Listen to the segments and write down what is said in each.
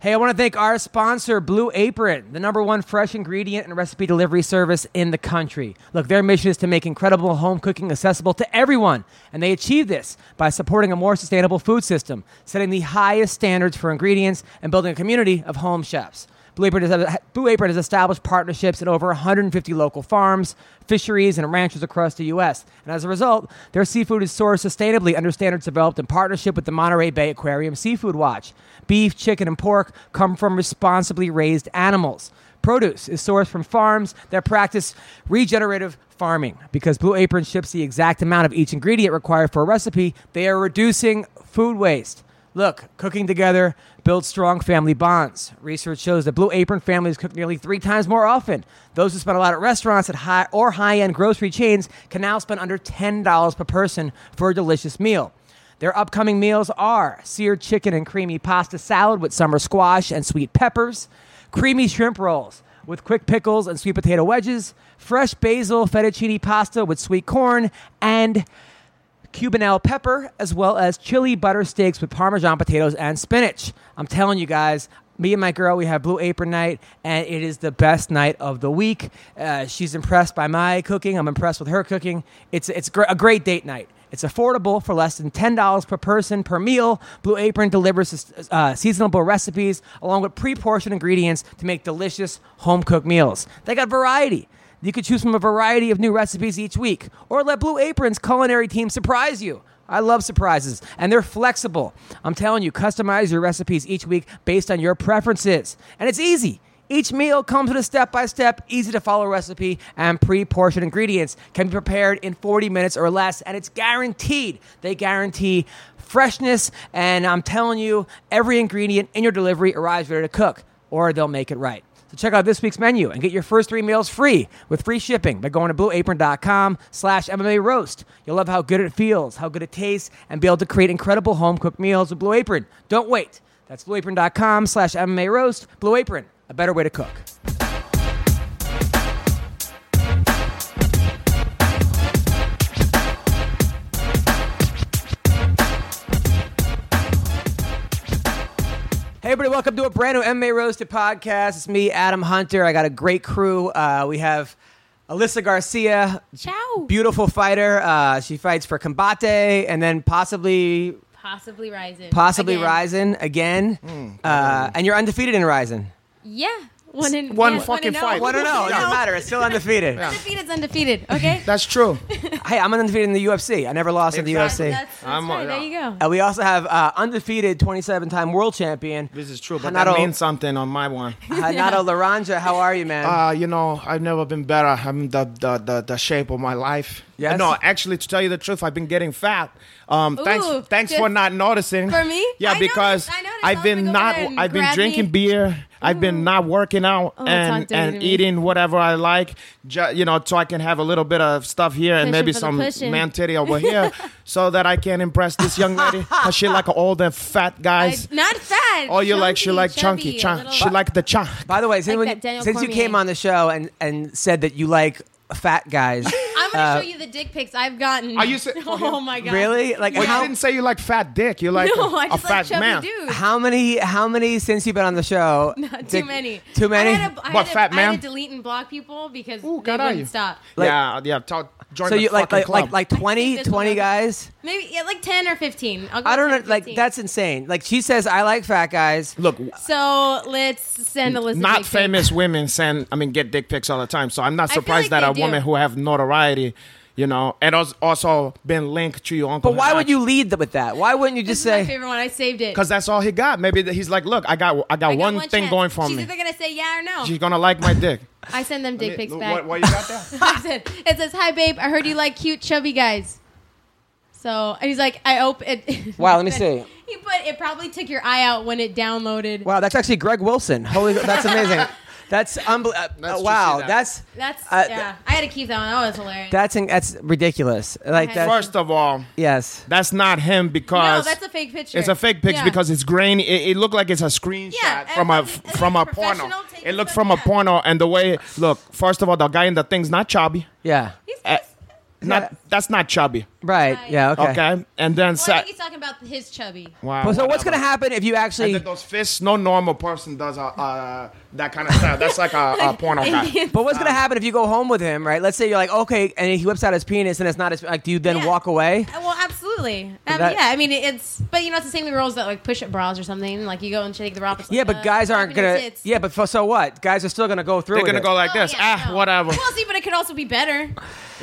Hey, I want to thank our sponsor, Blue Apron, the number one fresh ingredient and recipe delivery service in the country. Look, their mission is to make incredible home cooking accessible to everyone, and they achieve this by supporting a more sustainable food system, setting the highest standards for ingredients, and building a community of home chefs. Blue Apron, has, uh, Blue Apron has established partnerships at over 150 local farms, fisheries, and ranchers across the U.S. And as a result, their seafood is sourced sustainably under standards developed in partnership with the Monterey Bay Aquarium Seafood Watch. Beef, chicken, and pork come from responsibly raised animals. Produce is sourced from farms that practice regenerative farming. Because Blue Apron ships the exact amount of each ingredient required for a recipe, they are reducing food waste. Look, cooking together builds strong family bonds. Research shows that Blue Apron families cook nearly three times more often. Those who spend a lot at restaurants at high or high-end grocery chains can now spend under ten dollars per person for a delicious meal. Their upcoming meals are seared chicken and creamy pasta salad with summer squash and sweet peppers, creamy shrimp rolls with quick pickles and sweet potato wedges, fresh basil fettuccine pasta with sweet corn, and Cubanelle pepper, as well as chili butter steaks with Parmesan potatoes and spinach. I'm telling you guys, me and my girl, we have Blue Apron night, and it is the best night of the week. Uh, she's impressed by my cooking. I'm impressed with her cooking. It's, it's gr- a great date night. It's affordable for less than $10 per person per meal. Blue Apron delivers uh, seasonable recipes along with pre portioned ingredients to make delicious home cooked meals. They got variety. You could choose from a variety of new recipes each week, or let Blue Apron's culinary team surprise you. I love surprises, and they're flexible. I'm telling you, customize your recipes each week based on your preferences. And it's easy. Each meal comes with a step by step, easy to follow recipe, and pre portioned ingredients can be prepared in 40 minutes or less, and it's guaranteed. They guarantee freshness, and I'm telling you, every ingredient in your delivery arrives ready to cook, or they'll make it right. So check out this week's menu and get your first three meals free with free shipping by going to blueapron.com slash MMA roast. You'll love how good it feels, how good it tastes, and be able to create incredible home cooked meals with Blue Apron. Don't wait. That's blueapron.com slash MMA roast. Blue Apron, a better way to cook. Hey, everybody, welcome to a brand new MMA Roasted podcast. It's me, Adam Hunter. I got a great crew. Uh, we have Alyssa Garcia, Ciao. beautiful fighter. Uh, she fights for Combate and then possibly Possibly rising. possibly Again. Ryzen again. Hmm. uh, and you're undefeated in Ryzen. Yeah. One in One yeah, fucking and oh. fight. Well, no, no, it doesn't Yeah. matter. It's still undefeated. Undefeated's undefeated. Okay. That's true. Hey, I'm undefeated in the UFC. I never lost in the That's, UFC. that's I'm right. on- There you go. And we also have uh, undefeated 27-time world champion. This is true, but Hanato, that means something on my one. Hanato Laranja. How are you, man? Uh, you know, I've never been better. I'm the, the, the, the shape of my life. Uh, Yes? No, actually, to tell you the truth, I've been getting fat. Um, thanks, Ooh, thanks just for not noticing. for me? Yeah, I because noticed, I noticed. I I've was like, been over not. there and I've been grabbed drinking me. beer. I've been not working out Oh, talk and dirty to and me. eating whatever I like. Ju- you know, so I can have a little bit of stuff here and Pushing maybe for the some pushing. man titty over here, so that I can impress this young lady. 'Cause she like all the fat I, guys. not fat. Oh, you like she Chunky, like chubby, chunky, a chunk. little- She like the chunk. By the way, since, Like when that you, Daniel since you Cormier. came on the show and, and said that you like fat guys, I'm gonna show you the dick pics I've gotten. uh, Are you se- for Oh him? my god. really? Like Well, how, you didn't say you like fat dick. You like No, a- I a just like fat chubby man. dudes. how many how many since you've been on the show? Not Dick- too many. Too many? I had, a, I, What, had a, fat I man? had to delete and block people because Ooh, they caray. wouldn't stop. Like- yeah, yeah. Talk, join so the you like fucking like, like like club. 20, this will 20 never- guys? Maybe yeah, like ten or fifteen. I'll go I don't 10 know or like 15. that's insane. Like she says I like fat guys. Look, So let's send a list. of dick not pics. famous women send. I mean, get dick pics all the time. So I'm not I feel surprised like that a they woman do. who have notoriety, you know, and als- also been linked to your uncle. But why would you lead th- with that? Why wouldn't you This just is my say favorite one. I saved it. Because that's all he got. Maybe th- he's like, look, I got, I got, I got one, thing chance. going for She's me. either gonna say yeah or no. She's gonna like my dick. I send them dick pics back. What, what you got there? I said- it says, "Hi, babe. I heard you like cute, chubby guys." So and he's like, "I hope it." Wow, let me see. He put it probably took your eye out when it downloaded. Wow, that's actually Greg Wilson. Holy that's amazing. That's unbelievable. Let's just wow, see that. that's That's uh, th- yeah. I had to keep that one. That was hilarious. that's in- that's ridiculous. Like Okay. that First of all, yes. that's not him no, because that's a fake picture. It's a fake picture Yeah. because it's grainy. It, it looked like it's a screenshot Yeah, and from a it's- it's from a like porno. professional taking It looked stuff, from yeah. a porno, and the way look. First of all, the guy in the thing's not chubby. Yeah. He's- Uh, Not Yeah. that's not chubby. Right. Right. Yeah. Okay. Okay, and then Well, I sa- think he's talking about his chubby. wow. Well, so what's whatever. gonna happen if you And actually? then those fists, no normal person does uh, uh, that kind of stuff. That's like a, a porno guy. But what's gonna happen if you go home with him, right? Let's say you're like, okay, and he whips out his penis, and it's not his. Like, do you then Yeah. walk away? Uh, Well, absolutely. Um, that- yeah, I mean, it's but you know, it's the same with girls that like push up bras or something. Like you go and shake the bra. it's Yeah, like, but uh, guys aren't open your gonna. tits. Yeah, but for, so what? Guys are still gonna go through. They're with gonna it. go like Oh, this. yeah, ah, no. whatever. Well, see, but it could also be better.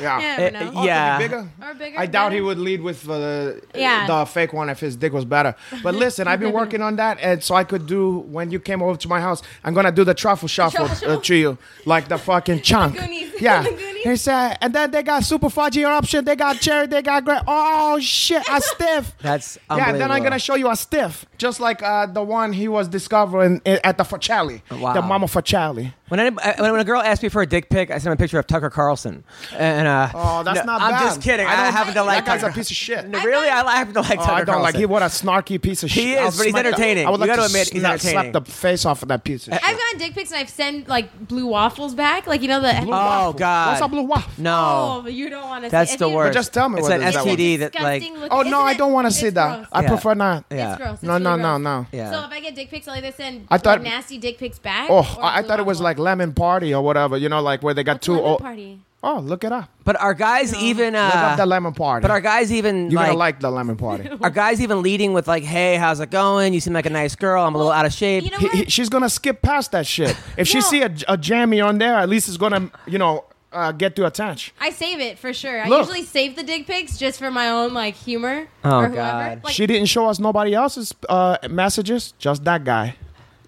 Yeah. Yeah, Uh, you know. uh, Or could Or yeah. could be bigger. Or bigger, I doubt he better. would lead with uh, Yeah. the fake one if his dick was better. But listen, I've been working on that, and so I could do when you came over to my house. I'm gonna do the truffle shuffle truffle uh, to you, like the fucking chunk. Goonies. Yeah. The Goonies. He said, and then they got super fudgy option. They got cherry. They got great. Oh shit, a stiff. That's yeah. and Then I'm unbelievable. gonna show you a stiff, just like uh, the one he was discovering i- at the Facciali, Wow. the Mama Facciali. When, any, uh, when when a girl asked me for a dick pic, I sent him a picture of Tucker Carlson. And uh, Oh, that's no, not I'm bad. just kidding. I, don't- happen to like that guy's Tucker. a piece of shit. No, really, I happen to like Oh, Tucker I don't like. Carlson. He what a snarky piece of shit. is, I'll but he's smack the- entertaining. I would You like gotta to admit, he's snap- entertaining. Slap the face off of that piece of shit. I've gotten dick pics and I've sent like blue waffles back. Like you know the Blue Oh, waffle. God. What's a blue waffle? No, Oh, you don't want to. that's the worst. just tell me it's what an it is, that one. STD that like. Oh no, I don't want to see that. I Yeah. prefer not. Yeah. It's gross. It's No, no, really no, gross. no. Yeah. So if I get dick pics, I'll either send I thought- like, nasty dick pics back. Oh, or I, I blue thought it was waffle. like lemon party or whatever. You know, like where they What's got two. lemon Oh, party. oh, look it up. But are guys even? Look up the Uh, lemon party. but are guys even you're like? gonna like the lemon party. Are guys even leading with like, "Hey, how's it going? You seem like a nice girl. I'm a little out of shape." You know He- what? he- she's gonna skip past that shit. If she No. see a, a jammy on there, at least it's gonna you know uh, get to attach. I save it for sure. I Look. usually save the dick pics just for my own like humor Oh, or whoever. God. Like, she didn't show us nobody else's uh, messages, just that guy.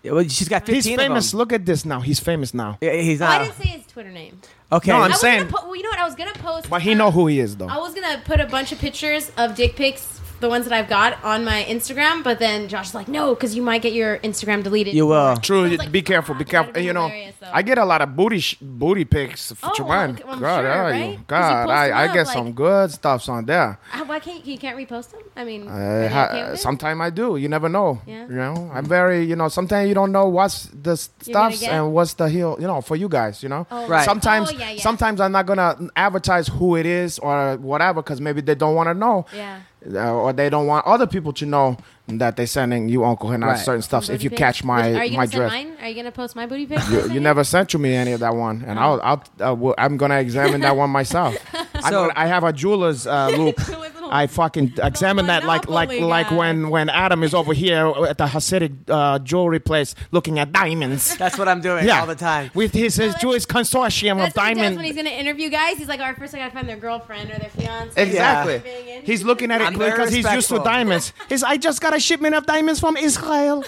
Well, she's got 15 He's of famous. them. Look at this now. He's famous now. Yeah, He's oh, I not didn't say his Twitter name. okay. No, uh, I'm I was saying- gonna po- well, you know what? I was gonna post, But he know who he is though. I was gonna put a bunch of pictures of dick pics, the ones that I've got on my Instagram. But then Josh was like, "No, because you might get your Instagram deleted." you will. True. I was you- like, be careful. Be "Ah, careful. that'd be you know, hilarious, though." I get a lot of booty sh- booty pics for Oh, Japan. well, I'm God, sure, I- right? 'Cause you God, post I, them I up, get like- some good stuffs on there. Ah, Why can't you can't repost them? I mean, are Uh, they ha- okay with it? sometime I do. You never know. Yeah. You know, I'm very. You know, sometimes you don't know what's the s- You're gonna stuffs get? and what's the heel. You know, for you guys, you know. Oh, Right. Sometimes, oh, yeah, yeah. sometimes I'm not gonna advertise who it is or whatever because maybe they don't want to know. Yeah. Uh, or they don't want other people to know that they're sending you Uncle Henry Right. certain stuffs. If Booty you pics? catch my Would- are you gonna my send drift. mine? Are you gonna post my booty pics? You, you never sent to me any of that one, Oh. and I'll, I'll, uh, will I'm gonna examine that one myself. I'm So- gonna, I have a jeweler's uh, loop. I fucking examine that like like Monopoly like guy. when when Adam is over here at the Hasidic uh, jewelry place looking at diamonds. That's what I'm doing Yeah, all the time. with his, his that's- Jewish consortium of That's what he does diamond. when he's gonna interview guys. He's like, "All right, first I gotta find their girlfriend or their fiance." Exactly. Yeah. He's looking at it I'm very because he's used to respectful. diamonds. He's I just got a shipment of diamonds from Israel.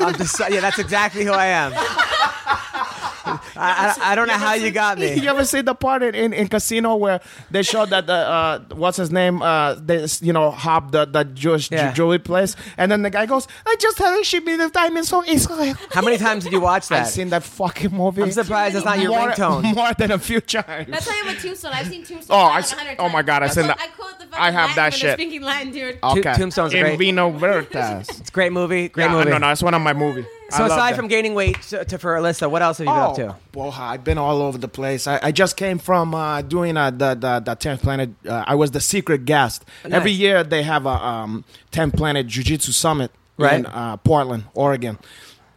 I'm just, yeah, that's exactly who I am. I, I, I don't know how you got me. You ever see the part in, in, in Casino where they show that the uh, what's his name uh, this you know Hob the, the Jewish Yeah. jewelry place and then the guy goes I just had a shipment of diamonds from Israel. How many times did you watch I've that? seen that fucking movie. I'm surprised it's not your more, ringtone. more than a few times. That's why I'm a tombstone. I've seen tombstones. Oh, Oh, I I, s- times. oh my God, I I seen quote- that. I quote the fucking I Latin have that when shit. They're speaking Latin, dude. Two- Tombstone's in great. Vino Veritas. It's a great movie. Great yeah, movie. No, no, it's one of my movie. I So love aside that. from gaining weight to, to for Alyssa, what else have you been up to? Oh, Well, I've been all over the place. I, I just came from uh, doing uh, the, the the 10th Planet. Uh, I was the secret guest. Every Nice. year they have a um, 10th Planet Jiu Jitsu Summit Right. in uh, Portland, Oregon.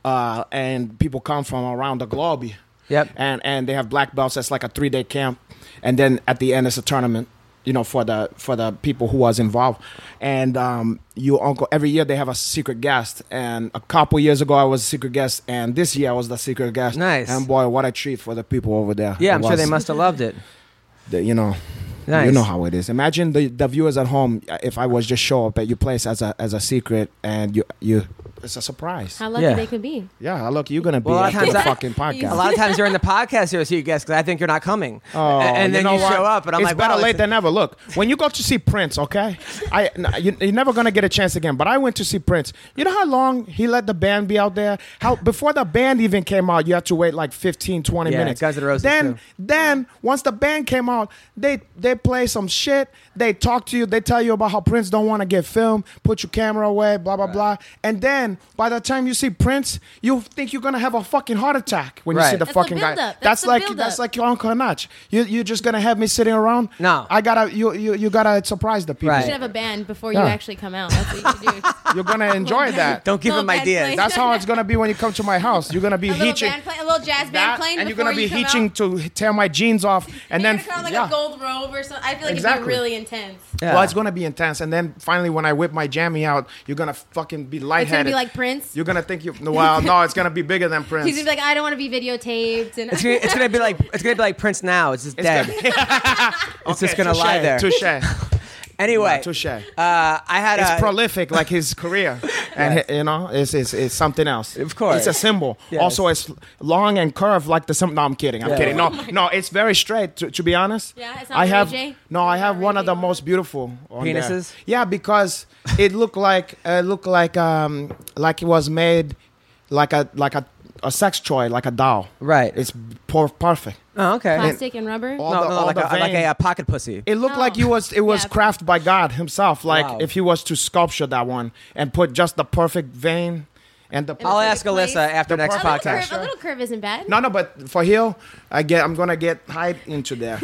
Uh, and people come from around the globe. Yep. And, and they have black belts. That's like a three day camp. And then at the end, it's a tournament. You know, for the for the people who was involved, and um, you uncle every year they have a secret guest. And a couple years ago, I was a secret guest, and this year I was the secret guest. Nice. And boy, what a treat for the people over there. Yeah, It I'm sure they was- must have loved it. the- you know. Nice. You know how it is. Imagine the, the viewers at home. uh, If I was just show up at your place as a as a secret, and you you, it's a surprise. How lucky Yeah. they can be. yeah, how lucky you're gonna be Well, a lot of after the times I- fucking podcast. A lot of times during the podcast, you'll see you guests because I think you're not coming, Oh, and then you, know what? show up, and I'm it's like, better wow, late it's- than never. Look, when you go to see Prince, okay, I n- you, you're never gonna get a chance again. But I went to see Prince. You know how long he let the band be out there? How before the band even came out, you had to wait like 15, 20 Yeah, minutes. Guns N' Roses, then, too. then once the band came out, they they play some shit. They talk to you. They tell you about how Prince don't want to get filmed. Put your camera away. Blah blah blah. And then man. By the time you see Prince, you think you're gonna have a fucking heart attack when you Right. see the That's the fucking guy. buildup. That's the like buildup. that's like your Uncle Nach. You you're just gonna have me sitting around? No. I gotta you you, you gotta surprise the people. Right. should have a band before Yeah. you actually come out. That's what you should do. You're gonna enjoy that. Don't give Little him band ideas. play. That's That's how it's gonna be when you come to my house. You're gonna be a little heeching. band play, a little jazz band that, playing, and you're before gonna be you come out. heeching to tear my jeans off, You're and then gonna come out like yeah. a gold robe or something. I feel like it'd Exactly. be really intense. Yeah. Well, it's gonna be intense, and then finally, when I whip my jammy out, you're gonna fucking be It's lightheaded. gonna be like Prince. You're gonna think you. Well, no, it's gonna be bigger than Prince. He's gonna be like, I don't want to be videotaped, and It's gonna, it's gonna be like it's gonna be like Prince now. It's just dead. it's just gonna touche, lie there. Touche. Anyway, touche. Uh, I had It's a prolific, like his career, and he- you know, it's, it's it's something else. Of course. it's a symbol. Yes. Also, it's long and curved, like the symbol. No, I'm kidding. I'm Yeah. kidding. No, Oh my no, it's very straight. To, to be honest, Yeah, it's not I Ray have J? no, I It's have not one Ray of the J. most beautiful on there. Penises? Yeah, because it looked like it looked like um like it was made like a like a a sex toy, like a doll. Right. It's per- perfect. oh, okay. plastic and rubber. All no, the- no, all like, the a, like vein. a, uh, pocket pussy. It looked No. like you was it was Yeah. crafted by God Himself. Like Wow. if He was to sculpture that one and put just the perfect vein and the. I'll like a ask Alyssa place- after The next a, part- little podcast. curve, a little curve isn't bad. no, no, but for heel, I get I'm gonna get hype into there.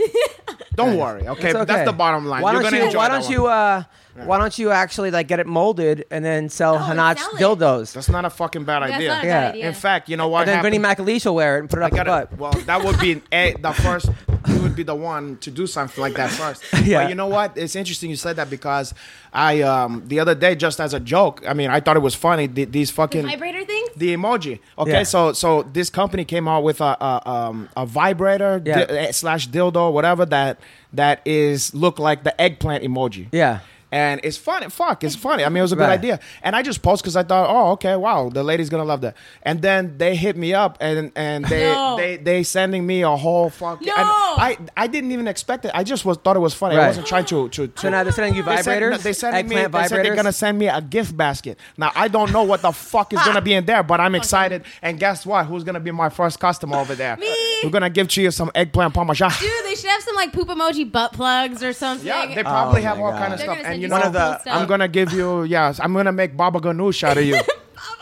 Don't worry, okay? It's okay. That's the bottom line. Why You're don't gonna you? enjoy Why that don't one. you? Uh, Why don't you actually like get it molded and then sell and Hanat's sell it. dildos? That's not a fucking bad That's idea. not a Yeah. bad idea. In fact, you know what and then Vinnie happened? McAleese will wear it and put it I up his gotta, butt. well, that would be a, the first. You would be the one to do something like that first. Yeah. But you know what? It's interesting you said that because I um the other day just as a joke. I mean, I thought it was funny. th- these the fucking vibrator thing. the emoji. Okay, Yeah. so so this company came out with a a, um, a vibrator Yeah. di- eh, slash dildo, whatever that that is look like the eggplant emoji. Yeah. And it's funny. Fuck, it's funny. I mean, it was a good Right. idea. And I just posted because I thought, oh, okay, wow, the lady's gonna love that. And then they hit me up and and they No. they they sending me a whole fucking. No. And I I didn't even expect it. I just was thought it was funny. Right. I wasn't trying to to. to so now they're sending you They they said- no, vibrators. They sent me. eggplant They vibrators. said they're gonna send me a gift basket. Now I don't know what the fuck is gonna be in there, but I'm excited. And guess what? Who's gonna be my first customer over there? Me. We're gonna give to you some eggplant parmesan. Dude, they should have some like poop emoji butt plugs or something. Yeah, they probably Oh have my all God. kind of They're stuff. gonna send And you you some One know, of the- cool stuff. I'm gonna give you. Yes, I'm gonna make baba ganoush out of you.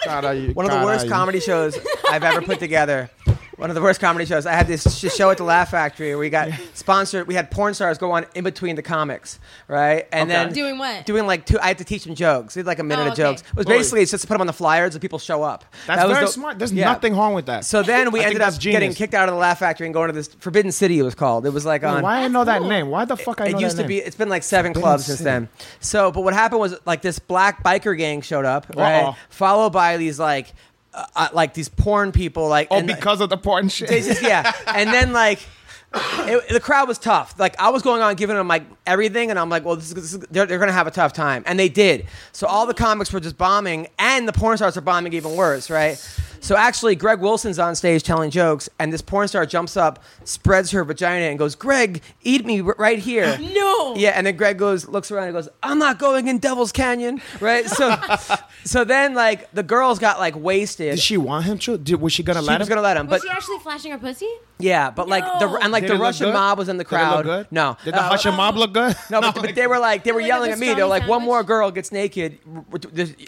Out of you- One of the out worst you. comedy shows I've ever put together. One of the worst comedy shows. I had this sh- show at the Laugh Factory where we got sponsored. We had porn stars go on in between the comics, right? And Okay. then Doing what? Doing like two. I had to teach them jokes. We had like a minute Oh, of okay. jokes. It was Boy. basically it's just to put them on the flyers so people show up. That's That was very the- smart. There's yeah. nothing wrong with that. So then we I think ended up that's getting genius. kicked out of the Laugh Factory and going to this Forbidden City. It was called. It was like on. Why I That's know that cool. name? Why the fuck I know It that used to name? be. It's been like seven Forbidden clubs since City. then. So, but what happened was like this black biker gang showed up, right? Uh-oh. Followed by these like, uh, uh, like these porn people, like Oh, and, like, because of the porn shit. they just yeah, and then like. It, the crowd was tough. Like I was going on giving them like everything, and I'm like, well, this is, this is, they're, they're gonna have a tough time, and they did. So all the comics were just bombing, and the porn stars are bombing even worse, right? So actually, Greg Wilson's on stage telling jokes, and this porn star jumps up, spreads her vagina, and goes, "Greg, eat me r- right here." No. Yeah, and then Greg goes, looks around and goes, I'm not going in Devil's Canyon, right? So, so then like the girls got like wasted. Did she want him to? Did, was she gonna She let was him? gonna let him, Was but she actually flashing her pussy? yeah, but like the No. and like Did the it look Russian good? mob was in the Did it look crowd. good? No, Did the Uh, Russian mob look good? no, but, but they were like they were Like a yelling at me. They're pastrami like, one sandwich? more girl gets naked,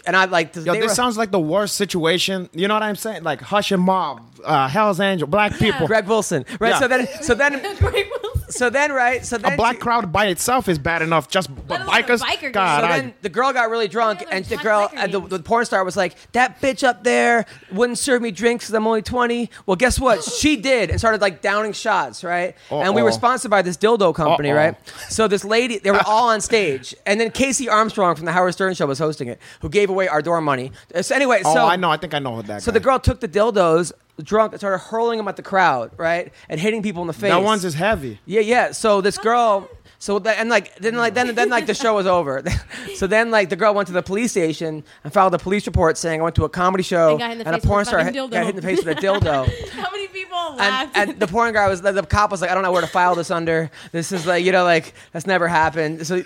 and I like. Yo, they this were- sounds like the worst situation. You know what I'm saying? Like Hush and Mob, uh, Hell's Angel, black people. Greg Wilson, right? Yeah. So then, so then, Great Wilson. so then, right? So then, A black she- crowd by itself is bad enough. Just but alone a bikers, biker God, So gang. I- then the girl got really drunk, Yeah, and the there's girl, black and the, biker the porn star was like, "That bitch up there wouldn't serve me drinks. 'cause I'm only 20." Well, guess what? She did, and started like downing shots, right? And we were Uh-oh. sponsored by this dildo company, Uh-oh. right? So this lady, they were all on stage, and then Casey Armstrong from the Howard Stern Show was hosting it, who gave away our door money. So anyway, oh, so I know. I think I know that. So the girl took the dildos, drunk, and started hurling them at the crowd, right, and hitting people in the face. that one's is heavy. Yeah, yeah. So this girl, so that, and like then like then then like the show was over. so then like the girl went to the police station and filed a police report saying I went to a comedy show And got hit in the and a face with a porn star fucking hit- dildo. got hit in the face with a dildo. How many people And, laughed? and the porn guy was the, the cop was like, I don't know where to file this under. This is like you know like that's never happened. So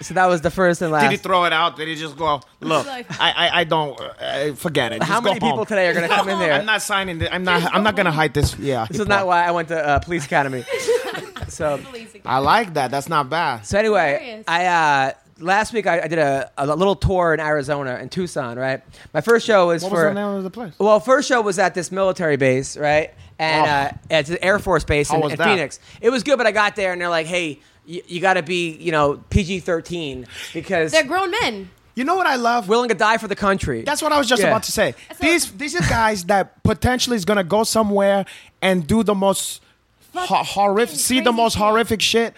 so that was the first and Did he last. throw it out? Did he just go? Look, I, like- I, I don't uh, forget it. Just How go many people home." today are gonna come in there? I'm not signing. This. I'm not. Just I'm go not gonna home. hide this. Yeah, this is not why I went to uh, police academy. so Please, again. I like that. That's not bad. So anyway, Hilarious. I uh, last week I, I did a, a little tour in Arizona and Tucson, right? My first show was What was for the name of the place? Well, first show was at this military base, right? And Wow. uh, it's an Air Force base How in, was in that? Phoenix. It was good, but I got there and they're like, "Hey, you, you got to be, you know, PG thirteen because They're grown men. You know what I love? willing to die for the country." That's what I was just Yeah. about to say. That's These what- these are guys that potentially is gonna go somewhere and do the most ho- horrific, see the crazy most shit. horrific shit,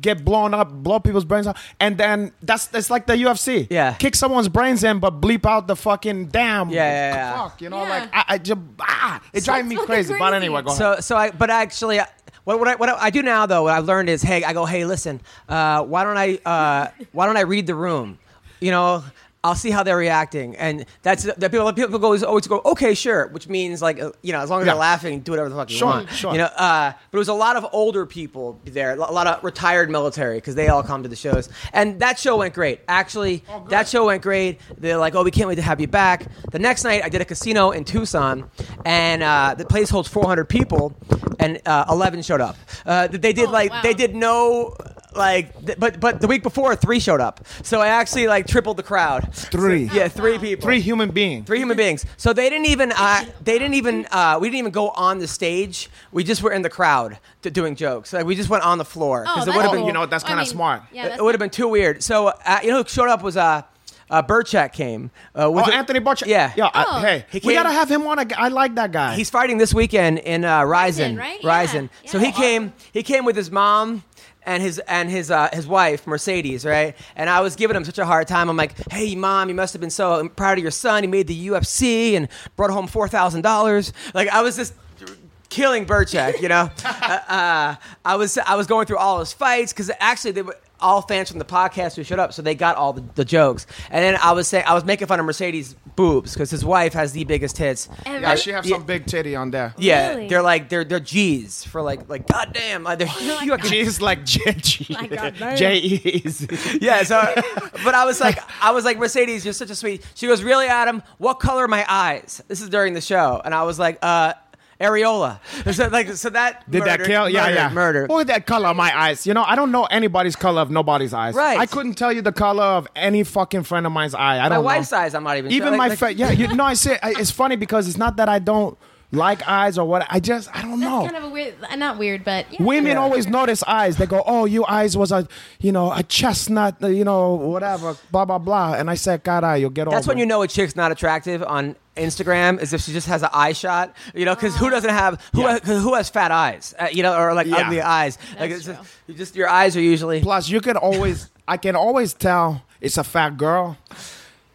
get blown up, blow people's brains out, and then that's it's like the UFC. Yeah. kick someone's brains in, but bleep out the fucking damn. Yeah, yeah, yeah. fuck. You know, Yeah. like I, I just ah, it drives me fucking crazy. But crazy. anyway, go ahead. So, so I, but actually, I- what, what, I, what I do now though, what I've learned is, hey, I go, hey, listen, uh, why don't I, uh, why don't I read the room? You know, I'll see how they're reacting, and that's that people, people go, always go, okay, sure, which means like, uh, you know, as long as Yeah. they're laughing, do whatever the fuck you Sure, want, sure. you know. Uh, but it was a lot of older people there, a lot of retired military because they all come to the shows, and that show went great. Actually, Oh, that show went great. They're like, oh, we can't wait to have you back. The next night, I did a casino in Tucson, and uh, the place holds 400 people, and uh, 11 showed up. Uh, they did Oh, like wow. they did no. Like, th- but but the week before, three showed up, so I actually like tripled the crowd. Three. yeah, three people, Three human beings. three human beings. So they didn't even uh, they didn't even uh, we didn't even go on the stage. We just were in the crowd to doing jokes. Like we just went on the floor it Oh, would that's have Oh, been cool. you know what? That's I kinda mean, smart. Yeah, that's it would have been too weird. So uh, you know who showed up was uh, uh Burchak came. Uh, with Oh, a- Anthony Butcher. Yeah, yeah. I- Oh. hey, He we came- gotta have him on. ag- I like that guy. He's fighting this weekend in uh, Rising, Rising, right? Rising. Yeah, So yeah. he came. He came with his mom and his and his uh, his wife Mercedes, right? And I was giving him such a hard time. I'm like, "Hey, mom, you must have been so proud of your son. He made the UFC and brought home four thousand dollars." Like I was just killing Burchak, you know. uh, uh, I was I was going through all his fights because actually they were. All fans from the podcast who showed up, so they got all the, the jokes. And then I was saying I was making fun of Mercedes' boobs because his wife has the biggest tits. Ever. yeah, she have Yeah. some big titty on there. Yeah, Really? they're like they're they're G's for like like goddamn. Like they're like, huge. She's like J G My God, J E Z. yeah. So, but I was like I was like Mercedes, you're such a sweet. She goes, really, Adam? What color are my eyes? This is during the show, and I was like, uh, areola. So like so that Did murder- that kill? Yeah, murder, yeah. murder. Look at that color of my eyes. You know, I don't know anybody's color of nobody's eyes. Right. I couldn't tell you the color of any fucking friend of mine's eye. I my don't wife's know. eyes, I'm not even. sure. Even Like- my like- friend. Yeah, you know, I say I- it's funny because it's not that I don't like eyes or what. I just I don't That's know. kind of a weird, uh, not weird, but yeah. Women Yeah. always notice eyes. They go, "Oh, your eyes was a, you know, a chestnut, uh, you know, whatever, blah blah blah." And I said, "God, eye, you'll get over." That's when it." you know a chick's not attractive on Instagram is if she just has an eye shot, you know, because Oh. who doesn't have who Yeah. ha- who has fat eyes, uh, you know, or like Yeah. ugly eyes. like That's it's just, true. you just your eyes are usually. Plus, you can always, I can always tell it's a fat girl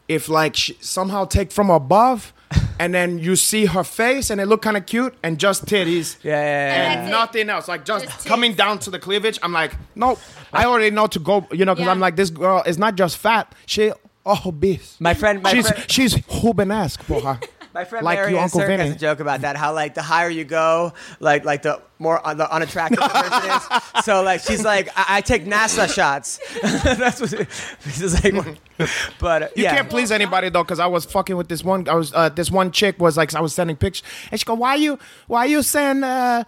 if like she somehow take from above, and then you see her face and it look kind of cute and just titties. Yeah, yeah, yeah, yeah. And And That's it. nothing else, like just, Just tits. coming down to the cleavage. I'm like, nope. I already know to go, you know, because Yeah. I'm like, this girl is not just fat; she obese. My friend, my she's friend, she's Rubenesque for her. My friend Like Larry your Uncle Uncle has a Vinny. joke about that. How like the higher you go, like like the more un- the unattractive the person is. So like she's like, I, I take NASA shots. That's what this is like. But uh, You yeah. can't please anybody though, because I was fucking with this one. I was uh, this one chick was like, I was sending pictures, and she go, "Why you? Why you send? Uh,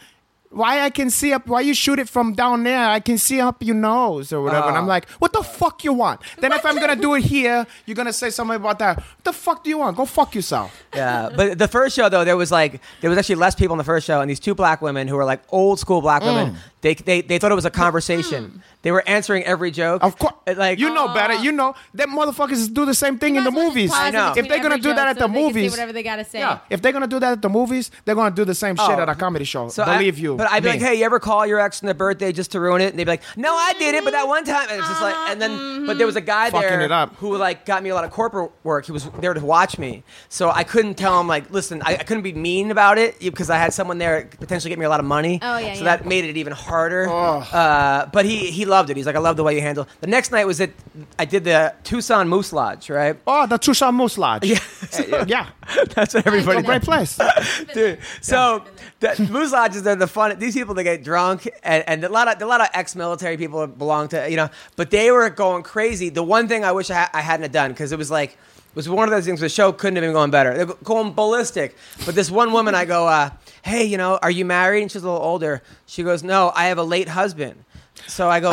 why I can see up? Why you shoot it from down there? I can see up your nose or whatever." And I'm Uh. like, "What the fuck you want? Then if I'm gonna do it here, you're gonna say something about that. What the fuck do you want? Go fuck yourself." Yeah, but the first show though, there was like there was actually less people in the first show, and these two black women who were like old school black Mm. women, they, they they thought it was a conversation. They were answering every joke. Of course, It, like you know better. You know that motherfuckers do the same thing in the Might as well just movies. pause I know. in between If they're gonna every do joke that at so the they can say movies- whatever they gotta say. Yeah, if they're gonna do that at the movies, they're gonna do the same shit Oh. at a comedy show. So I- Believe you. But I'd be me. like, hey, you ever call your ex on their birthday just to ruin it? And they'd be like, no, I did it, but that one time. And it's just like, and then, Mm-hmm. but there was a guy Fucking there it up. who like got me a lot of corporate work. He was there to watch me. So I couldn't tell him, like, listen, I, I couldn't be mean about it because I had someone there that could potentially get me a lot of money. Oh, yeah, So yeah. that made it even harder. Uh, but he, he loved it. He's like, I love the way you handle The next night was at, I did the Tucson Moose Lodge, right? oh, the Tucson Moose Lodge. Yeah, yeah, That's what everybody did great place. dude. So the Moose Lodge is they're the fun. These people they get drunk and, and a lot of a lot of ex-military people belong to you know, but they were going crazy. The one thing I wish I, ha- I hadn't have done because it was like it was one of those things. where The show couldn't have been going better. They're going ballistic. But this one woman, I go, uh, hey, you know, are you married? And she's a little older. She goes, no, I have a late husband. So I go.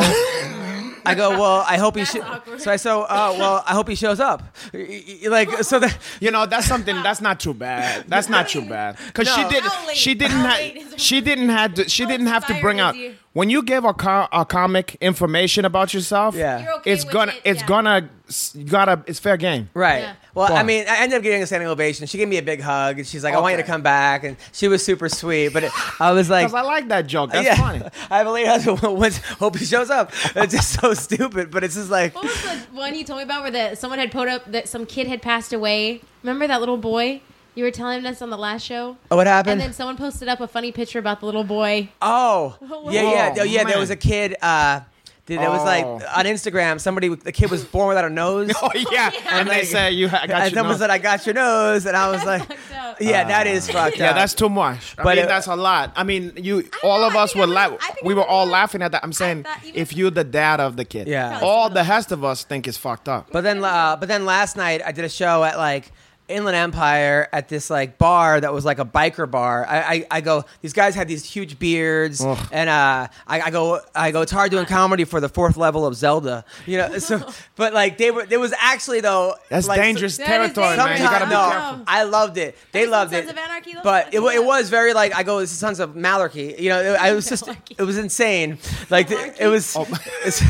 I go, well, I hope he. That's Sh-. awkward. So I so, oh well, I hope he shows up. Y- y- Like so that You know, that's something that's not too bad. That's not too bad because No. she did. How late? She didn't. How Ha- late is her- she didn't have. To, she How didn't have to inspired bring is out you? when you give a, co- a comic information about yourself. Yeah. You're okay it's with gonna. it, it's yeah. gonna. s- You gotta. It's fair game. right. Yeah. Well, I Why? mean, I ended up getting a standing ovation. She gave me a big hug, and she's like, "I want you to Okay. come back," and she was super sweet. But it, I was like, Because I like that joke. That's yeah, funny. I have a late husband. Once hope he shows up. It's just so stupid, but it's just like What was the one you told me about where the someone had put up that some kid had passed away? Remember that little boy? You were telling us on the last show. Oh, what happened? And then someone posted up a funny picture about the little boy. Oh, Hello. yeah, yeah, Oh, oh, yeah. There man. was a kid. Uh, that that was like Oh. on Instagram. Somebody, the kid was born without a nose. Oh yeah. And I- they say you. ha- I got and you. someone said, "I got your nose," and I was like, fucked up. "Yeah, that is fucked Uh, Yeah, up." that's too much. I But, mean, uh, that's a lot. I mean, you all of know, I us think were I la- was- I think we I were was- all laughing at that. I'm saying thought you- if you're the dad of the kid, Yeah. Probably all the rest of us think it's fucked up. But then, uh, but then last night I did a show at like Inland Empire at this like bar that was like a biker bar. I, I, I go, these guys had these huge beards, Ugh. and uh, I, I go, I go, it's hard doing comedy for the fourth level of Zelda, you know. So, but like they were, it was actually though That's like, dangerous That is territory, man. You Sometimes- gotta be No. careful. I loved it. They Have you seen loved Sons it. of Anarchy? Those but it, wa- it fucking- was very like I go, this is Sons of Malarkey. You know, it, I was just Malarkey. it was insane. Like the, it was, it's-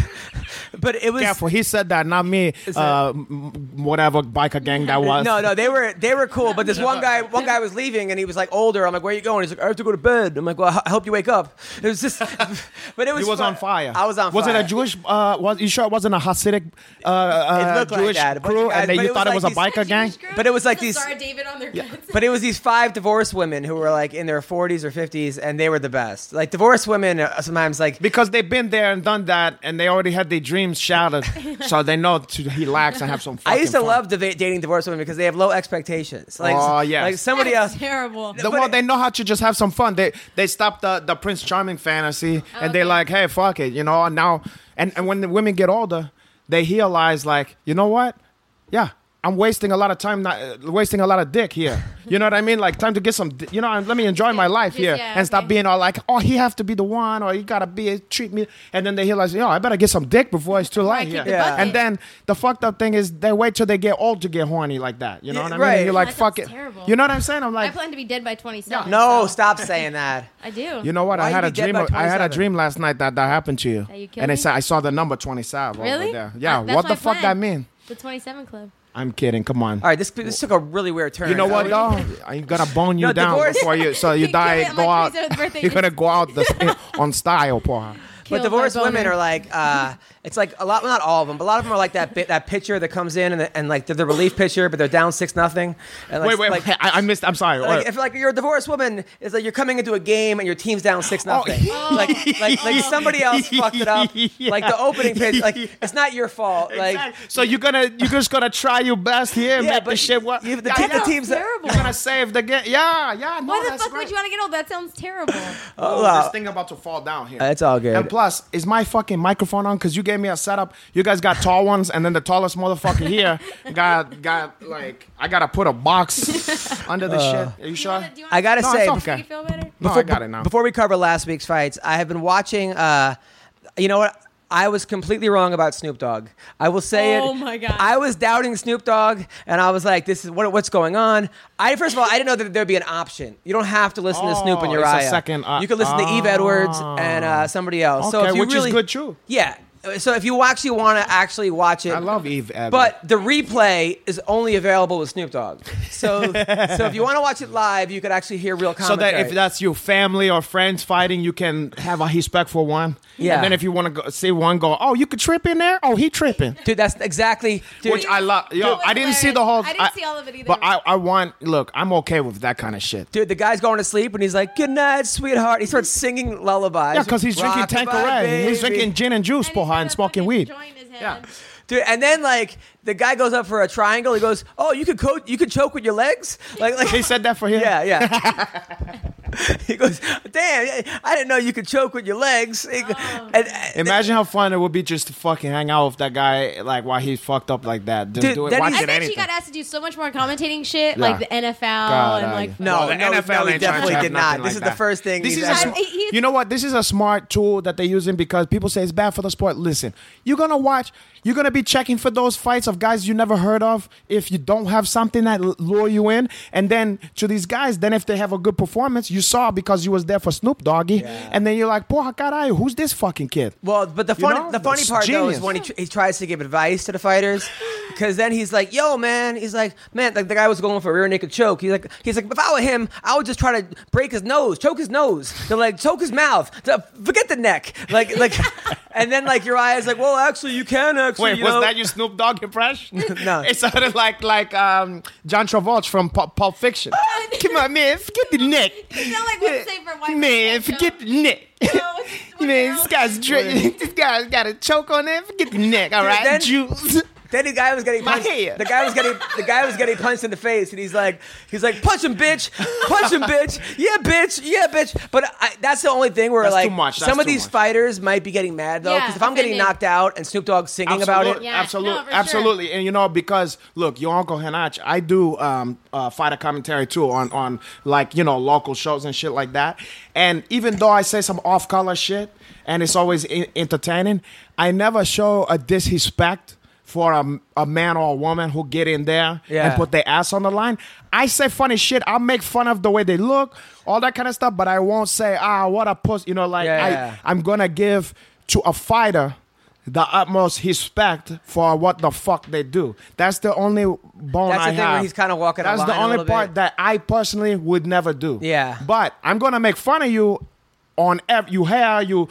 but it was Careful, he said that, not me. Uh, m- m- whatever biker gang that was. No, no, they were they were cool, but this one guy one guy was leaving and he was like older. I'm like, where are you going? He's like, I have to go to bed. I'm like, well, I hope you wake up. It was just, but it was he was fun. on fire. I was on. Was fire. it a Jewish? Uh, was you sure it wasn't a Hasidic It uh, uh, looked like Jewish that. A bunch crew? of guys- and then but you it thought it was like was a biker these- gang? But it was like these- Star David on their guns. But it was these five divorced women who were like in their 40s or 50s, and they were the best. Like divorced women are sometimes like Because they've been there and done that, and they already had their dreams shattered, so they know to relax and have some. I used to fucking fun. love deva- dating divorced women because they have low expectations. Like, Oh, yes. like somebody That's else. Terrible. The But well, it- they know how to just have some fun. They they stop the, the Prince Charming fantasy, and they're okay. like, hey, fuck it, you know. And now, and, and when the women get older, they realize like, you know what? Yeah, I'm wasting a lot of time, not uh, wasting a lot of dick here. You know what I mean? Like, time to get some, di- you know, and let me enjoy my life just- here yeah, and stop okay. being all like, oh, he have to be the one, or he gotta be treat me. And then they realize, yo, I better get some dick before it's too late I here. kick the Yeah. bucket. And then the fucked up thing is they wait till they get old to get horny like that. You know Yeah, what I right. mean? And you're like, That fuck it. sounds terrible. You know what I'm saying? I'm I like, plan to be dead by 27. No, so- stop saying that. I do. you know what? Why I had you a be dead dream. by of- I had a 27? dream last night that that happened to you. That you killed and I me? saw I saw the number twenty seven. Really? Over there. Yeah. That- that's what the my fuck plan. that mean? The 27 Club. I'm kidding. Come on. All right, this this took a really weird turn. You know what Uh, though? I'm gonna bone you No, down divorce- before you, so you You killed die. it on Go my out. 27th birthday. You're gonna go out the, on style, porra. But Killed my divorced boner. women are like, uh, it's like a lot, well, not all of them, but a lot of them are like that bit, that picture that comes in and, and like they're the relief pitcher, but they're down six nothing. And like, wait, wait. like, I, I missed. I'm sorry. like Wait. if like you're a divorced woman, it's like you're coming into a game and your team's down six nothing. Oh. Like, like like somebody else fucked it up. Like the opening pitch, like it's not your fault. Like Exactly. so you're gonna you're just gonna try your best here, and Yeah, make but the shit work. you- the yeah, te- the yeah. team's- terrible. You're gonna save the game. Yeah, yeah. No, Why the Oh, that's fuck right. would you want to get old? That sounds terrible. Oh, wow. this thing about to fall down here. That's all good. And plus, is my fucking microphone on? Because you gave me a setup. You guys got tall ones, and then the tallest motherfucker here got got like I gotta put a box under the shit. Are you Do you sure? wanna- do you wanna- I gotta No, say, it's Does it okay. make you feel better? No, I got it now. Uh. Before we cover last week's fights, I have been watching. Uh, you know what? I was completely wrong about Snoop Dogg. I will say it. Oh my God. I was doubting Snoop Dogg, and I was like, "This is what, what's going on." I first of all, I didn't know that there'd be an option. You don't have to listen to Snoop and Oh, it's Uriah. a second op- you could listen to Eve Edwards Ah. and uh, somebody else. so Okay, if you which is really, good too. Yeah. So if you actually want to actually watch it, I love Eve. Edwards. but the replay is only available with Snoop Dogg. So, so if you want to watch it live, you could actually hear real so commentary. that if that's your family or friends fighting, you can have a respect for one. Yeah. And then if you want to go, see one go, oh, you could trip in there. Oh, he tripping. Dude, that's exactly. Dude, Which I love. Yo, That was I didn't see hilarious. the whole. I didn't see all of it either. But I, I want. Look, I'm okay with that kind of shit. dude, the guy's going to sleep and he's like, "Good night, sweetheart." He starts singing lullabies. Yeah, because he's drinking Rockabye, Tanqueray. He's baby. drinking gin and juice, And he's porra, got and a smoking fucking weed. joint in his Yeah. hand. Dude, and then like the guy goes up for a triangle. He goes, "Oh, you could coach, you could choke with your legs." Like, like He said that for him. yeah, yeah. he goes, damn, I didn't know you could choke with your legs. He go- and- and- Imagine how fun it would be just to fucking hang out with that guy, like while he's fucked up like that. Just Dude, do it. that Watch is- I Did it bet anything. she got asked to do so much more commentating shit, Yeah. like the NFL God, and I- like. no, Well, the no, NFL no, he ain't trying to definitely have did nothing not. like this is that. the first thing. This he's is a asked- I- sm- he- you know what? This is a smart tool that they're using because people say it's bad for the sport. Listen, you're gonna watch. You're gonna be checking for those fights of guys you never heard of. If you don't have something that l- lure you in, and then to these guys, then if they have a good performance, you saw because you was there for Snoop Doggy, and then you're like, "Porra, caray, who's this fucking kid?" Well, but the You funny, know? the funny It's part though is genius. when he, tr- he tries to give advice to the fighters, because then he's like, "Yo, man," he's like, "Man," like the guy was going for a rear naked choke. He's like, "He's like, if I were him, I would just try to break his nose, choke his nose, to like choke his mouth, to forget the neck, like like." and then like Uriah's like, "Well, actually, you can actually." Wait, you was know." that your Snoop Dogg impression? No. It sounded like like um, John Travolta from Pulp, Pulp Fiction. Come on, man, forget the neck. You sound like what's safe for white Man, people. forget the neck. No, it's- it's Man, girls. this guy's dri- this guy's got a choke on it. Forget the neck, all Dude, right? then- Juice. Then the guy was getting My punched. hair. The guy was getting the guy was getting punched in the face, and he's like, he's like, punch him, bitch, punch him, bitch, yeah, bitch, yeah, bitch. But I, that's the only thing where That's like too much. That's some of too these much. fighters might be getting mad though, Yeah, because if I'm getting offended. knocked out and Snoop Dogg's singing about it, Absolute- Yeah, absolute- no, for sure. absolutely. And you know, because look, your uncle Hanach, I do um, uh, fighter commentary too on on like you know local shows and shit like that. And even though I say some off color shit, and it's always in- entertaining, I never show a disrespect. For a, a man or a woman who get in there Yeah. and put their ass on the line, I say funny shit. I make fun of the way they look, all that kind of stuff. But I won't say, ah, what a puss. You know, like Yeah. I, I'm gonna give to a fighter the utmost respect for what the fuck they do. That's the only bone That's the I thing where have. he's kinda walking a That's line the a only little part bit. that I personally would never do. Yeah. But I'm gonna make fun of you on ev- you hair you.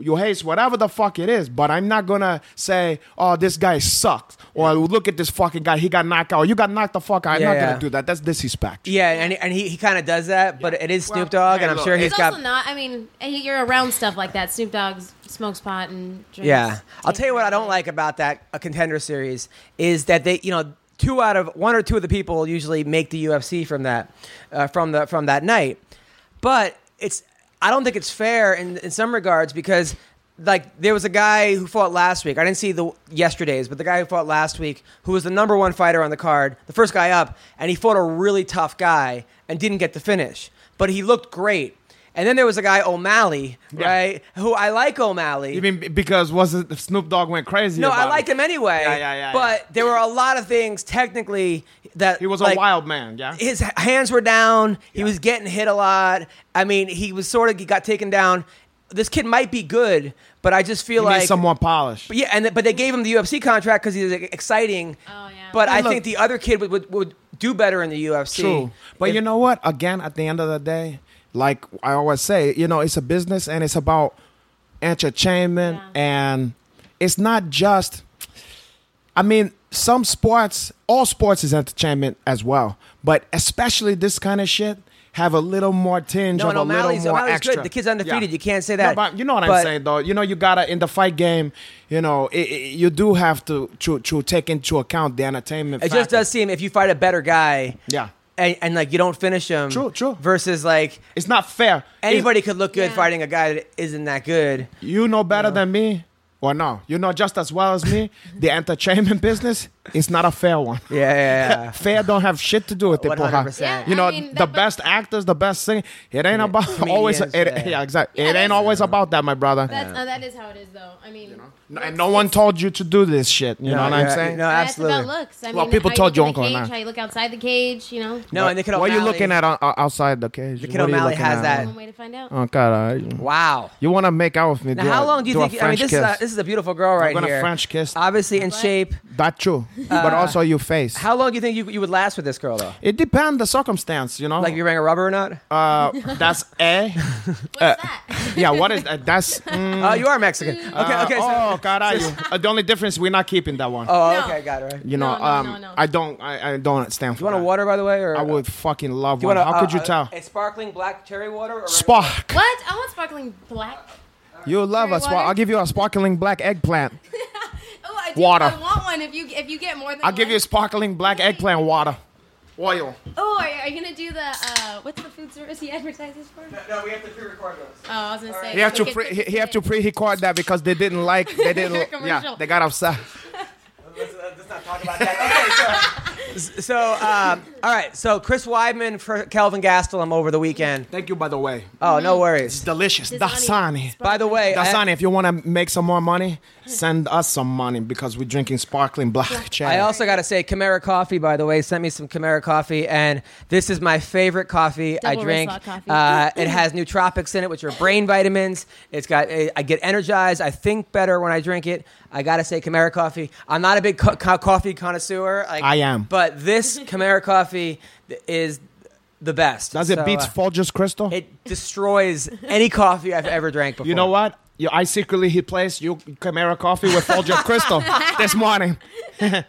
You hate whatever the fuck it is, but I'm not gonna say, "Oh, this guy sucks," or "Look at this fucking guy, he got knocked out." You got knocked the fuck out. I'm Yeah, not yeah. gonna do that. That's disrespect. yeah, and, and he, he kind of does that, but it is Well, Snoop Dogg, hey, and I'm look, sure he's It's got also not. I mean, eh, he- you're around stuff like that. Snoop Dogg smokes pot and drinks. Yeah, I'll tell you what I don't like about that a contender series is that they, you know, two out of one or two of the people usually make the UFC from that, uh, from the from that night. But it's I don't think it's fair in in some regards because like there was a guy who fought last week. I didn't see the yesterday's, but the guy who fought last week who was the number one fighter on the card, the first guy up, and he fought a really tough guy and didn't get the finish, but he looked great. And then there was a guy O'Malley, Yeah. right? Who I like O'Malley. You mean b- because was it Snoop Dogg went crazy? No, I about liked it. him anyway. Yeah, yeah, yeah, But there were a lot of things technically that He was like, a wild man. Yeah. His h- hands were down. He was getting hit a lot. I mean, he was sort of he got taken down. This kid might be good, but I just feel He like needs some more polish. But yeah, and th- but they gave him the UFC contract because he's like, exciting. Oh, yeah. But Hey, I look- think the other kid would, would, would do better in the UFC. True. But If- you know what? Again, at the end of the day, like I always say, you know, it's a business and it's about entertainment and it's not just I mean, some sports, all sports is entertainment as well, but especially this kind of shit have a little more tinge No, of no, a little O'Malley's- more O'Malley's extra. good. The kid's undefeated. You can't say No, that. but you know what But- I'm saying, though. You know, you gotta in the fight game. You know, it, it- you do have to, to to take into account the entertainment. It just factor. does seem if you fight a better guy, Yeah. and, and like you don't finish him, True, true. Versus like It's not fair. It's- anybody could look good Yeah. fighting a guy that isn't that good. you know better than me or no you know just as well as me the entertainment business is not a fair one Yeah, yeah, yeah. fair don't have shit to do with it porra. 100%. you Yeah, know I mean, the that- best actors the best singer it ain't about always it, Comedians, yeah. yeah. exactly it ain't that's- always about that my brother That's, uh, that is how it is, though. I mean, No- and no one told you to do this shit you know what i'm yeah, saying No, That's absolutely. about looks. I Well, mean, people how told you you look in the uncle, cage, nah. how you look outside the cage. You know, No, and they could. what are you looking at on, o- outside the cage the kid O'Malley has that. one way to find out. oh god I- Wow. you want to make out with me Now, do how a- long do you a think? I mean, French this is, a, kiss. this is a beautiful girl right gonna here. Uh, French kiss. Obviously in What? shape. that true but also your face How long do you think you, you would last with this girl though? it depends the circumstance you know Like if you're wearing a rubber or not? uh, that's a What's uh, that? Yeah, what is that? That's mm, Oh, you are Mexican. Okay, uh, okay. So, oh, God, are you? Uh, the only difference we're not keeping that one. oh, no. okay, got it. Right. You you know, no, no, um, no, no. I don't, I, I don't stand for. want a that. water, by the way, or I would fucking love You one. want a- How could uh, you uh, tell? A sparkling black cherry water. Or Spark. what? I want sparkling black. You love a Cherry spark. water? I'll give you a sparkling black eggplant. Oh, I do. Water. I want one. If you if you get more than I'll give one. you a sparkling black eggplant water. oil. Oh, are, are you gonna do the uh, what's the food service he advertises for? Oh, No, we have to pre-record those. I was gonna say. He have to make it pre, he, fit he have to today. pre-record that because they didn't like they Your didn't yeah commercial. they got upset. Let's, not talk about that. Okay, so, so um, all right. So Chris Weidman for Kelvin Gastelum over the weekend. Thank you, by the way. Oh, no worries. Delicious Dasani. dasani. By the way, Dasani, if you want to make some more money, send us some money because we're drinking sparkling black cherry. I also got to say, Chimera Coffee, by the way, sent me some Chimera Coffee, and this is my favorite coffee I Double drink. Westlaw coffee. Uh, it has nootropics in it, which are brain vitamins. It's got. eh, I get energized. I think better when I drink it. I got to say, Chimera Coffee. I'm not a big co- co- coffee connoisseur. Like, I am. but this Chimera Coffee th- is the best. Does it So, beats uh, Folgers Crystal? it destroys any coffee I've ever drank before. you know what? You, I secretly he placed you Chimera coffee with Folgers Crystal this morning. can,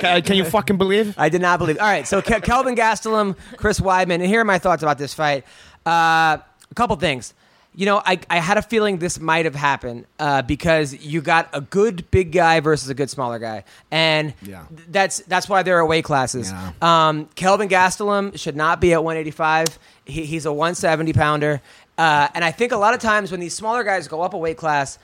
can you fucking believe? I did not believe. All right, so Ke- Kelvin Gastelum, Chris Weidman, and here are my thoughts about this fight. Uh, a couple things. You know, I, I had a feeling this might have happened uh, because you got a good big guy versus a good smaller guy, and Yeah. th- that's that's why there are weight classes. Um, Kelvin Gastelum should not be at 185. He, he's a 170 pounder, uh, and I think a lot of times when these smaller guys go up a weight class,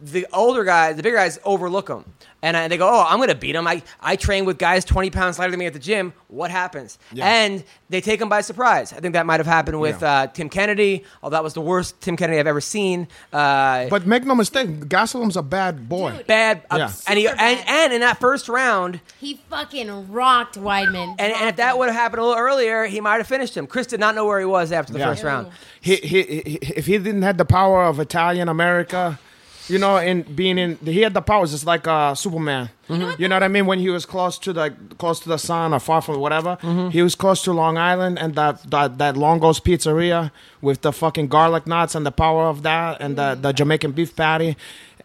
the older guys, the bigger guys, overlook them, and, I, they go, "Oh, I'm going to beat him." I I train with guys 20 pounds lighter than me at the gym. What happens? And they take them by surprise. I think that might have happened with Yeah. uh, Tim Kennedy. Oh, that was the worst Tim Kennedy I've ever seen. Uh, But make no mistake, Gasolum's a bad boy. Dude. bad, uh, Yeah. and he Super bad. and, and in that first round, He fucking rocked Weidman. And, and if that would have happened a little earlier, he might have finished him. Chris did not know where he was after the Yeah. first round. Ew. he, he, he if he didn't have the power of Italian America, you know, and being in he had the powers. It's like uh, Superman. Mm-hmm. You know what I mean? When he was close to the close to the sun or far from whatever, Mm-hmm. he was close to Long Island and that that that Longo's pizzeria with the fucking garlic knots and the power of that and the the Jamaican beef patty.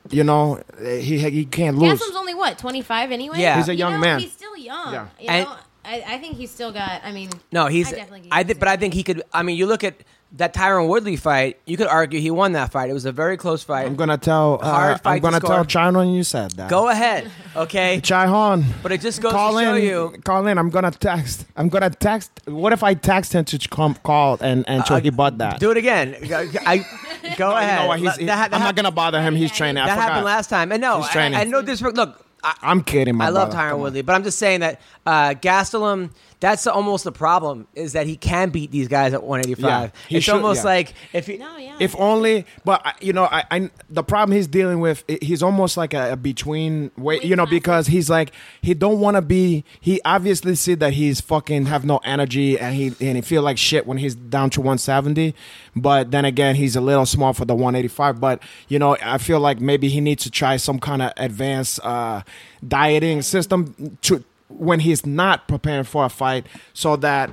You know, he he can't lose. Gaslam's only what 25 anyway. Yeah. He's a You young know, man. He's still young. Yeah. You And- know, I, I think he's still got. I mean, No, he's. I I, definitely. thi- but I think he could. I mean, you look at that Tyron Woodley fight. You could argue he won that fight. It was a very close fight. I'm gonna tell. Hard Uh, fight to I'm gonna score. tell China you said that. Go ahead, okay. Chai Hon. But it just goes call to in, show you. Call in. I'm gonna text. I'm gonna text. What if I text him to come call and and uh, he bought that? Do it again. Go, I, go You ahead. know what? He's, Let- that, I'm hap- not gonna bother him. He's training. I that forgot. happened last time. And no, He's I, training. I know this. Look, I, I'm kidding. My I love brother. Come Tyron on. Woodley, but I'm just saying that uh, Gastelum. That's the- almost the problem is that he can beat these guys at 185. Yeah, he it's should, almost yeah. like if he, No, Oh, yeah. If only, but I- you know, I, I the problem he's dealing with, i- he's almost like a, a between weight, you know, because he's like he don't want to be. He obviously see that he's fucking have no energy, and he and he feel like shit when he's down to 170. But then again, he's a little small for the 185. But you know, I feel like maybe he needs to try some kind of advanced uh, dieting system to when he's not preparing for a fight, so that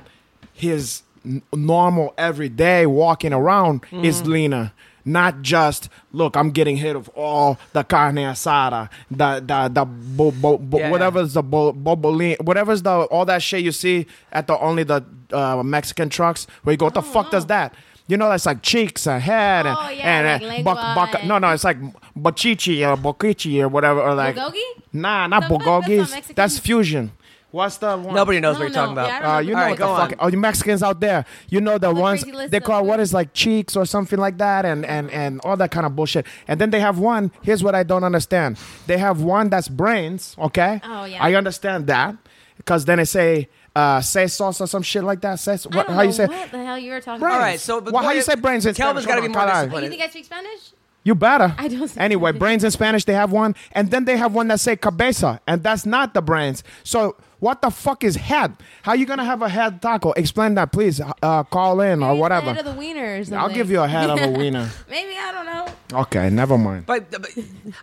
his n- normal everyday walking around Mm-hmm. is leaner. Not just look, I'm getting hit of all the carne asada, the the the bo, bo, bo, Yeah, whatever's the bo, bobolin, whatever's the all that shit you see at the only the uh, Mexican trucks where you go, what the fuck does that? You know, that's like cheeks and head and Oh, yeah, and like uh, buck, buck, lengua no no, it's like bachichi or bokichi or whatever or like Bulgogi? nah, not The fuck? That's not bulgogi. That's, Mexican. fusion. What's the one? nobody knows what No, you're no. talking about. Yeah, I don't Uh, you All know right, what the go fuck? on. Oh, you Mexicans out there, you know the What ones crazy list they of call what food? is like cheeks or something like that, and and and all that kind of bullshit. And then they have one. Here's what I don't understand. They have one that's brains. Okay. Oh, yeah. I understand that because then they say uh, say sauce or some shit like that. Say I what, don't how you know say. What the hell you were talking Brains. All about? right, so but Well, how what you if- say brains in Kelvin's gotta Spanish? Oh be my more God. Oh, disciplined. you think I speak Spanish? You better. I don't speak Anyway, Spanish. brains in Spanish, they have one, and then they have one that say cabeza, and that's not the brains. So what the fuck is head? How you gonna have a head taco? Explain that, please. Uh, call in Maybe or it's the whatever. Head of the wiener or I'll something. give you a head of a wiener. Maybe I don't know. Okay, never mind. But, but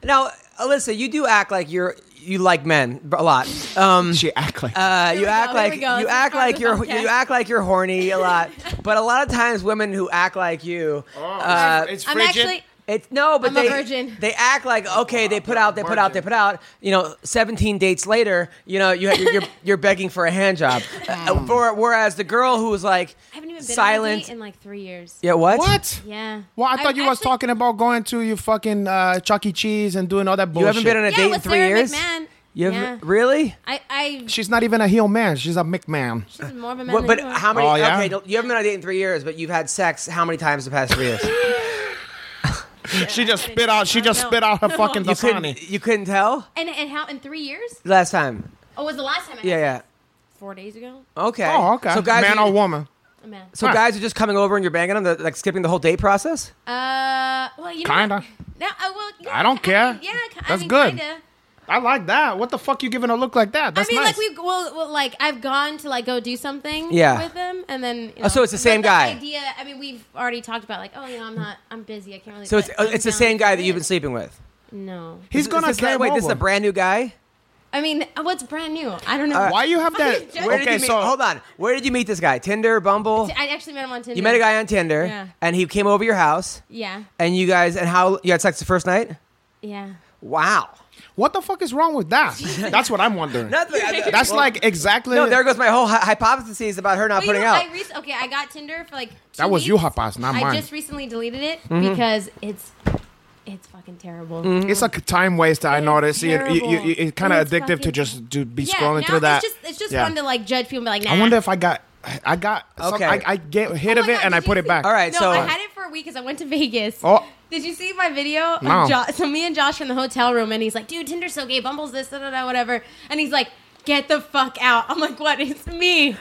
now, Alyssa, you do act like you're you like men a lot. Um, she act like uh, you we act go, here like we go. you This is act part of like the you're podcast. you act like you're horny a lot. But a lot of times, women who act like you, uh, it's I'm actually. it's no, but Oh. I'm a they virgin. they act like okay, they put out, they put out, they virgin. put out. You know, seventeen dates later, you know, you you're you're, you're begging for a hand job. Uh, for, whereas the girl who was like Hmm. I haven't even been on a silent, date in like three years. yeah, what? what? Yeah. Well, I thought I've you was actually- talking about going to your fucking uh, Chuck E. Cheese and doing all that bullshit. You haven't been on a Yeah, date in with three Sarah years. McMahon. You have, Yeah. Really? I, I She's not even a heel man. She's a McMahon. she's more of a man. What, than but you are. how many? Oh, yeah? Okay, you haven't been on a date in three years, but you've had sex how many times the past three years? She just spit out. She just No. spit out her No. fucking you couldn't. lasagna. You couldn't tell and and how in three years? last time. Oh, was the last time? I had Yeah, yeah. sex? Four days ago. Okay. Oh, okay. So guys, man are, or woman? A man. so Huh. guys are just coming over and you're banging them, they're, like skipping the whole date process. Uh, well, you know, Kinda. No, I well, yeah, I don't mean, care. yeah, ki- I That's mean, good. Kinda. I like that. What the fuck you giving a look like that? I That's mean, like nice. we well, well, like I've gone to like go do something Yeah. with them, and then you Oh, so know, it's the but same the guy. Idea. I mean, we've already talked about like, oh, you know, I'm not, I'm busy, I can't really. So it's but uh, I'm it's the down same to guy that do you've been it. sleeping with. No, He's Is gonna this, game Wait, over. this is a brand new guy. I mean, what's brand new? I don't know. Uh, Why you have Fucking that? judge- Where did Okay, you meet? so- hold on. Where did you meet this guy? Tinder, Bumble. I actually met him on Tinder. You met a guy on Tinder, Yeah. and he came over your house, Yeah, and you guys, and how you had sex the first night? yeah. Wow. What the fuck is wrong with that? That's what I'm wondering. Nothing. I- That's well, like exactly. No, there goes my whole hy- hypothesis about her not But you putting know, out. I rec- okay, I got Tinder for like. Two That was weeks. you, Hapas, not I mine. just recently deleted it Mm-hmm. because it's it's fucking terrible. It's like a time waster. I noticed. It, you, you, terrible. you, it's kind of It's addictive to fucking- just to be Yeah, scrolling now through that. It's just, it's just Yeah. fun to like judge people and be like, nah. I wonder if I got, I got, some, Okay. I, I get hit Oh of my it God, and did I you put it see- back. All right, No, so I had it for a week because I went to Vegas. Oh. Did you see my video? of No. Jo- so me and Josh are in the hotel room, and he's like, "Dude, Tinder's so gay. Bumble's this, da da da, whatever." And he's like, "Get the fuck out!" I'm like, "What? It's me."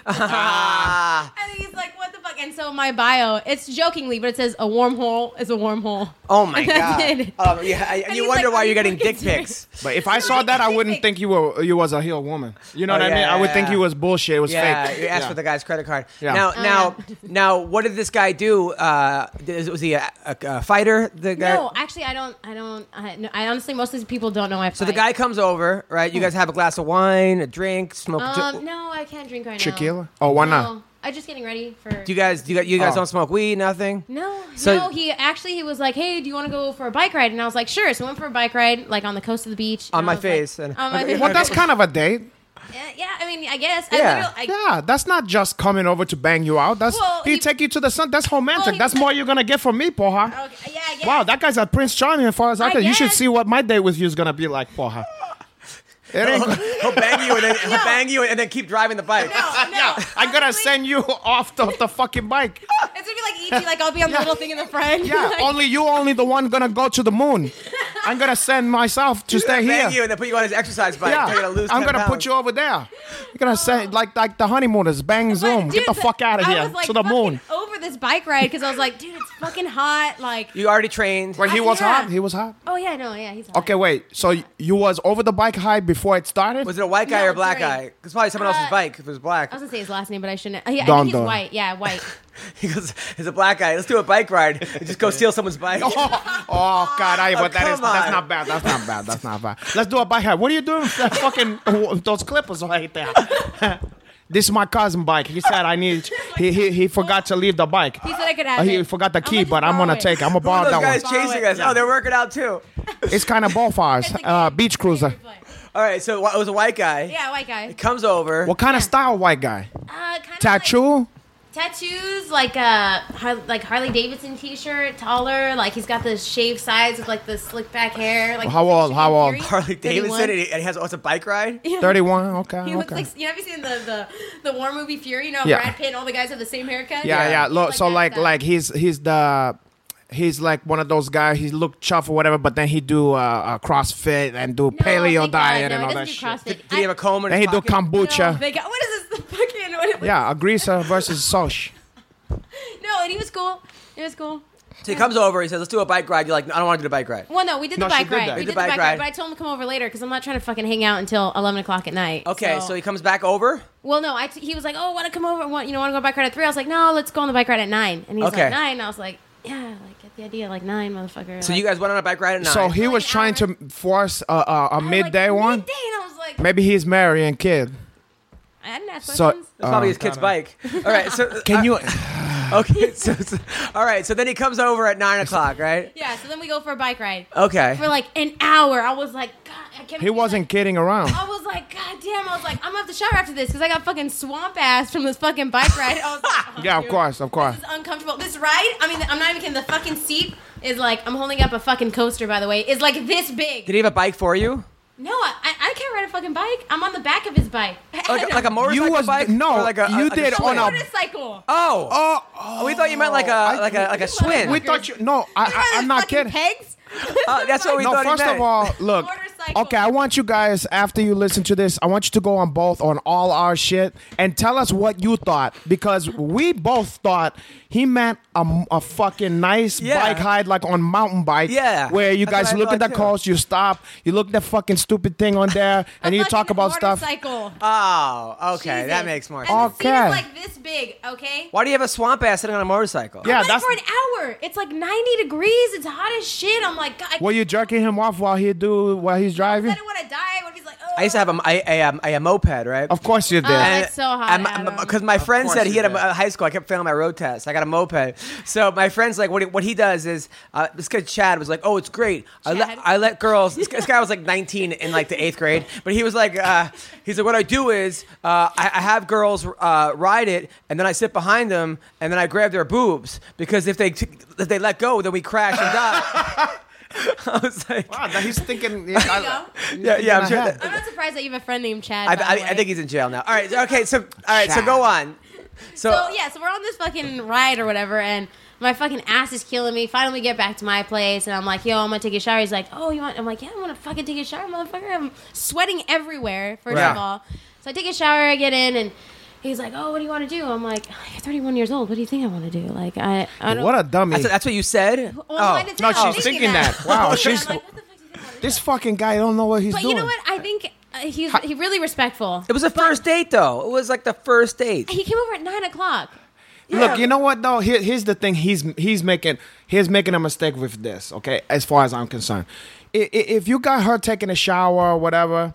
ah, and he's like, "What the fuck?" And so my bio, it's jokingly, but it says a wormhole is a wormhole. oh my That's god. it. Oh, yeah, I- And you he's wonder like, why "Are you're you getting fucking dick pics. But if I saw that, I wouldn't think you were you was a heel woman. You know Oh, what yeah, I mean? yeah, I would think yeah. you was bullshit. It was Yeah, fake. you asked Yeah. for the guy's credit card. Yeah. Now, Oh, now, now, what did this guy do? Uh, did- was he a, a, a fighter? The guy. No, actually, I don't. I don't. I, no, I honestly, most of these people don't know I. Fight. So the guy comes over, right? You guys have a glass of wine, a drink, smoke. a jo- Um, no, I can't drink right now. Tequila? Oh, why not? No, I'm just getting ready for. Do you guys? Do you, guys- you guys Oh. don't smoke weed? Nothing. No, So- no. He actually he was like, "Hey, do you want to go for a bike ride?" And I was like, "Sure." So we went for a bike ride, like on the coast of the beach. On and my I was face, Like, and- on my Okay. face. What Well, that's kind of a date. Yeah, yeah, I mean, I guess. Yeah. I literally, I, Yeah, that's not just coming over to bang you out. That's Well, he, he- take you to the sun. That's romantic. Well, he- that's more you're gonna get from me, poha. okay, yeah, I guess. Wow, that guy's a Prince Charming as far as I, I can. You should guess. see what my date with you is gonna be like, poha. It ain't. He'll bang you and then he'll No. bang you and then keep driving the bike. No, no. Yeah, I gotta honestly, send you off the, the fucking bike. It's gonna be like E.T. Like I'll be on the little thing in the front. Yeah, like, only you, only the one gonna go to the moon. I'm gonna send myself to stay here. Bang you and then put you on his exercise bike. Yeah, You're gonna lose I'm 10 gonna put pounds. you over there. You're gonna say like like the honeymooners, bang but, zoom, get dude, the fuck out of I here was, like, to the fucking moon. Over this bike ride because I was like, dude, it's fucking hot. Like, You already trained. But he I- was yeah. hot. He was hot. oh yeah, no, yeah, he's hot. Okay, wait. So y- you was over the bike high before it started? Was it a white guy No, or a black sorry. guy? It's probably someone else's Uh, bike. If it was black, I was gonna say his last name, but I shouldn't. Yeah, I Don think he's Don. white. Yeah, white. he goes, "It's a black guy. Let's do a bike ride. and just go steal someone's bike." oh, oh, God! I, but that come is that's on. not bad. That's not bad. That's not bad. Let's do a bike high. What are you doing? with That fucking those clippers right there. this is my cousin bike. He said I need. He he, he forgot to leave the bike. He said I could Uh, have. he it. forgot the I'm key, just but I'm borrow gonna it. take. I'm gonna Who are borrow those that guys one. chasing us? Oh, they're working out too. It's kind of both ours. It's like- Uh, beach cruiser. All right, so it was a white guy. Yeah, white guy. Comes over. What kind of style, white guy? Uh, kinda Like Tattoo? tattoos, like uh, Har- like Harley Davidson T-shirt, taller. Like he's got the shaved sides with like the slick back hair. Like How old? How old? Harley Davidson, 31. and he, and he has oh, it's a bike ride. Yeah. Thirty-one. Okay. He looks okay. like you know, have you seen the, the the war movie Fury? You know, Yeah. Brad Pitt and all the guys have the same haircut. yeah, yeah. yeah. Look, so that like, style. like he's he's the he's like one of those guys. He look chuff or whatever, but then he do uh, uh CrossFit and do No, thank paleo God, diet no, it and all that doesn't do shit. CrossFit. Did, did he have a comb in Then he his do pocket? No, kombucha. thank God. What is this the fucking? What, yeah, a greaser versus sosh. No, and he was cool. It was cool. so he comes over. He says, "Let's do a bike ride." You're like, "I don't want to do a bike ride." Well, no, we did the No, she bike did ride. that. We Did did the bike ride, but I told him to come over later because I'm not trying to fucking hang out until 11 o'clock at night. Okay, so, he comes back over. Well, no, I t- he was like, "Oh, want to come over? Want you know want to go bike ride at 3? I was like, "No, let's go on the bike ride at 9. And he's Okay. like, nine. I was like, "Yeah, like get the idea, like nine, motherfucker." So you guys went on a bike ride at nine. So he Like was an trying hour. to force a, a, a midday one. Midday, and I was like, Maybe he's marrying kid. I didn't ask So questions. It's probably his uh, kid's bike. All right, so Can you? okay, so, so- all right, so then he comes over at nine o'clock, right? yeah. So then we go for a bike ride Okay. for like an hour. I was like, God, I can't. He wasn't kidding around. I was like, God damn! I was like, I'm gonna have to shower after this because I got fucking swamp ass from this fucking bike ride. I was like, oh, Yeah, of dude. course, of course. This is uncomfortable. This ride, I mean, I'm not even kidding. The fucking seat is like, I'm holding up a fucking coaster, by the way, is like this big. Did he have a bike for you? no, I, I I can't ride a fucking bike. I'm on the back of his bike. Like, like a motorcycle was- bike? no, or like a, you like a did swing? on a- motorcycle. Oh, Oh, we thought you meant like a like a like a swing. We thought you. No, I, I, I'm not kidding. Pegs. Uh, that's what we No, thought. he first meant. of all, look. Motorcycle. Okay, I want you guys after you listen to this, I want you to go on both on all our shit and tell us what you thought because we both thought he meant a, a fucking nice Yeah. bike ride like on mountain bike. Yeah, where you that's guys what I look at the thought, too. coast, you stop, you look at that fucking stupid thing on there, and you talk about stuff. Motorcycle. oh, okay, Jesus. that makes more And sense. the seat Okay. is like this big. Okay. Why do you have a swamp ass sitting on a motorcycle? Yeah, Like that's. for an hour. It's like 90 degrees. It's hot as shit. I'm like, God, I Were you jerking him off while he do while he's driving? I don't want to die. What if he's like, oh. I used to have a, a, a, um, a moped, right? Of course you did. Uh, That's so hot, Adam. Because my friend course said he you had did. a, a high school. I kept failing my road test. I got a moped. So my friend's like, what he, what he does is, uh, this kid Chad was like, oh, it's great. I let, Chad. I let girls. This, this guy was like 19 in like the eighth grade, but he was like, uh, he's like, what I do is, uh, I, I have girls uh, ride it, and then I sit behind them, and then I grab their boobs because if they t- if they let go, then we crash and die. I was like, Wow, that he's thinking. you know? yeah, yeah, I'm sure. ahead. that- I'm not surprised that you have a friend named Chad. I, by I, the way. I think he's in jail now. All right. Okay. So all right. So Chad. go on. So, So yeah, so we're on this fucking ride or whatever, and my fucking ass is killing me. Finally, we get back to my place, and I'm like, "Yo, I'm gonna take a shower." He's like, "Oh, you want?" I'm like, "Yeah, I'm gonna fucking take a shower, motherfucker." I'm sweating everywhere. First Right. of all, so I take a shower, I get in, and he's like, "Oh, what do you want to do?" I'm like, "You're 31 years old. What do you think I want to do?" Like, I, I don't. What a dummy! that's, that's what you said. Oh. Well, I didn't say I was Oh. she's thinking that. Wow, And I'm she's- like, what the fuck do you think I wanna do? This fucking guy don't know what he's But doing. you know what? I think uh, he's he really respectful. It was a first date, though. It was like the first date. He came over at nine o'clock. Yeah. Look, you know what though? Here, here's the thing. He's he's making he's making a mistake with this. Okay, as far as I'm concerned, I- i- if you got her taking a shower or whatever,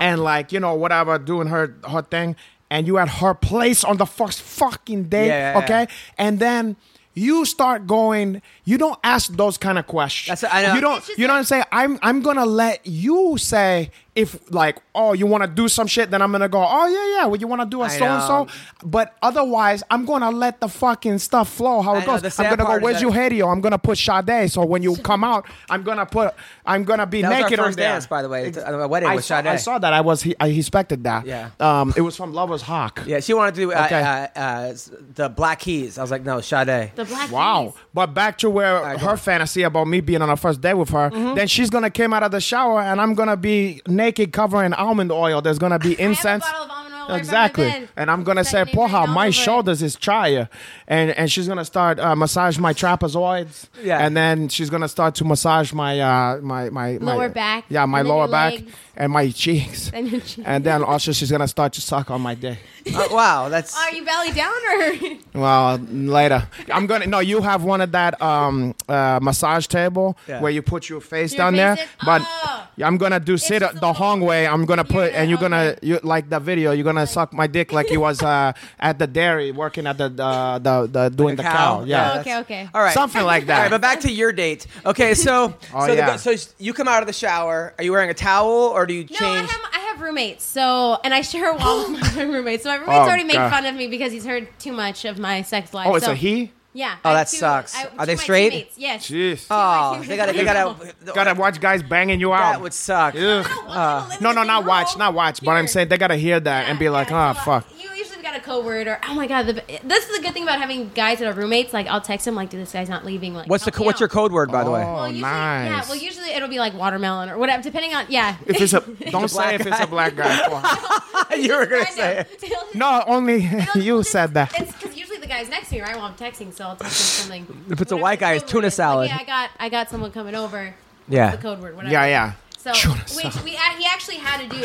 and like you know whatever doing her her thing, and you at her place on the first fucking date, Yeah, yeah, okay, yeah. and then. You start going. You don't ask those kind of questions. That's- I know. You don't. It's just You know like- what I'm saying? I'm. I'm gonna let you say if like, oh, you want to do some shit. Then I'm gonna go. Oh yeah, yeah. Well, you want to do a I so and so. know. But otherwise, I'm gonna let the fucking stuff flow how I it know, goes. the sad I'm gonna part is go. Where's that- your Eugenio? I'm gonna put Sade. So when you come out, I'm gonna put. I'm gonna be That was our naked first on there. dance, by the way, at a wedding I with saw, Sade. I saw that. I was. He, I expected that. Yeah. Um. It was from Lovers Hawk. Yeah, she wanted to do uh, Okay. uh, uh, s- the Black Keys. I was like, no, Sade. The black. Wow. Keys. But back to where go her on. fantasy about me being on a first date with her, Mm-hmm. then she's gonna came out of the shower and I'm gonna be naked covering almond oil. There's gonna be have a incense. bottle of almond oil right by my exactly. bed. And I'm gonna That say, you didn't know Poha, my of it." shoulders is chaya. And and she's gonna start uh, massage my trapezoids. Yeah. And then she's gonna start to massage my uh my my, my Lower back, Yeah, my and then your lower back legs. and my cheeks. And your cheeks. And then also she's gonna start to suck on my dick. Uh, wow, that's Are you belly down or? Well, later. I'm gonna. No, you have one of that um uh massage table Yeah. where you put your face Your down face there. in- But Oh. I'm gonna do sit just a up the little- Hong way. I'm gonna put gonna- and you're gonna okay. you like the video. You're gonna suck my dick like you was uh at the dairy working at the the the, the doing the the cow. cow. Yeah. Oh, Okay, that's- okay. All right. Something like All right, that. but back to your date. Okay, so Oh, so, the- yeah. so you come out of the shower. Are you wearing a towel or do you No, change? I have I have roommates. So and I share a wall with my roommates. So my roommate's Oh, already made God. fun of me because he's heard too much of my sex life. oh, it's so, a he. Yeah. Oh, I have that sucks. Are two of they my straight? teammates, Yes. Jeez. oh, they gotta they gotta Gotta watch guys banging you out. that would suck. Ugh. No, well, they live in Uh, No, the no, same not room. watch, not watch. But I'm Here. saying they gotta hear that and be Yeah, like, yeah, oh so, uh, fuck. You usually got a code or oh my god. The, this is the good thing about having guys that are roommates. Like I'll text him like, dude, this guy's not leaving. Like, What's the help co- me what's out. your code word by the way? Oh, Well, usually, Yeah. nice. Well, usually it'll be like watermelon or whatever, depending on yeah. If it's a don't say if it's a black guy. you were gonna say it. it. No, only No, you it's- said that. It's because usually the guy's next to me, right? While I'm texting, so I'll text him something. If it's a Whatever white the guy, it's code tuna word is. Like, salad. yeah, I got, I got someone coming over. Yeah. The code word, whatever. Yeah, yeah. So, Tuna which salad. we a- he actually had to do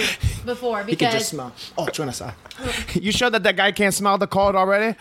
before He can just because smell. Oh, tuna salad. You sure that that guy can't smell the cold already?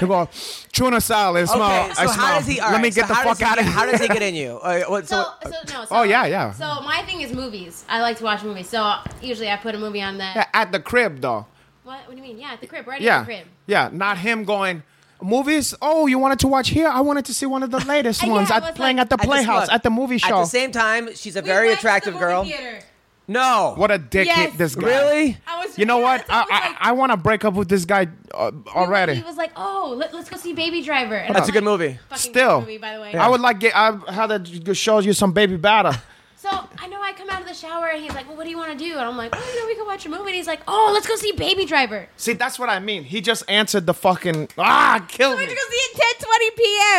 You go, tuna salad. It smell. Okay, so I how smell. does he? all Let me right, get so the how does fuck he out of get- here. How does he get in you? Uh, what, so, so, so no. So, Oh, yeah, yeah. So my thing is movies. I like to watch movies. So usually I put a movie on that. Yeah, At the crib though. What? What do you mean? Yeah, at the crib, right Yeah, at the crib. yeah. Not him going. Movies? Oh, you wanted to watch here? I wanted to see one of the latest Uh, yeah, ones. I At was playing like- at the I just Playhouse, look, at the movie show. At the same time, she's a We very went to the attractive movie girl. theater. No. what a dickhead! Yes. This guy. Really? I was. You know yeah, what? so I was I, like- I want to break up with this guy uh, already. He was like, "Oh, let, us go see Baby Driver." And That's I'm a good like, movie. fucking good Still, movie, by the way. I would like get, I, how that shows you some baby batter. So I know I come out of the shower and he's like, "Well, what do you want to do?" And I'm like, "Oh, you know, we can watch a movie." And he's like, "Oh, let's go see Baby Driver." See, that's what I mean. He just answered the fucking ah, So kill we me. have to go see it 10:20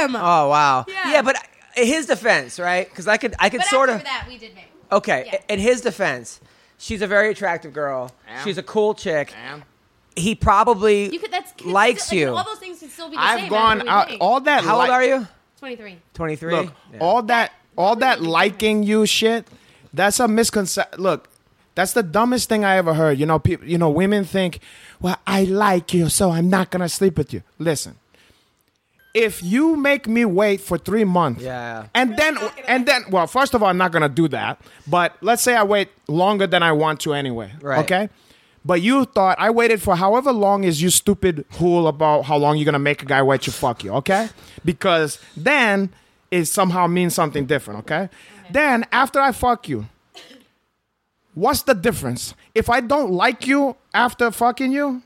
p.m. Oh wow. Yeah. yeah but in his defense, right? Because I could, I could but sort after of. that, we did make. Okay, Yeah. in his defense, she's a very attractive girl. Yeah. She's a cool chick. Man. He probably You could that's could likes still- you. Like, all those things could still be the same. I've gone out all that. How old li- are you? 23. 23. Look, Yeah. all that, all that liking you shit. That's a misconception. Look, that's the dumbest thing I ever heard. You know, people. You know, women think, "Well, I like you, so I'm not gonna sleep with you." Listen, if you make me wait for three months, Yeah. and then and then, well, first of all, I'm not gonna do that. But let's say I wait longer than I want to anyway. Right. Okay. But you thought I waited for however long is you stupid fool about how long you're gonna make a guy wait to fuck you, okay? Because then it somehow means something different, okay? Then after I fuck you, what's the difference? If I don't like you after fucking you,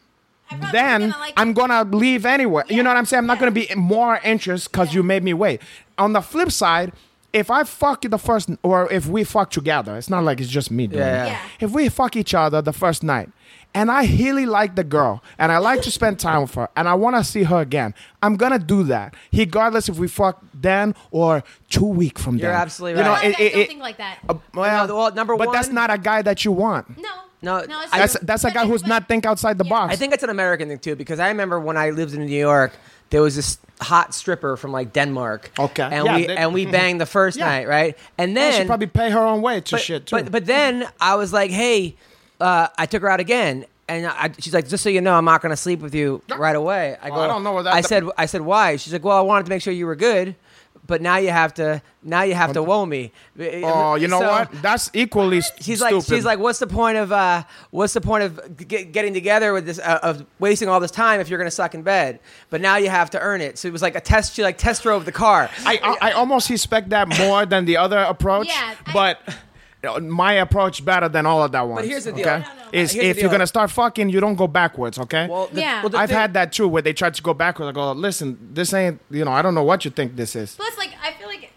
then gonna like I'm gonna leave anyway. You know what I'm saying? I'm not gonna be more anxious because you made me wait. On the flip side, if I fuck you the first, or if we fuck together, it's not like it's just me doing it. Yeah. Yeah. If we fuck each other the first night, and I really like the girl, and I like to spend time with her, and I want to see her again, I'm gonna do that, regardless if we fuck then or two week from You're then. absolutely You know, right. Some it- guys it- don't it- think like that. uh, well, No, well, number but that's one- not a guy that you want. no. No, I- it's true. That's that's a But guy it's who's like- not think outside the box. I think it's an American thing too, because I remember when I lived in New York, there was this hot stripper from like Denmark. Okay. and Yeah, we they- and we banged the first Yeah. Oh, night, right? And then she should probably pay her own way to but, shit too. But but then I was like, hey, uh, I took her out again, and I, she's like, just so you know, I'm not going to sleep with you right away. I go, Well, I don't know what that- I said. I said why? She's like, well, I wanted to make sure you were good, but now you have to now you have to woe me. oh, you know So- what? That's equally s- She's stupid. like, she's like, what's the point of, uh, what's the point of g- get, getting together with this, uh, of wasting all this time if you're gonna suck in bed? But now you have to earn it. So it was like a test. She like test drove the car. I, I I almost respect that more than the other approach. Yeah, I- but. My approach better than all of that one. here's the okay? deal. No, no, no. Here's Is the if deal. you're gonna start fucking, you don't go backwards, okay? Well, the- Yeah. well, the I've thing- had that too, where they tried to go backwards. I go, listen, this ain't, you know, I don't know what you think this is. Plus, like, I feel like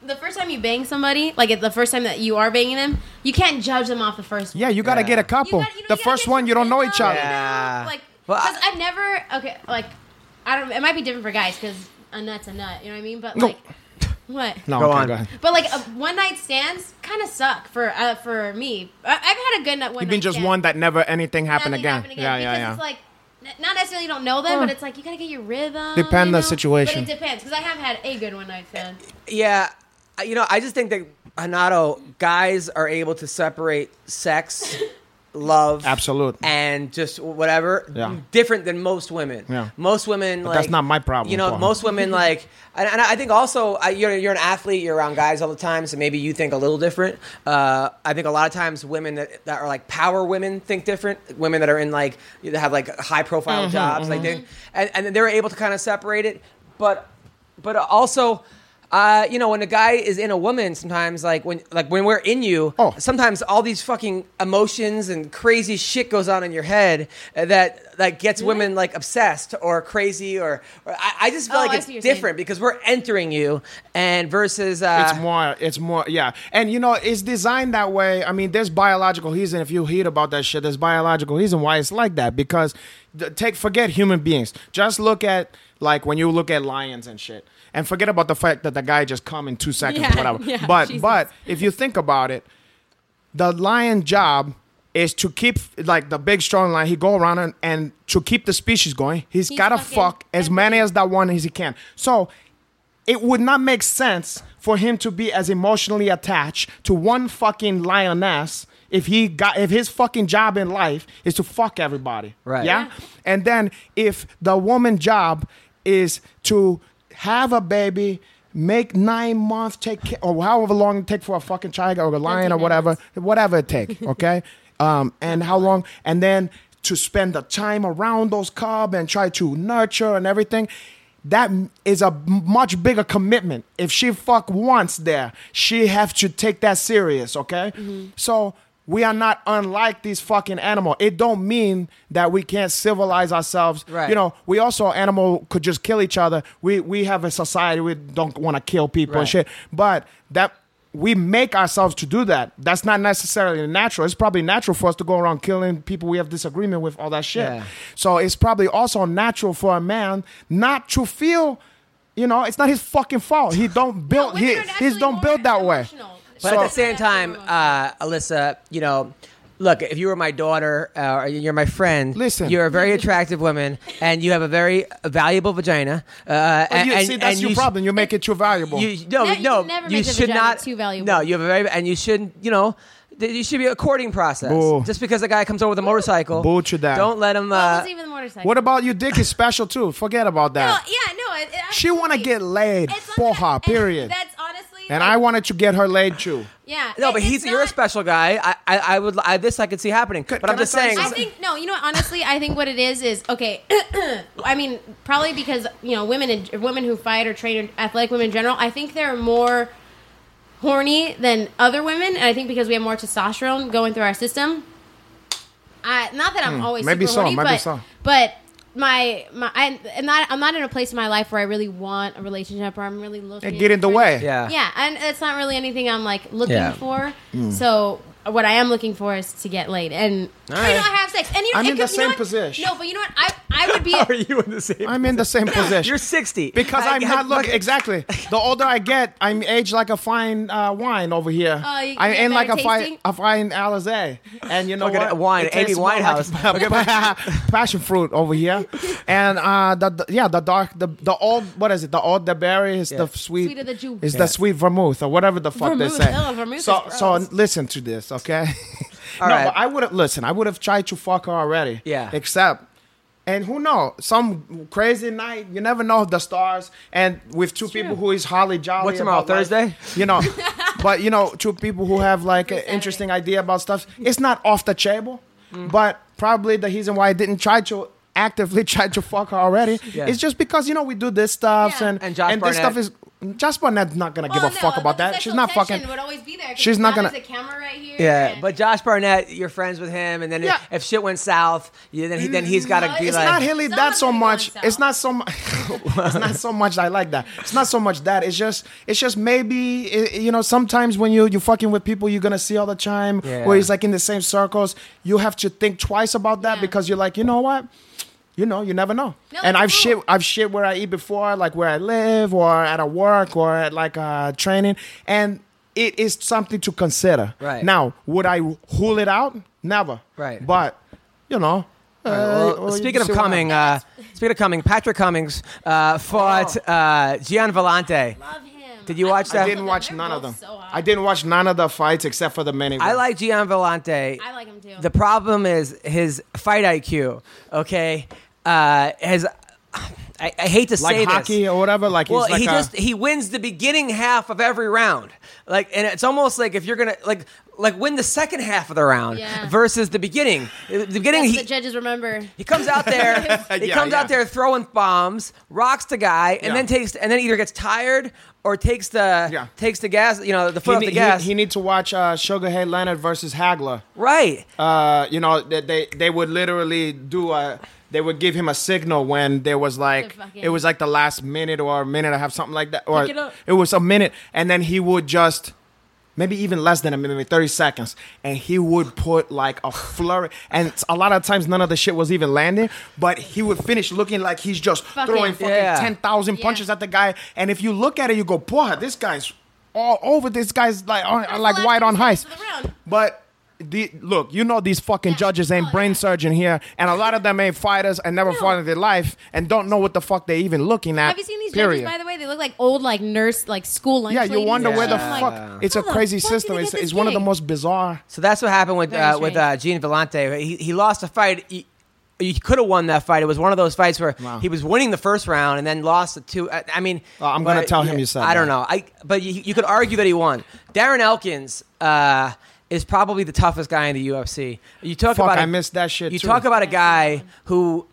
the first time you bang somebody, like the first time that you are banging them, you can't judge them off the first. Yeah, you gotta Yeah. get a You couple. gotta- you know, the you gotta first get one, your you don't know rhythm, each other. you know, Yeah. Like, Well, I- because I've never. Okay, like, I don't. It might be different for guys because a nut's a nut. You know what I mean? But No. like, what? No, Go okay, on. go ahead. But like, a one night stands kind of suck for uh, for me. I, I've had a good night. One You mean night just stand. one that never anything happened Nothing again. happened Yeah, yeah, because yeah. It's like n- not necessarily you don't know them, but it's like you gotta get your rhythm. Depend you on the know? situation. But it depends because I have had a good one night stand. Yeah, I- you know, I just think that Hanato guys are able to separate sex, love, Absolute. and just whatever Yeah. different than most women. Yeah. most women. like, that's not my problem, You know, Paul. most women like, and, and I think also I, you're you're an athlete. You're around guys all the time, so maybe you think a little different. Uh, I think a lot of times women that, that are like power women think different. Women that are in like that have like high profile jobs, like they, and and then they're able to kind of separate it, but but also uh, you know when a guy is in a woman sometimes like when like when we're in you Oh. sometimes all these fucking emotions and crazy shit goes on in your head uh, that that gets women like obsessed or crazy or, or I, I just feel Oh, I like it's see what you're saying. different because we're entering you and versus uh, it's more it's more yeah and you know it's designed that way i mean there's biological reason if you hear about that shit there's biological reason why it's like that because th- take forget human beings just look at like when you look at lions and shit and forget about the fact that the guy just come in two seconds Yeah, whatever yeah, but Jesus. but if you think about it the lion job is to keep like the big strong lion. He go around and, and to keep the species going. he's He's gotta fucking fuck as many as that one as he can. So it would not make sense for him to be as emotionally attached to one fucking lioness if he got if his fucking job in life is to fuck everybody. Right. Yeah. Yeah. And then if the woman job is to have a baby, make nine months, take care, or however long it take for a fucking child or a lion or whatever, whatever it take, okay? um, and how long, and then to spend the time around those cub and try to nurture and everything. That m- is a m- much bigger commitment. If she fuck once there, she have to take that serious, okay? So we are not unlike these fucking animal. It don't mean that we can't civilize ourselves. Right. You know, we also animal could just kill each other. We we have a society we don't want to kill people Right. and shit. But that we make ourselves to do that. That's not necessarily natural. It's probably natural for us to go around killing people we have disagreement with, all that shit. Yeah. So it's probably also natural for a man not to feel, you know, it's not his fucking fault. He don't build, Women he, are he's naturally don't more build that way. emotional. But They're at more the same time, naturally uh, Alyssa, you know, look, if you were my daughter uh, or you're my friend, Listen. you're a very attractive woman and you have a very valuable vagina. Uh, But and, you, and- Oh, see, that's and your you sh- problem. You make it too valuable. You, no, No, no, you can never you make the should vagina not. too valuable. No, you have a very, and you shouldn't. You know, th- you should be a courting process. Boo. Just because a guy comes over with a motorcycle, Boo to that. Don't let him. Well, it Uh, was even the motorcycle. what about your dick is special too? Forget No, about that. yeah, no. It, it, She want to absolutely- get laid It's not for her, that- period. That's honestly. And like, I wanted to get her laid too. Yeah. no, it- but it's he's you're a not- special guy. I, I, I would. I, this I could see happening. but I'm can I just tell you saying. I think no. You know, what, honestly, I think what it is is okay. I mean, probably because you know, women in, women who fight or train athletic women in general, I think they're more horny than other women, and I think because we have more testosterone going through our system. I, not that I'm always Hmm, maybe super so, horny, maybe but, so. but my my I, I'm not I'm not in a place in my life where I really want a relationship or I'm really looking It get in the way. Yeah. yeah, and it's not really anything I'm like looking Yeah. Hmm. for. So what I am looking for is to get laid and you know right. have sex. And you know, I'm it in could- the you know same what? position. No, but you know what? I I would be. are you in the same? I'm in the same position. You're 60 Because I- I'm I- not look, look exactly. The older I get, I'm aged like a fine uh, wine over here. Oh, you I'm get in like better a fine tasting? a fine Alizé, and you know Look at what? that wine, It tastes Amy more Winehouse. Like passion fruit over here, and uh, the, the- yeah, the dark, the the old what is it? The old the berry is Yeah. the sweet. Sweet of the Jew. Is Yeah. the sweet vermouth or whatever the fuck Vermouth. they say. Oh, vermouth is so so gross. listen to this, okay? All no, right. but I would have listen. I would have tried to fuck her already. Yeah. Except, and who know? Some crazy night. You never know the stars. And with two people who is holly jolly. What's tomorrow, about life, Thursday? you know, but you know, two people who have like an Saturday. interesting idea about stuff. It's not off the table, Mm. but probably the reason why I didn't try to actively try to fuck her already Yeah. is just because you know we do this stuff Yeah. and And Josh this stuff Barnett. is. Josh Barnett's not gonna give Well, a no, fuck but about the that. She's sexual not tension fucking. Would always be there. 'cause she's now not gonna- There's a camera right here. Yeah, and- but Josh Barnett, you're friends with him, and then Yeah. if, if shit went south, you, then he then he's got to No, be It's like, not really Some that of so it much. goes It's south. not so. Mu- it's not so much. I like that. It's not so much that. It's just. It's just maybe i- you know. Sometimes when you you fucking with people you're gonna see all the time, Yeah. where it's like in the same circles, you have to think twice about that Yeah. because you're like, you know what. You know, you never know. No, and it's I've true. shit, I've shit where I eat before, like where I live, or at a work, or at like a training, and it is something to consider. Right. now, would I rule it out? Never. Right. But you know, Well, uh, well, you speaking of see what happens. coming, uh, speaking of coming, Patrick Cummings uh, fought uh, Gian Vellante. Love him. Did you I watch love that? I both didn't them. watch They're none of them. both so hot. I didn't watch none of the fights except for the many. I like Gian Vellante. I like him too. The problem is his fight IQ. Okay, uh, his I, I hate to like say hockey this. or whatever. Like Well, he's like he a, just he wins the beginning half of every round, like, and it's almost like if you're gonna like like win the second half of the round Yeah. versus the beginning. The beginning That's he what the judges remember. He comes out there. he Yeah, comes yeah. out there throwing bombs, rocks the guy, and Yeah. then takes and then either gets tired or takes the Yeah. takes the gas. You know, the foot he, off ne- the he- gas. he need to watch uh, Sugar Hay Leonard versus Hagler. right. Uh, you know that they, they would literally do a they would give him a signal when there was like The fucking- it was like the last minute or a minute and a half something like that or Pick it up. was a minute and then he would just maybe even less than a minute maybe 30 seconds and he would put like a flurry and a lot of times none of the shit was even landing but he would finish looking like he's just Fucking- throwing fucking Yeah. 10,000 Yeah. punches at the guy and if you look at it you go boy this guy's all over this guy's like on, That's like the last white on three heist seconds of the round. but the, look, you know these fucking Yeah. judges ain't Oh, brain yeah. surgeon here, and a lot of them ain't fighters and never fought in their life and don't know what the fuck they even looking at. Have you seen these period. judges? By the way, they look like old, like nurse, like school lunch. yeah, you ladies wonder and where the shit. I'm fuck. like, it's a how the crazy fuck did system. they It's, get it's this one of the gig? most bizarre. So that's what happened with Very uh, with uh, Gene Vellante. He, he lost a fight. He, he could have won that fight. It was one of those fights where Wow. he was winning the first round and then lost the two. I, I mean, Well, I'm gonna but- tell him you said I don't that. know. I but you, you could argue that he won. Darren Elkins uh, is probably the toughest guy in the UFC. You talk Fuck, about I a- missed that shit, You too. talk about a guy who.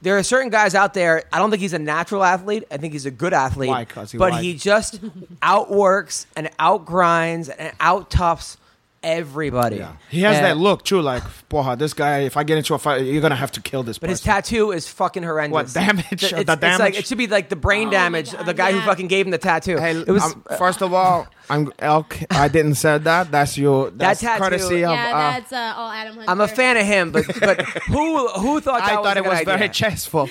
There are certain guys out there. I don't think he's a natural athlete. I think he's a good athlete, Why? 'Cause he but lied. he just outworks and outgrinds and out toughs everybody. He has And- that look too, like, boah, this guy. If I get into a fight, you're gonna have to kill this. But his person. tattoo is fucking horrendous. What, damage? The- The it's, it's damage? like it should be like the brain Oh my damage of God, the guy who yeah. fucking gave him the tattoo. Hey, it was I'm- first of all, I'm elk. I didn't say that. That's your. That's That tattoo- courtesy of. yeah, uh, that's uh, all Adam Hunter. I'm a fan of him, but but who who thought that I was thought a it good was idea? very chestful.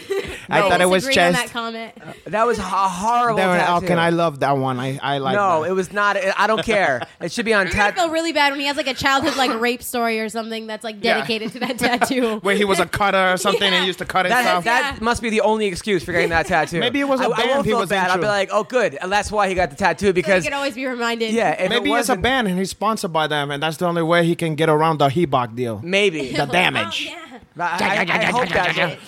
I thought it was disagreed on chest. that comment. that was a horrible. Darren tattoo. Elkin, "Oh, I love that one. I, I like no, that. it was not. I don't care. It should be on I tat. feel really bad when he has like a childhood like rape story or something that's like Yeah. dedicated to that tattoo. Where he was a cutter or something and Yeah. he used to cut That, himself. that Yeah. must be the only excuse for getting that tattoo. Maybe it was a I- I band won't he feel was bad. I'll be into. like, oh, good. And that's why he got the tattoo so he because can always be reminded. yeah. If Maybe it he has a wasn't, band and he's sponsored by them, and that's the only way he can get around the Hebok deal. Maybe. The damage. Oh, yeah. I, I, I hope that's it.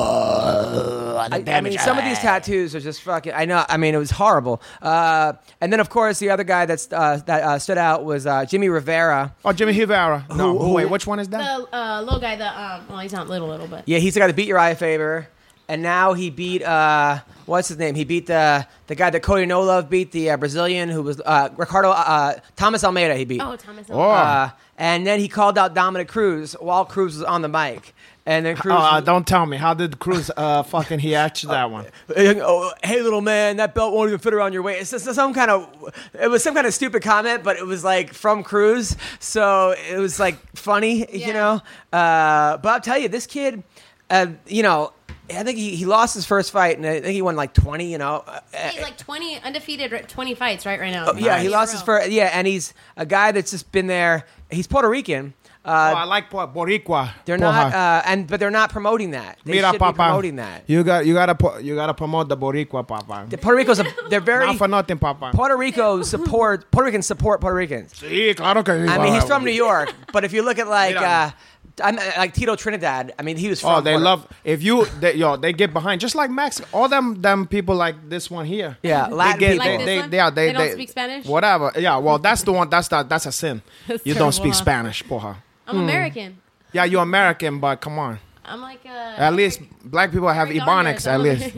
Oh, the I, I damage. mean, some of these tattoos are just fucking. I know. I mean, it was horrible. Uh, and then, of course, the other guy that's uh, that uh, stood out was uh, Jimmy Rivera. Oh, Jimmy Rivera. No, Who- who- wait, which one is that? The uh, little guy, the um, well, he's not little, little, but Yeah, he's the guy that beat Uriah Faber, and now he beat uh, what's his name? He beat the the guy that Cody No Love beat, the uh, Brazilian who was uh, Ricardo uh, Thomas Almeida. He beat. oh, Thomas. Oh. Uh, and then he called out Dominic Cruz while Cruz was on the mic, and then Cruz. Oh, uh, don't tell me. How did Cruz uh, fucking he act that one? Oh, hey, little man, that belt won't even fit around your waist. It's just some kind of, it was some kind of stupid comment, but it was like from Cruz, so it was like funny, you Yeah. know. Uh, but I'll tell you, this kid, uh, you know, I think he, he lost his first fight, and I think he won like twenty, you know. Uh, He's like twenty undefeated, right- twenty fights right right now. Oh, Yeah, he In a lost his row. first. Yeah, and he's a guy that's just been there. He's Puerto Rican. Uh, oh, I like Por- Boricua. they're not, Porra. uh, and but they're not promoting that. They Mira, should papa. be promoting that. You got you gotta po- you gotta promote the Boricua, papa. Puerto Rico's a, they're very Not for nothing, papa. Puerto Rico support Puerto Ricans support Puerto Ricans. Sí, claro que sí. I mean, he's from New York, but if you look at like uh, Mira. I'm, like Tito Trinidad, I mean, he was. From Oh, they Puerto- love if you they, yo they get behind just like Max. All them them people like this one here. Yeah, Latin they get, people. They, Like this they, one? they, yeah, they, They don't speak Spanish? Whatever. Yeah. Well, that's the one. That's that. That's a sin. That's you don't terrible, speak huh? Spanish, porra. I'm American. Yeah, you're American, but come on. I'm like uh, At least black people have Ebonics. At least.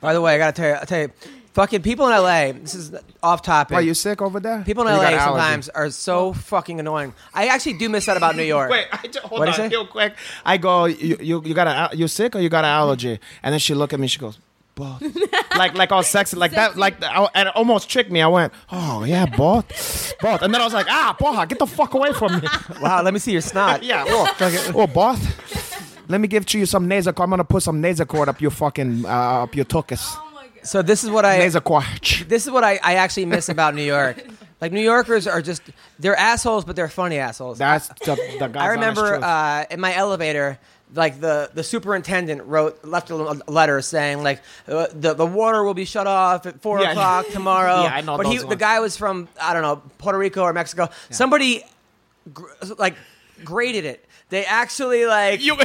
By the way, I gotta tell you, I'll tell you, fucking people in LA. This is off topic. Are you sick over there? people in You got LA allergy. sometimes are so fucking annoying. I actually do miss that about New York. Wait, I just, hold What'd you on say? real quick. I go, you, you, you got a, you sick or you got an allergy? And then she looked at me. She goes, both. like, like all sexy, like that, like I, and it almost tricked me. I went, oh yeah, both, both. And then I was like, ah, porra, get the fuck away from me. Wow, let me see your snot. yeah, oh, oh, both. Let me give to you some nasal. I'm gonna put some nasal cord up your fucking uh, up your tuchus. Oh my god. So this is what I Nasal cord. this is what I, I actually miss about New York. Like New Yorkers are just they're assholes, but they're funny assholes. That's the, the guy's I remember honest truth. uh, in my elevator, like the, the superintendent wrote left a l- a letter saying like uh, the the water will be shut off at four Yeah. o'clock tomorrow. Yeah, I know But he, those the ones. guy was from I don't know Puerto Rico or Mexico. Somebody gr- like graded it. They actually like You-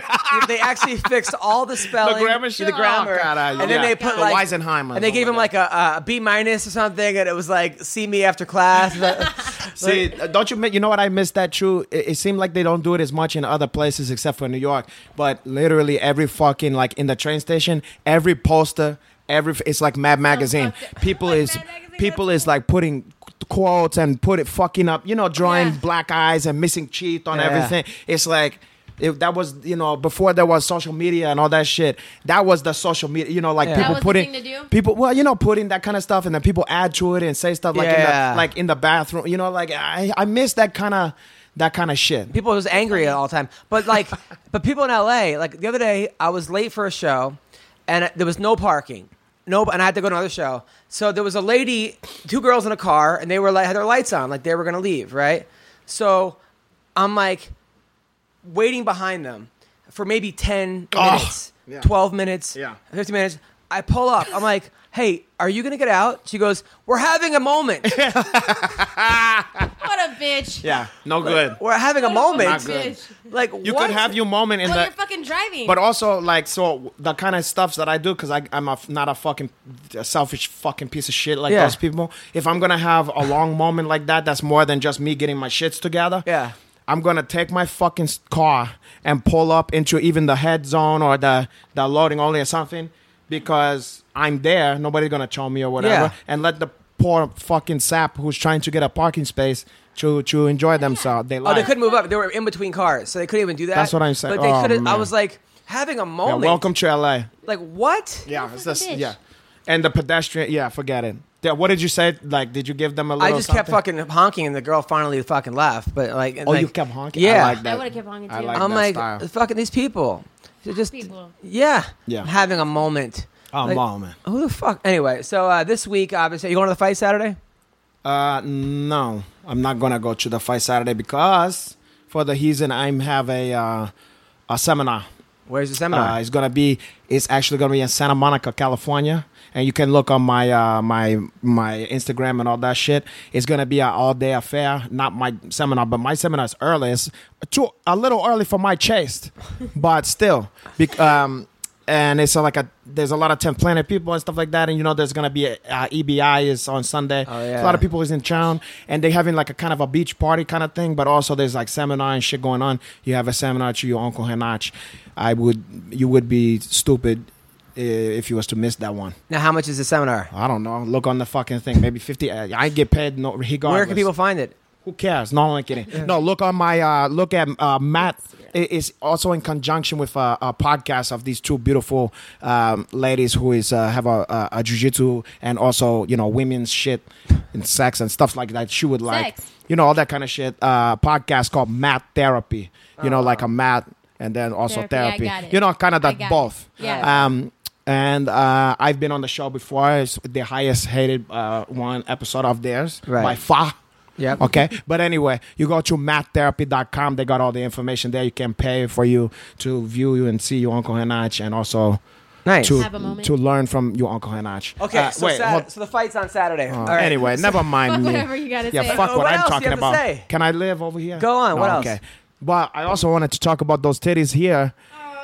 they actually fixed all the spelling, grammar shit? the grammar, Oh, God, I- and then yeah. they put The like Weisenheimers and they or gave him like whatever. a, a B minus or something, and it was like see me after class. See, uh, don't you? mi- You know what I miss that too. It, it seemed like they don't do it as much in other places except for New York. But literally every fucking like in the train station, every poster, every f- it's like Mad Magazine. fucked up. People Oh, Like is Mad Magazine, people that's is like putting quotes and put it fucking up. You know, drawing Yeah. black eyes and missing teeth on Yeah. everything. It's like. If that was you know before there was social media and all that shit, that was the social media. You know, like Yeah. That people was the putting thing to do? people well, you know, putting that kind of stuff, and then people add to it and say stuff like in Yeah. the, like in the bathroom. You know, like I, I miss that kind of that kind of shit. people was angry at all the time. But like, but people in LA, like the other day, I was late for a show, and there was no parking, no, and I had to go to another show. So there was a lady, two girls in a car, and they were like had their lights on, like they were gonna leave, right? So I'm like waiting behind them for maybe ten Oh, minutes, yeah. twelve minutes, Yeah. fifteen minutes. I pull up. I'm like, hey. Are you gonna get out? She goes, We're having a moment. What a bitch. Yeah, no good. We're having a What moment. fucking good. bitch. Like You what? could have your moment in Well, the. you're fucking driving. But also, like, so the kind of stuffs that I do, because I'm a, f- not a fucking a selfish fucking piece of shit like Yeah. those people. If I'm gonna have a long moment like that, that's more than just me getting my shits together. Yeah. I'm gonna take my fucking s- car and pull up into even the head zone or the the loading only or something, because I'm there. Nobody's gonna tell me or whatever, Yeah. and let the poor fucking sap who's trying to get a parking space to to enjoy themselves. They Oh, like. they couldn't move up. They were in between cars, so they couldn't even do that. That's what I'm saying. But they Oh, could have. I man. was like having a Yeah, moment. welcome to LA. Like what? Yeah, That's it's like a just bitch. yeah. And the pedestrian, yeah, forget it. Yeah, what did you say? Like, did you give them a I little? just kept something? fucking honking, and the girl finally fucking left. But like, and Oh, like- you kept honking. Yeah, I like that. I would've kept honking, I too. like I'm that like, uh, style. fucking these people. They're just People. yeah, Yeah. I'm having a moment. Oh, Like, moment. Who the fuck? Anyway, so uh, this week, obviously, you going to the fight Saturday? Uh, no, I'm not gonna go to the fight Saturday because for the reason I'm have a uh, a seminar. Where's the Uh, seminar? it's gonna be. It's actually gonna be in Santa Monica, California, and you can look on my uh, my my Instagram and all that shit. It's gonna be an all day affair. Not my seminar, but my seminar is early. It's too a little early for my taste, but still. Bec- um, and it's uh, like a there's a lot of 10th planet people and stuff like that and you know there's gonna be a, uh, ebi is on sunday Oh, yeah. a lot of people is in town and they having like a kind of a beach party kind of thing but also there's like seminar and shit going on you have a seminar to your uncle hanach i would you would be stupid i- if you was to miss that one now, how much is the seminar? i don't know look on the fucking thing maybe 50 uh, i get paid no regardless Where can people find it? who cares? No, I'm only kidding. No, look on my uh, look at uh, Matt. i- is also in conjunction with uh, a, a podcast of these two beautiful um, ladies who is uh, have a, a, a jujitsu and also you know women's shit and sex and stuff like that. She would like Sex. you know all that kind of shit. Uh, podcast called Matt Therapy. You know, like a Matt and then also Oh. Therapy, I therapy. got it. You know, kind of I that got it. both. Yeah. Um, and uh, I've been on the show before. It's the highest hated uh, one episode of theirs Right. by far. Yep. Okay. But anyway, you go to maththerapy.com. They got all the information there. You can pay for you to view you and see your Uncle Hanach and also Nice. to, Have a moment. to learn from your Uncle Hanach. Okay, Uh, so, wait. Sat- hold- Uh, so the fight's on Saturday. All right. Uh, Anyway, never mind fuck me. whatever you gotta yeah, say. fuck What what, I'm else you talking have to about. say? Can I live over here? Go on, No, what else? Okay. But I also wanted to talk about those titties here.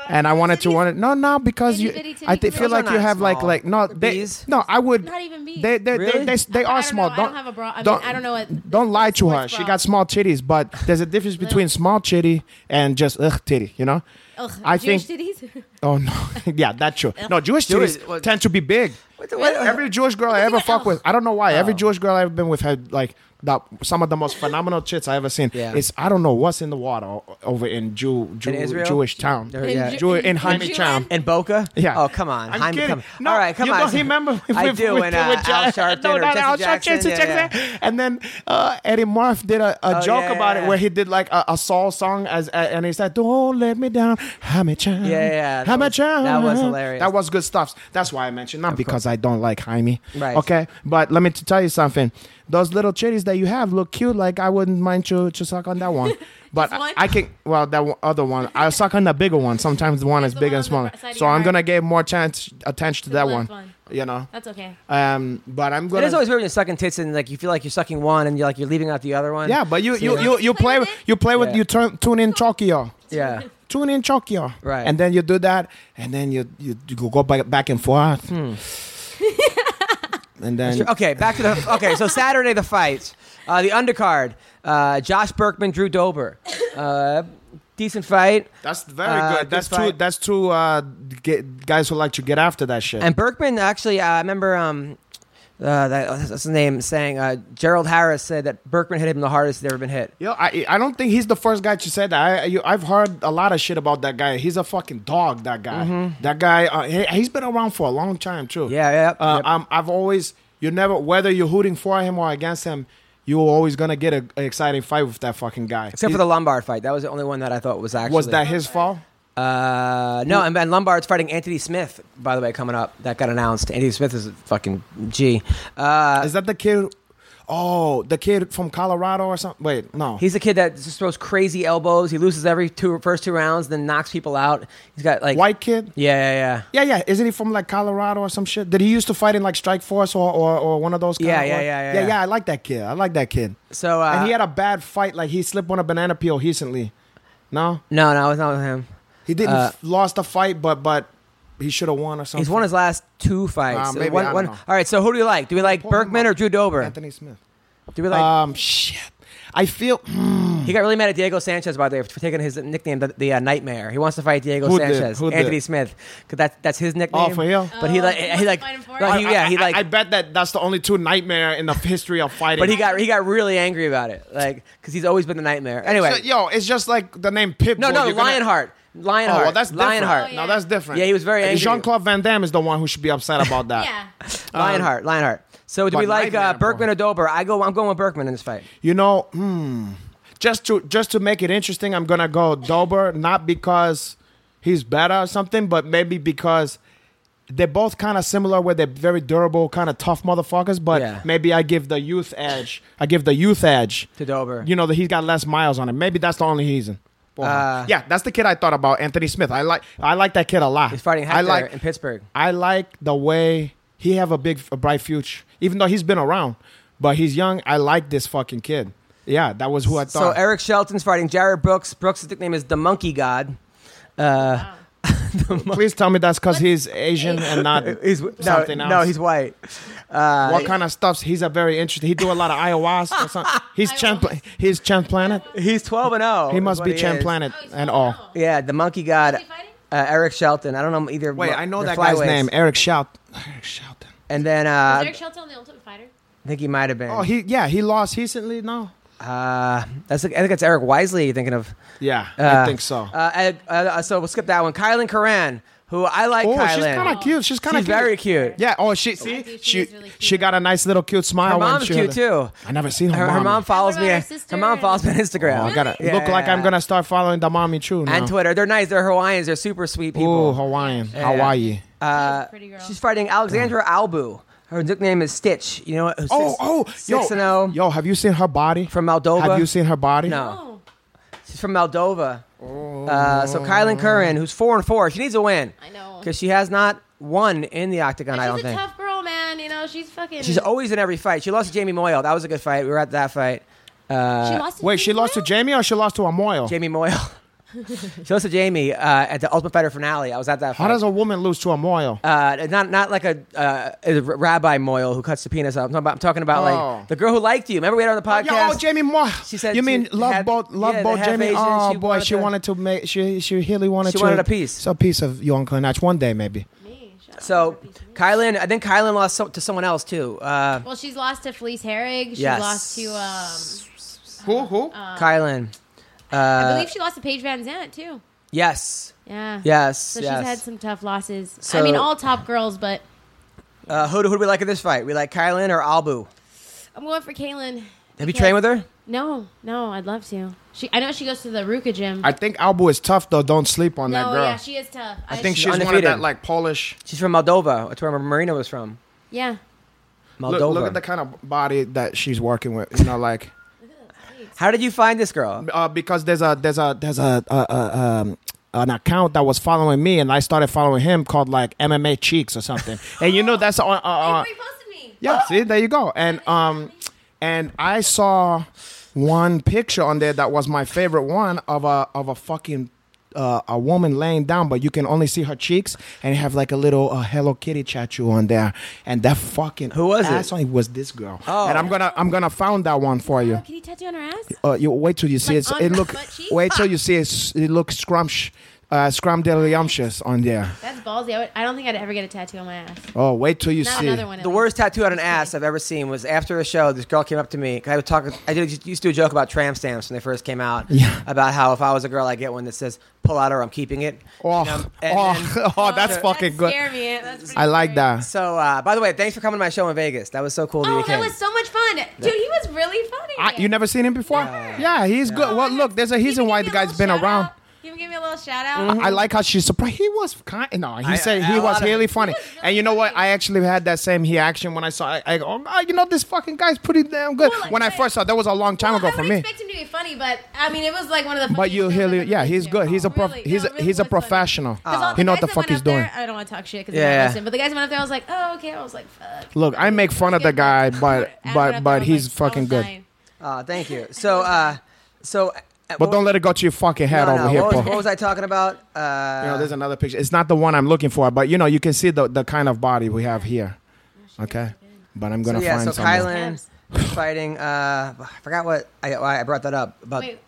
and I wanted to Uh, titties. want it. No, no, because Titty, you. titty, titty, I thi- titty. feel Those are like you not have like small. like no They're they bees. no I would Not even bees. They they Really? they, they, they I are don't small. know. I Don't, don't have a bra. I mean, don't- I don't know what- Don't lie to her. sports She bra. got small titties, but there's a difference between small titty and just ugh titty. You know. Ugh, I Jewish think. titties. Oh no, yeah, that's true. No, Jewish Jewish- titties what- tend to be big. What the- what- Oh. Every Jewish girl I ever Look at fuck Elf. with, I don't know why. Every Jewish girl I've been with had like the, some of the most phenomenal chits I ever seen. Yeah. It's I don't know what's in the water o- over in Jew, Jew Israel? Jewish town. Or- yeah. Ju- Jew- in in Jaime Jew- Town. And Boca? Yeah. Oh, come on. I'm Jaime, kidding. come- No, All right, come you on. don't remember? I do. and uh, Al Sharpton no, or not Jesse Al Jackson. Sharpton, Jesse yeah, yeah. Jackson. And then uh, Eddie Murph did a, a Oh, joke yeah, about yeah, it where yeah. he did like a, a soul song as uh, and he said, "Don't let me down, Jaime Chan." Yeah, yeah, that Jaime was- that Chan. was hilarious. That was good stuff. That's why I mentioned not because I don't like Jaime. Right. Okay, but let me t- tell you something. Those little titties that you have look cute. Like I wouldn't mind to to suck on that one. But Just I, one? I can well that one, other one. I suck on the bigger one. Sometimes the one is the bigger one and on smaller. the side of So your I'm heart. gonna give more chance attention to that left one, one. You know. That's okay. Um, but I'm It gonna. is always weird when you're sucking tits and like you feel like you're sucking one and you're like you're leaving out the other one. yeah, but you So you you're you, like- you play with you play with Yeah. you turn tune in Chokio. yeah. Tune in Chokio. Right. And then you do that, and then you you, you go back back and forth. Hmm. and then Okay, back to the okay. So Saturday the fight, uh, the undercard, uh, Josh Berkman, Drew Dober, uh, decent fight. that's very Uh, good. That's good two. fight. That's two uh, get, guys who like to get after that shit. And Berkman actually, uh, I remember um, uh, that, that's the name saying uh, Gerald Harris said that Berkman hit him the hardest he'd ever been hit. Yo, I I don't think he's the first guy to say that. I you, I've heard a lot of shit about that guy. He's a fucking dog. That guy. That guy. Uh, he, he's been around for a long time too. Mm-hmm. Yeah, yeah, Uh, yep. I'm, I've always you never whether you're hooting for him or against him, you're always gonna get a, an exciting fight with that fucking guy. Except He- for the Lombard fight, that was the only one that I thought was actually was that his fault? Uh, no, and, and Lombard's fighting Anthony Smith. By the way, coming up, that got announced. Anthony Smith is a fucking G. Uh, Is that the kid? Oh, the kid from Colorado or something. Wait, no. he's a kid that just throws crazy elbows. He loses every two first two rounds, then knocks people out. He's got like white kid. Yeah, yeah, yeah. Yeah, yeah. Isn't he from like Colorado or some shit? Did he used to fight in like Strike Force or, or, or one of those? kind Yeah, of yeah, or- yeah, yeah, yeah, yeah. I like that kid. I like that kid. So, uh, and he had a bad fight. Like he slipped on a banana peel recently. No, No, no, it's not with him. he didn't Uh, lost a fight, but but he should have won or something. He's won his last two fights. Uh, maybe, One- I don't one- know. All right, so who do we like? Do we like Pull him Berkman up. or Drew Dober? Anthony Smith. Do we like? um, shit. I feel he got really mad at Diego Sanchez by the way for taking his nickname, the, the uh, Nightmare. He wants to fight Diego Who did? Sanchez, Who did? Anthony Smith, because that's that's his nickname. for him? But he Oh, like he he wants to like, fight him for like, it? he, yeah he I- I- like. I, bet that that's the only two nightmare in the history of fighting. but he got he got really angry about it, like because he's always been the nightmare. Anyway, So, yo, it's just like the name Pitbull. no, no, You're gonna- Lionheart, Oh, Lionheart, well, that's different. Lionheart, Oh, No, that's different. Yeah, he was very angry. Uh, Jean Claude Van Damme is the one who should be upset about that. Yeah. Oh, Lionheart, Lionheart. So do we But like Nightmare uh, Boy- Berkman or Dober? I go. I'm going with Berkman in this fight. You know, hmm, just to just to make it interesting, I'm gonna go Dober, not because he's better or something, but maybe because they're both kind of similar, where they're very durable, kind of tough motherfuckers. But Yeah. maybe I give the youth edge. I give the youth edge To Dober. You know that he's got less miles on him. Maybe that's the only reason. Uh, Boy. yeah, that's the kid I thought about, Anthony Smith. I like I like that kid a lot. He's fighting I Hector like in Pittsburgh. I like the way he have a big, a bright future. Even though he's been around, but he's young. I like this fucking kid. Yeah, that was who I So thought. Eric Shelton's fighting Jared Brooks. Brooks' nickname is the Monkey God. Please tell me that's because he's Asian and not He's something no, else. no, he's white. what kind of stuffs? He's a very interesting. He do a lot of ayahuasca. Or something. He's Champ. He's Champ Planet. He's 12 and 0. He Oh, is must what be Champ is. Planet Oh, he's and not all. now. Yeah, the Monkey God. he fighting? Uh, Eric Shelton. I don't know either. Wait, mo- I know they're that guy's flyweights. name, Eric Shout. Eric Shelton. And then uh, Is Eric Shelton the Ultimate Fighter? I think he might have been. Oh, he yeah, he lost recently. No, Uh, that's I think that's Eric Wisely you're thinking of. yeah, Uh, I think so. Uh, Ed- uh, uh, so we'll skip that one. Kylan Curran, who I like. oh, Kylan. she's kind of cute. She's kind of She's very cute. Yeah. Oh, she I see do. She she is really cute. she got a nice little cute smile. Her when mom's she cute too. I never seen her, Her, mom. her mom follows about me. her Her sister? mom follows me on Oh, Instagram. I gotta Yeah, look like yeah, I'm yeah. gonna start following the mommy too now. And Twitter, they're nice. They're Hawaiians. They're super sweet Ooh, people. Hawaiian, yeah. Hawaii. Uh, pretty girl. She's fighting Alexandra Albu. Her nickname is Stitch. You know what? Oh, oh, yo, six and oh. Yo, have you seen her body From Moldova? Have you seen her body? No. oh, She's from Moldova. Uh, so Kylan Oh. Curran, who's four and four, she needs a win I know. because she has not won in the octagon. I She's don't a think tough girl, man. You know, she's fucking. she's always in every fight. She lost to Jamie Moyle. That was a good fight. We were at that fight. Uh, she lost to Wait, she lost to James Jamie or she lost to Amoyo? Jamie Moyle. she lost to Jamie uh, at the Ultimate Fighter finale. I was at that. How fight. does a woman lose to Amoyo? uh, not not like a, uh, a Rabbi Moyle who cuts the penis up. I'm talking about, I'm talking about Oh. like the girl who liked you. Remember we had her on the Oh, podcast. yo, oh, Jamie Moore. She said "You she mean love had- boat, love yeah, the boat, half Jamie? Asian, oh she boy, wanted she to- wanted to make. She she really wanted. She to, wanted a piece. A piece of your uncle Natch one day maybe. Me, shut up. So Piece of me. Kylan, I think Kylan lost so, to someone else too. Uh, Well, she's lost to Felice Herrig. She Yes. lost to. Um, Who who? Kylan, I believe she lost to Paige Van Zant too. yes, Yeah. Uh, yes, So yes. she's had some tough losses. So- I mean, all top girls, but Uh, who do who do we like in this fight? We like Kylan or Albu. I'm going for Kaylin. Have you trained with her? No, no, I'd love to. She, I know she goes to the Ruka gym. I think Albu is tough though. Don't sleep on that no, girl. yeah, she is tough. I think She's she's, one of undefeated. that like Polish. She's from Moldova. That's where Marina was from. Yeah. Moldova. Look, look at the kind of body that she's working with. You know, like How did you find this girl? uh, because there's a there's a there's a, a, a um, an account that was following me, and I started following him called like MMA Cheeks or something. and you know that's on. Uh, uh, reposted me. yeah, see, there you go. And um, and I saw one picture on there that was my favorite one of a of a fucking. Uh, a woman laying down, but you can only see her cheeks and have like a little uh, Hello Kitty tattoo on there, and that fucking Who was it? ass on it was this girl. Oh. and I'm gonna I'm gonna found that one for you. Oh, can you tattoo on her ass? Uh, you wait till you see Like it. on It her look. butt cheek? Wait till you see it. It looks scrumsh, uh, scrumdiddlyumptious on there. That's ballsy. I, would, I don't think I'd ever get a tattoo on my ass. Oh, wait till you Not see. another one. at The least. worst tattoo on an ass I've ever seen was after a show. This girl came up to me. 'cause I was talking. I did, used to do a joke about tram stamps when they first came out. Yeah. About how if I was a girl, I would get one that says "Pull out or I'm keeping it." Oh, You know, and oh, then- oh, that's That fucking good. scare me. That's pretty I like scary. that. so, uh, by the way, thanks for coming to my show in Vegas. That was so cool. that Oh, you that came. was so much fun, dude. He was really funny. Oh I, you never seen him before? Yeah, he's good. Well, look, there's a reason why the guy's been around. Mm-hmm. Can you give me a little shout out? I like how she's surprised. He was kind. No, he I- said I- he a was lot of- really funny. was really and you know what? funny. I actually had that same reaction when I saw. I, I go, oh, you know, this fucking guy's pretty damn good. Well, like, when I I- first saw, that was a long time Well, ago for I me. would expect him to be funny, but I mean, it was like one of the. But you hear, yeah, he's good. He's a prof- he's a, he's a professional. He know what the fuck he's doing. I don't want to talk shit because Yeah, yeah, yeah. But the guys that went up there, I was like, oh okay. I was like, fuck. Look, I make fun of the guy, but I went but up there, I but was he's like, "Oh, I fucking was good. dying. Aw, thank you. So, uh, so. But don't let it go to your fucking head no, over no. here, what, Paul. was, what was I talking about? Uh, You know, there's another picture. It's not the one I'm looking for, but you know, you can see the the kind of body we have here. Okay, but I'm gonna so, yeah, find so someone. Kylan fighting. Uh, I forgot what I, why I brought that up about Wait.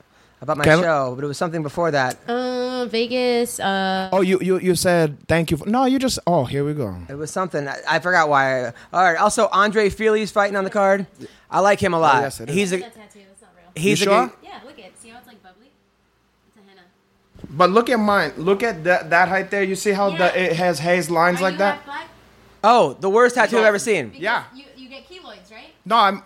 about my Kylan- show, but it was something before that. Uh, Vegas. Uh, Oh, you you you said thank you. For, no, you just. Oh, here we go. It was something I, I forgot why. I, all right. Also, Andre Feely's fighting on the card. I like him a lot. Oh, yes, it is. he's a That's tattoo. That's not real. he's You a sure? good- Yeah, look at. it. See how it's like bubbly? It's a henna. But look at mine. Look at that that height there. You see how Yeah. the it has haze lines Are like you that. half black? oh the worst tattoo I've ever seen. Because Yeah. You, you get keloids. keloids, right? No, I'm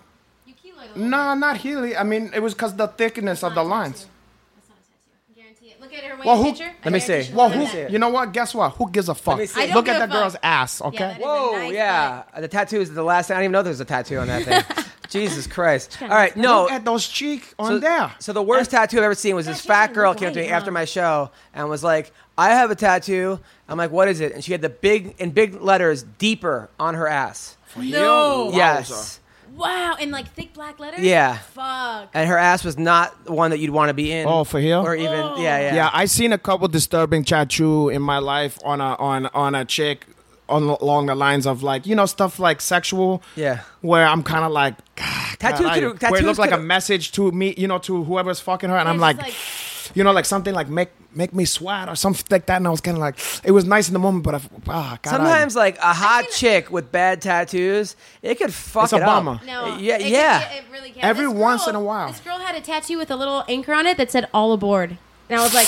You keloid a little. no, not Healy. I mean, it was because the thickness of the lines. That's not a tattoo. I guarantee it. Look at her waist Well, who- picture. Let me see. Well, Let me see who? it. You know what? Guess what? Who gives a fuck? me see I it. don't Look give at a that girl's fuck. ass. that Okay. is- Whoa, nice yeah. The tattoo is the last thing. I didn't even know there was a tattoo on that thing. Jesus Christ. All right, no. Look at those cheek on So, there. so the worst tattoo I've ever seen was this she fat doesn't girl look came up to me white, after huh? my show and was like, "I have a tattoo." I'm like, "What is it?" And she had the big in big letters, deeper on her ass. No. Yes, Wow, and like thick black letters. Yeah. Fuck. and her ass was not the one that you'd want to be in. Oh, for heel? Or even Oh. yeah, yeah, Yeah, I seen a couple disturbing tattoo in my life on a on on a chick on, along the lines of like you know stuff like sexual. Yeah. where I'm kind of like God, Tattoo I- could- where it tattoos looked like a could- message to me, you know, to whoever's fucking her, and I'm It's like, just you know, like something like make make me sweat or something like that, and I was kind of like, it was nice in the moment, but I, ah, God, Sometimes like a hot seen- chick with bad tattoos, it could fuck It's a it up. bummer. no. Uh, Yeah, it can- yeah. It, it really can. Every This once girl- in a while. This girl had a tattoo with a little anchor on it that said "All aboard," and I was like,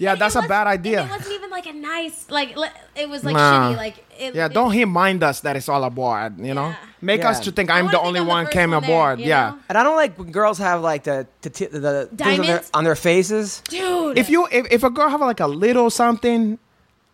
yeah, and Uh, that's it a was- bad and idea. It wasn't even like a nice like. le- It was like Nah. shitty. Like it, yeah, it- don't remind us that it's all aboard. You know, Yeah. make Yeah. us to think I I'm wanna the think only I'm the one first came one there, aboard. you yeah. know? And I don't like when girls have like the the, t- the things on their, Diamonds? on their faces. dude. if you if, if a girl have like a little something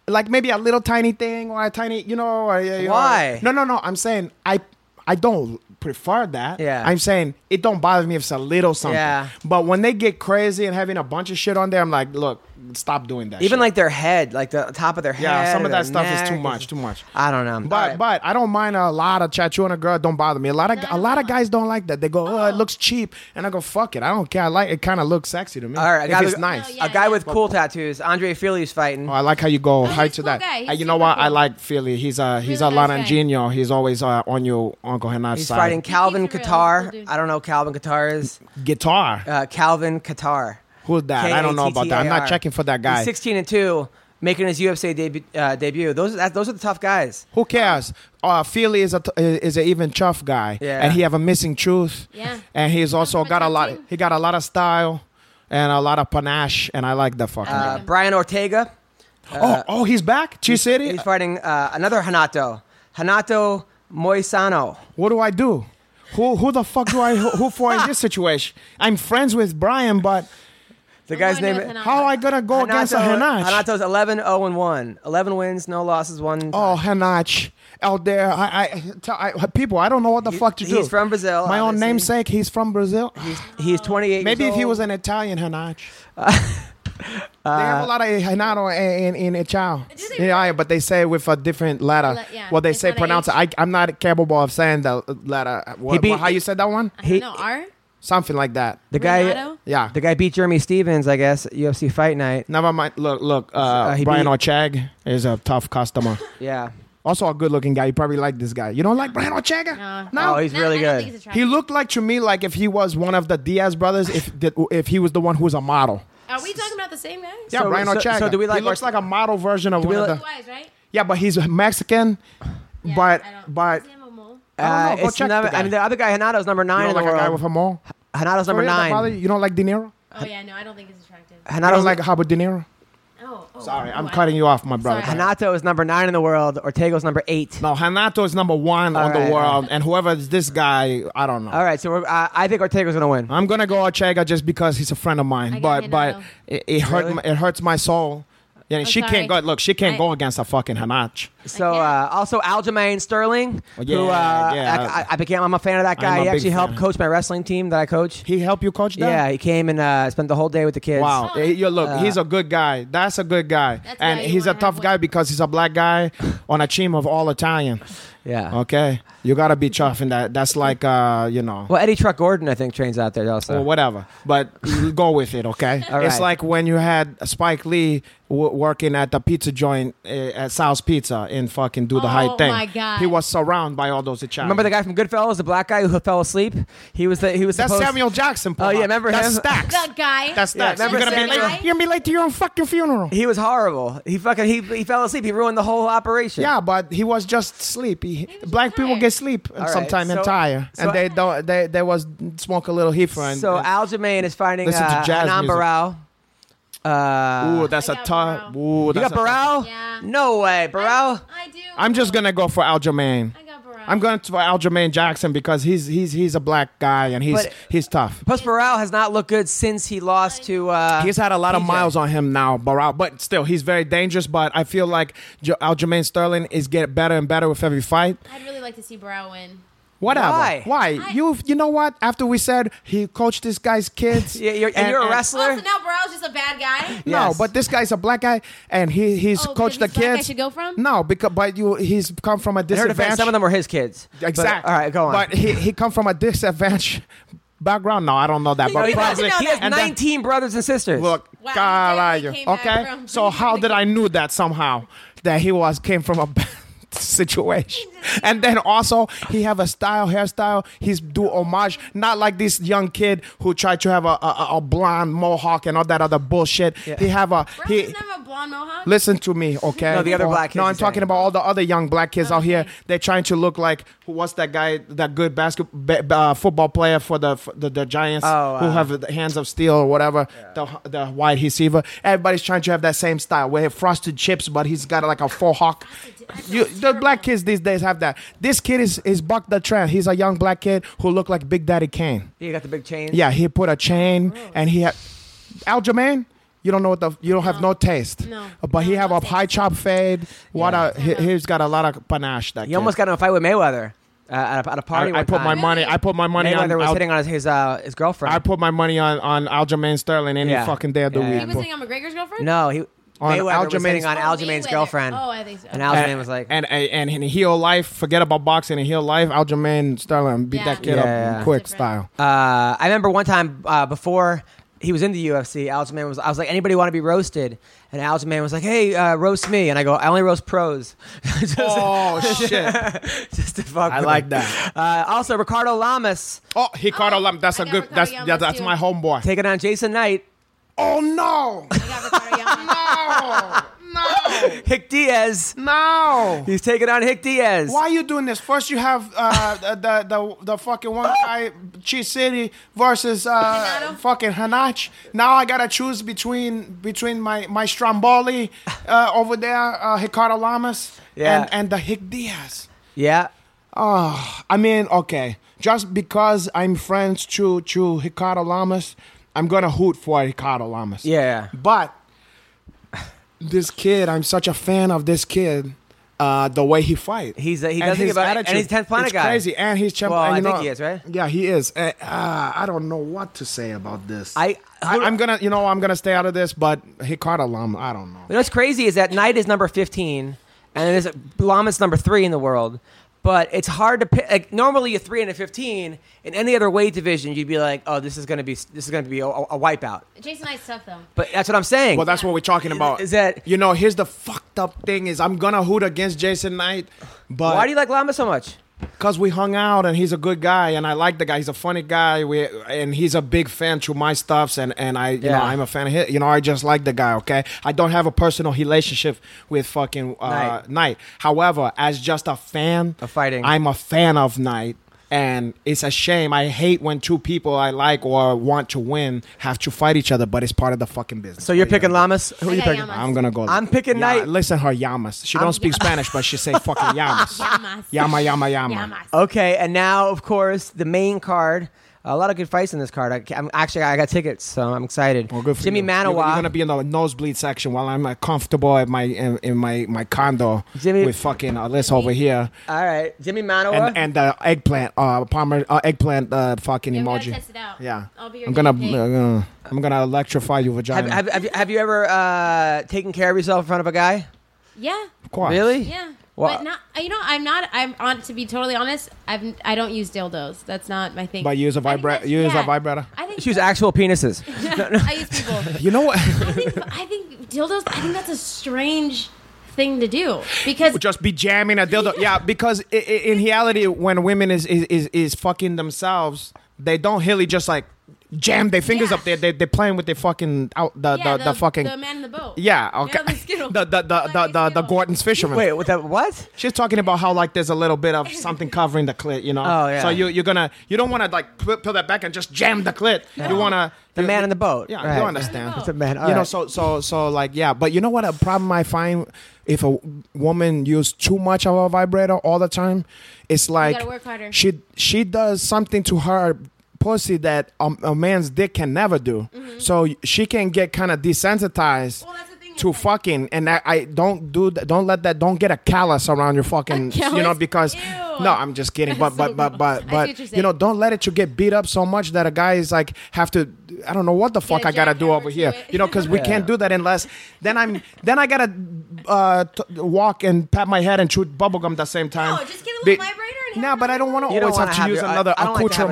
like maybe a little tiny thing or a tiny you know or, you know- Why? no no no i'm saying i i don't prefer that Yeah. i'm saying it don't bother me if it's a little something Yeah. but when they get crazy and having a bunch of shit on there i'm like look stop doing that Even shit. like their head, like the top of their head. yeah some or of their that stuff is too neck. much too much I don't know. but but I don't mind a lot of tattoo on a girl. Don't bother me. A lot of No, a lot of no. guys don't like that. They go, oh, it looks cheap, and I go, fuck it. I don't care. I like it. Kind of looks sexy to me. All right, I if gotta it's go- nice. No, yeah, a guy yeah. with cool tattoos, Andre Fili's fighting. Oh, I like how you go high he's to a cool that. guy. Uh, He's you know super what? I cool. like Philly. He's a he's, He's a a nice guy. Laranjino. He's always uh, on you, Uncle Henat's He's side. fighting Calvin keeps it real, cool Qatar. dude. I don't know who Calvin Qatar is. guitar. Uh, Calvin Qatar. Who's that? I don't know about that. I'm K-A-T-T-A-R. not checking for that guy. He's 16 and two, making his UFC debut. Uh, debut. Those that, those are the tough guys. Who cares? Uh, Philly is a t- is an even tough guy, Yeah. and he have a missing truth. Yeah. and he's also from a got a tough lot. team. He got a lot of style and a lot of panache, and I like that fucking. Uh, Brian Ortega. guy. oh, oh, he's back. Chi City. He's fighting uh, another Hanato. Hanato Moisano. what do I do? Who who the fuck do I who, who for in this situation? I'm friends with Brian, but The I'm guy's going name. with is- Hanato. how I gonna go against a Henach? Hanato's 11 0 and 1. 11 wins, no losses, one. Oh, Hanach out there. I, I, tell, I people, I don't know what the fuck to do. he's from Brazil, My own obviously. namesake. He's from Brazil. He's 28. Maybe years if he old. Uh, was an Italian, Hanach. they have a lot of Hanato in in, in Chow. Do they Yeah, but they say with a different letter. Le- yeah, Well, they it's say not a pronounce it. I, I'm not capable of saying the letter. What, beat- what- how you said that one? I don't know, R. Something like that. The guy. Renato? Yeah. The guy beat Jeremy Stevens, I guess, at UFC Fight Night. Never mind. Look, look. Uh, he Brian beat- Orchag is a tough customer. Yeah. also a good-looking guy. You probably like this guy. You don't like Brian Orchag? No. Oh, he's No, really I don't good. think he's He attractive. looked like to me like if he was one of the Diaz brothers, if that, if he was the one who was a model. Are we talking about the same guy? Yeah, So- Brian so- Ortega. so do we like he looks Ortega? like a model version of one we of like- the. Wise, right? Yeah, but he's Mexican. Yeah, but I don't- but Does he have a mole? I Uh, don't know. Go it's check never- the guy. I mean, the other guy, Hanato's number you nine don't in the like a guy with world. a mole. Hanato's um, number Really, that bother nine. you? You don't like De Niro. Oh yeah, no, I don't think he's attractive. I don't Hanato's like Robert De Niro. Oh, oh Sorry, oh, I'm I- cutting you off, my brother. Sorry. Hanato is number nine in the world. Ortega's number eight. No, Hanato is number one on right, the all world, and whoever is this guy, I don't know. All right, so we're, uh, I think Ortega's gonna win. I'm gonna go Ortega just because he's a friend of mine, I but got but Hanato. it, it hurt Really? my, it hurts my soul. Yeah, she sorry. can't go. Look, she can't I- go against a fucking Hanach. So Yeah. uh, also Aljamain Sterling, yeah, who uh, yeah. I, I- I became I'm a fan of that I'm guy. a He big actually helped fan. coach my wrestling team that I coach. He helped you coach that? Yeah, he came and uh, spent the whole day with the kids. Wow. Oh, Eh, you look, uh, he's a good guy. That's a good guy. That's And why you he's a wanna tough have guy one. because he's a black guy on a team of all Italian. Yeah. Okay? You got to be tough in that. That's like, uh, you know, Well, Eddie Truck Gordon, I think, trains out there also. or whatever. But go with it, okay? Uh. All It's right. like when you had Spike Lee w- working at the pizza joint uh, at Sal's Pizza in fucking Do the Oh, High Thing. my God. He was surrounded by all those Italians. Remember the guy from Goodfellas, the black guy who fell asleep? He was the he was That's supposed- Samuel Jackson. Oh, yeah, Puma. remember That's him? Stacks. That guy. That's Stacks. remember You're going to be Samuel? late. You're going to be late to your own fucking funeral. He was horrible. He fucking he, he fell asleep. He ruined the whole operation. Yeah, but he was just sleepy. Black people tired. get sleep right, sometimes and so- tired, so- and they don't. They they was smoke a little heifer. And, So and- Aljamain is fighting Listen to uh, jazz Anand music. Barao. Uh, ooh, that's I a got tough. Burrell. Ooh, you got that's a tough- Barao? Yeah. No way, Barao. I do. I'm just gonna go for Aljamain. I got Burrell. I'm going to Aljamain Jackson because he's he's he's a black guy and he's But- he's tough. Post Burrell has not looked good since he lost to. Uh, He's had a lot of TJ. miles on him now, Barrow, but still, he's very dangerous. But I feel like J- Aljamain Sterling is getting better and better with every fight. I'd really like to see Burrow win. Whatever. Why? I- you you know what? After we said he coached this guy's kids, Yeah, you're, and, you're a wrestler. Oh, so now Burrow's just a bad guy. No, Yes. but this guy's a black guy, and he he's Oh, 'cause coached the he's black, I kids. should go from? No, because but you he's come from a In her defense, disadvantage. some of them were his kids. But- exactly. all right, go on. But he he come from a disadvantage background. No, I don't know that, No, but Oh, he, doesn't probably has, he has And then- 19 brothers and sisters. Look, Wow, he caralho. definitely came back Okay, from- so how did I knew that somehow that he was came from a bad situation, and then also he have a style, hairstyle. He's do homage, not like this young kid who tried to have a a, a blonde mohawk and all that other bullshit. He have a Burrow he. doesn't have a blonde mohawk. Listen to me, okay? No, the other Or- black kids No, I'm he's talking saying. about all the other young black kids out here. They're trying to look like who was that guy, that good basketball uh, football player for the for the, the Giants Oh, who uh, have the hands of steel or whatever. The the wide receiver. Everybody's trying to have that same style. Where he have frosted chips, but he's got like a four hawk. You, the black kids these days have that. This kid is is buck the trend. He's a young black kid who looked like Big Daddy Kane. you got the big chain. Yeah, he put a chain Oh. and he had Aljamain. You don't know what the you don't have no taste. No. but he No, have no a high chop fade. What a he, he's got a lot of panache. That You almost got in a fight with Mayweather uh, at, a, at a party. I, I one put my time. money. I put my money on. Mayweather was Al- hitting on his his, uh, his girlfriend. I put my money on on Aljamain Sterling any Yeah. fucking day of the Yeah. week. he was bro. hitting on McGregor's girlfriend. no, he On Mayweather was hitting Aljamain's- on Oh, Aljamain's Mayweather. girlfriend. Oh, I think so. And And- Aljamain was like, and and, and in heel life, forget about boxing. In heel life, Aljamain Sterling beat Yeah. that kid Yeah. up quick Different. style. Uh, I remember one time uh, before he was in the UFC, Aljamain was. I was like, anybody want to be roasted? And Aljamain was like, hey, uh, roast me. And I go, I only roast pros. just, oh shit! just to fuck. I with like him. that. Uh, also, Ricardo Lamas Oh, Ricardo Lam. That's I a got good. Ricardo That's Lamas yeah, that's too. my homeboy. taking on Jason Knight. Oh no! I got Ricardo Yamas. no! Hick Diaz. No! He's taking on Hick Diaz. Why are you doing this? First, you have uh, the, the the the fucking one guy, Cheese City versus uh, Hanato? fucking Hanach. Now I gotta choose between between my my Stromboli uh, over there, uh, Ricardo Lamas, Yeah. and and the Hick Diaz. Yeah. I mean, okay, just because I'm friends to to Ricardo Lamas, I'm gonna hoot for Ricardo Lamas. Yeah. But this kid, I'm such a fan of this kid. Uh, the way he fight, He's a- he And doesn't his give a- and attitude. he's 10th planet It's guy. Crazy, and he's champion. Well, I know, think he is, right? Yeah, he is. Uh, uh, I don't know what to say about this. I- I I'm gonna, you know, I'm gonna stay out of this. But Ricardo Lama, I don't know. You know what's crazy is that Knight is number 15, and it is Lamas number three in the world. But it's hard to pick. Like, normally, a three and a 15 in any other weight division, you'd be like, "Oh, this is gonna be this is gonna be a, a wipeout." Jason Knight's tough though. But that's what I'm saying. Well, that's what we're talking about. is that- you know? Here's the fucked up thing: is I'm gonna hoot against Jason Knight, but Why do you like Lamas so much? Cause we hung out and he's a good guy and I like the guy. He's a funny guy. We and he's a big fan to my stuffs and and I you know Yeah. I'm a fan of his. You know I just like the guy. Okay, I don't have a personal relationship with fucking uh, Knight. Knight. However, as just a fan Of fighting. I'm a fan of Knight. And it's a shame. I hate when two people I like or want to win have to fight each other, but it's part of the fucking business. So you're What are you picking gonna do? Lamas. Who I are you got picking? Lamas. I'm gonna go. I'm picking Ya- Knight. Listen, her Yamas. She don't speak Spanish, but she say fucking Yamas. Yamas. Yama Oh, yama yama. Yamas. Okay, and now of course the main card. A lot of good fights in this card. I, ca- I'm actually I got tickets, so I'm excited. Well, good for Jimmy you. Manawa. You're, you're gonna be in the nosebleed section while I'm uh, comfortable at my in, in my my condo Jimmy- with fucking Alyssa over here All right, Jimmy Manawa. and and the eggplant uh palmer uh, eggplant uh fucking Yeah, we gotta emoji. test it out. Yeah, I'll be your I'm gonna guinea pig. uh, I'm gonna electrify your have, vagina. have, have, you- have you ever uh, taken care of yourself in front of a guy? Yeah. of course. Really? Yeah. Well- But not, you know, I'm not. I'm on. To be totally honest, I've I don't use dildos. That's not my thing. But you use a I think vibra- that's- you use a vibrator? I think She was actual penises. I use people. You know what? I think I think dildos. I think that's a strange thing to do because just be jamming a dildo. Yeah, because i- i- in reality, when women is is, is is fucking themselves, they don't really just like jam their fingers Yeah. up there. They they're playing with their fucking out the Yeah, the, the, fucking the man in the boat. yeah okay the Skittle. the the the Like the, a the, the Skittle. Gordon's fisherman. Wait, what? The, what? She's talking about how like there's a little bit of something covering the clit, you know. Oh, yeah. So you you're gonna you don't want to like pu- pull that back and just jam the clit. You wanna The you- man in the boat. Yeah, Right. you understand. It's a man. you know, so so so like yeah, but you know what? A problem I find if a woman use too much of a vibrator all the time, it's like gotta work harder. she she does something to her pussy that a, a man's dick can never do. So she can get kind of desensitized Mm-hmm. Well, that's the thing, to it's like- fucking and I, I don't do that don't let that don't get a callus around your fucking A you know callus? because Ew. no I'm just kidding but but but I but see what you're but you know saying. don't let it you get beat up so much that a guy is like have to I don't know what the fuck a I gotta do jackhammer over to here it. you know because we can't do that unless then I'm then I gotta uh, t- walk and pat my head and chew bubblegum at the same time No, just get a little Be- vibrator and nah have but I another don't want to one. You don't always have wanna to have use your- I- another I don't like to have a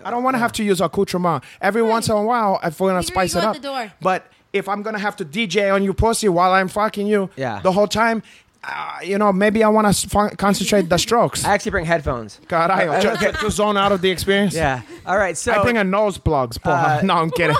toy. I don't want to have to use accoutrement every once in a while if we're gonna Here you spice go it at up the door. but if I'm gonna have to DJ on you pussy while I'm fucking you Yeah. the whole time, uh, you know, maybe I want to f- concentrate the strokes. I actually bring headphones. God, I Uh, just okay. to, to zone out of the experience. Yeah. All right. So I bring a nose plugs, Paul. Uh, no, I'm kidding.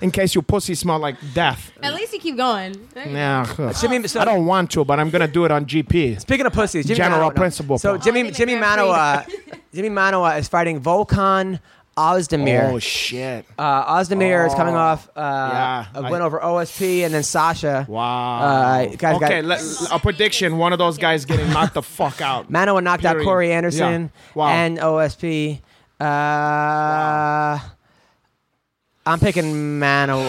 In case your pussy smell like death. At least you keep going. Yeah. Jimmy, so I don't want to, but I'm gonna do it on GP. Speaking of pussies, Jimmy General Manoa, principle, So Paul. Jimmy Oh, they Jimmy make me Manoa, Jimmy Manoa is fighting Volkan Ozdemir. Oh shit! uh, Ozdemir is coming off uh, Yeah, a I- win over OSP, and then Sasha. Wow. Uh, guys, okay, guys- let- l- a prediction: one of those guys getting knocked the fuck out. Manoa knocked out Period. Corey Anderson Yeah. Wow. and OSP. Uh, I'm picking Manoa,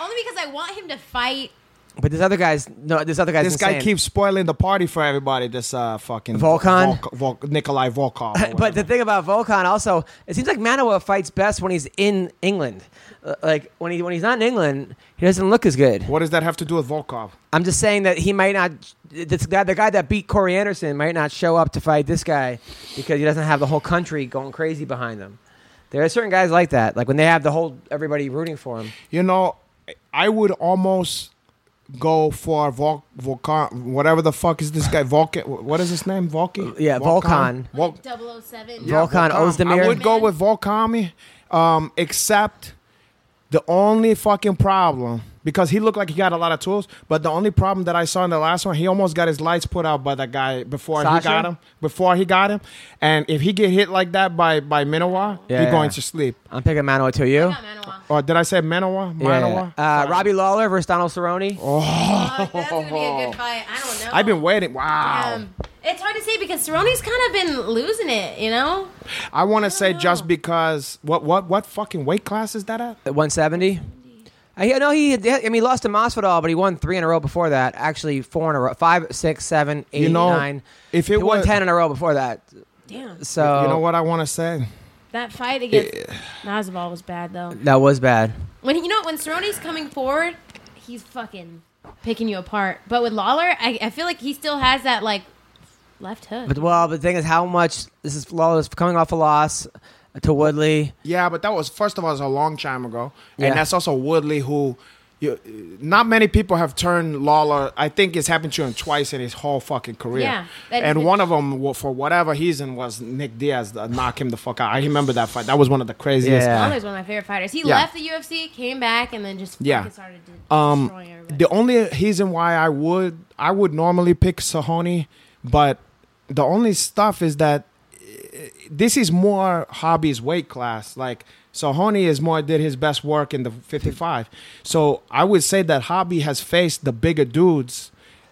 Only because I want him to fight. but this other guy's no. This other guy's this guy insane. keeps spoiling the party for everybody. This uh, fucking Volkan? Volk- Volk- Nikolai Volkov. or But whatever. the thing about Volkan also, it seems like Manoa fights best when he's in England. Uh, Like when he when he's not in England, he doesn't look as good. what does that have to do with Volkov? I'm just saying that he might not. This guy, the guy that beat Corey Anderson might not show up to fight this guy because he doesn't have the whole country going crazy behind them. There are certain guys like that, like when they have the whole everybody rooting for him. You know, I would almost go for Vol- Volkan, whatever the fuck is this guy? Volkan, what is his name? Volky? Uh, Yeah, Volkan. Vol- Double O Seven. Yeah. Volkan Ozdemir. I would go with Volkan, um, except the only fucking problem because he looked like he got a lot of tools, but the only problem that I saw in the last one, he almost got his lights put out by that guy before Sasha? he got him. Before he got him, and if he get hit like that by by Minowa, Yeah, he yeah. going to sleep. I'm picking Manoa to you. Not Manawa. Or did I say Minowa? Minowa? Uh, Robbie Lawler versus Donald Cerrone. Oh, that's gonna be a good fight. I don't know. I've been waiting. Wow. Um, it's hard to say because Cerrone's kind of been losing it, you know. I want to say know. just because what what what fucking weight class is that at? At 170. I know Uh, he. had- I mean, he lost to Masvidal, but he won three in a row before that. Actually, four in a row. Five, six, seven, eight, You know, nine. if it he won was- ten in a row before that, Damn, so you know what I want to say? that fight against Masvidal was bad though. that was bad. When you know when Cerrone's coming forward, he's fucking picking you apart. But with Lawler, I, I feel like he still has that like left hook. But well, the thing is, how much this is Lawler's coming off a loss to Woodley. Yeah, but that was first of all, it was a long time ago, Yeah. and that's also Woodley who. You, not many people have turned Lawler. I think it's happened to him twice in his whole fucking career. Yeah, that- and one of them, for whatever reason, was Nick Diaz. that knocked him the fuck out. I remember that fight. That was one of the craziest. Yeah. Lawler's one of my favorite fighters. He Yeah. left the UFC, came back, and then just fucking Yeah. started de- Um, destroying everybody. The only reason why I would I would normally pick Sahoni, but the only stuff is that eh, this is more hobby's weight class. Like Sahoni is more did his best work in the 55. So I would say that hobby has faced the bigger dudes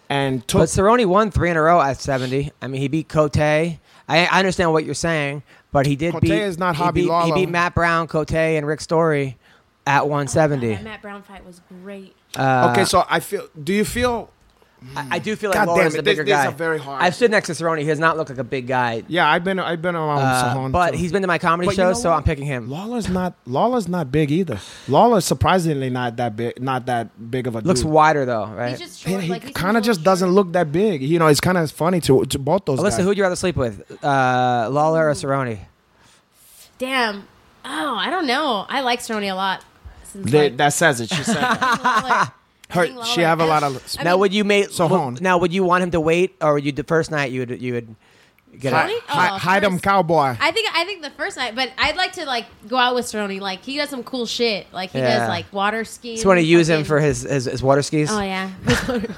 and took But Cerrone won three in a row at seventy. I mean, he beat Cote. I, I understand what you're saying, but he did Cote beat. is not he Hobby beat, he Lawler. beat Matt Brown, Cote, and Rick Story at one seventy. That Matt Brown fight was great. uh, Okay, so I feel do you feel I, I do feel like God Lawler's damn it, the bigger this- these guy. are very hard. I've stood next to Cerrone. He does not look like a big guy. yeah, I've been I've been around Uh, Sahoni. but too. he's been to my comedy But you shows, know so what? I'm picking him. Lawler's not Lawler's not big either. Lawler's surprisingly not that big not that big of a Looks dude. wider though, right? He's just He, short. like, he's kind of so just short. doesn't look that big. You know, it's kind of funny to to both those Alyssa, guys. who'd you rather sleep with, uh, Lawler or Cerrone? Damn. Oh, I don't know. I like Cerrone a lot. Since They- like, that says it. She said it. Lawler- Her- I think she have a Lawler- lot of- I now mean, would you make So would- hone. Now would you want him to wait, or would you the first night you would you would Get Hi- it. Oh, Hi- hide them, first. cowboy. I think I think the first night, but I'd like to like go out with Cerrone. Like he does some cool shit. Like he Yeah. does like water skiing. Just want to use him fucking- for his, his, his water skis. Oh yeah.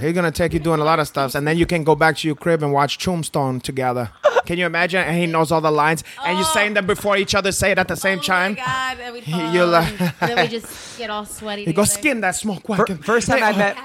He's gonna take you doing a lot of stuff, and then you can go back to your crib and watch Tombstone together. Can you imagine? And he knows all the lines, and you're saying them before each other say it at the same oh time. My God, and we'd He- fall, you're like- and then we just get all sweaty. He goes together. skin that smoke. Fir- Wagon. uh, First time I met,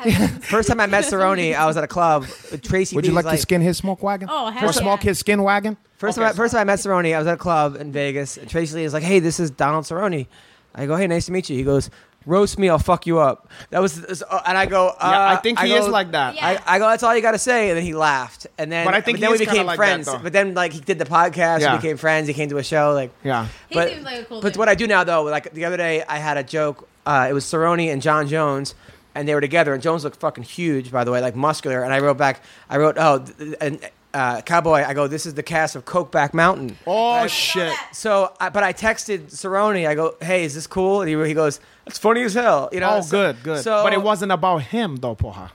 first time I met Cerrone, I was at a club. with Tracy, Would you B's like, to skin his smoke wagon? Oh, hell or smoke yeah. his skin wagon? First Okay, time, I, first time I met Cerrone, I was at a club in Vegas, and Tracy Lee is like, "Hey, this is Donald Cerrone." I go, "Hey, nice to meet you." He goes, "Roast me, I'll fuck you up." That was, is- uh, and I go, uh, Yeah, I think he go- is like that. Yeah. I, I go, "That's all you got to say," and then he laughed, and then, But I think then he we is kinda became like that, friends. though. but then, like, he did the podcast, Yeah. we became friends. He came to a show, like, Yeah. He but, seems like a cool but dude. what I do now though, like the other day, I had a joke. Uh, it was Cerrone and John Jones, and they were together. And Jones looked fucking huge, by the way, like muscular. And I wrote back, I wrote, oh, th- th- and uh, cowboy. I go, this is the cast of Cokeback Mountain. Oh shit. So, I, but I texted Cerrone. I go, hey, is this cool? And he, he goes, that's funny as hell. You know. Oh, so- good, good. So, but it wasn't about him though, Poha.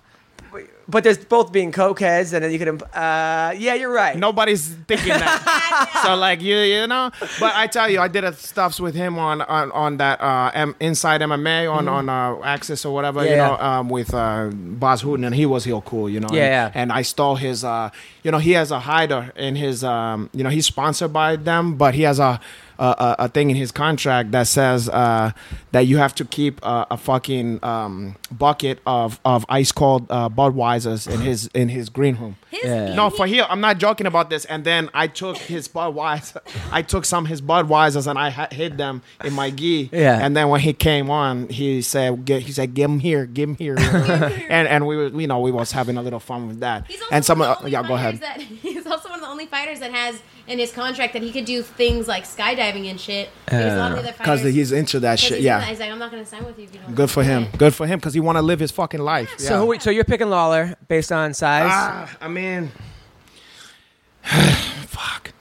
But there's both being cokeheads, and then you could. imp- Uh, yeah, you're right. Nobody's thinking that. so like you, you know. But I tell you, I did a stuffs with him on on, on that uh, M- Inside MMA on on uh, Axis or whatever, you Mm-hmm. Yeah, know, yeah. um, with uh, Boz Hooten, and he was real cool, you know. Yeah, and, yeah. and I stole his, uh, you know, he has a hider in his, um, you know, he's sponsored by them, but he has a. A, a, a thing in his contract that says uh, that you have to keep uh, a fucking um, bucket of, of ice cold uh, Budweisers in his in his green room. His, Yeah. No, for here, I'm not joking about this. And then I took his Budweiser. I took some of his Budweisers and I ha- hid them in my gi. Yeah. And then when he came on, he said, "Get," he said, "Give him here, give him here." and and we were, you know, we was having a little fun with that. He's also and some, one uh, of the only yeah, go ahead. fighters That, he's also one of the only fighters that has in his contract that he could do things like skydiving and shit. Because a lot of the other Because fighters- he's into 'cause that shit. he's Yeah. not- He's like, I'm not going to sign with you. If you don't Good for do him. it." Good for him because he want to live his fucking life. Yeah. So, who, so you're picking Lawler based on size. Ah, I mean, fuck.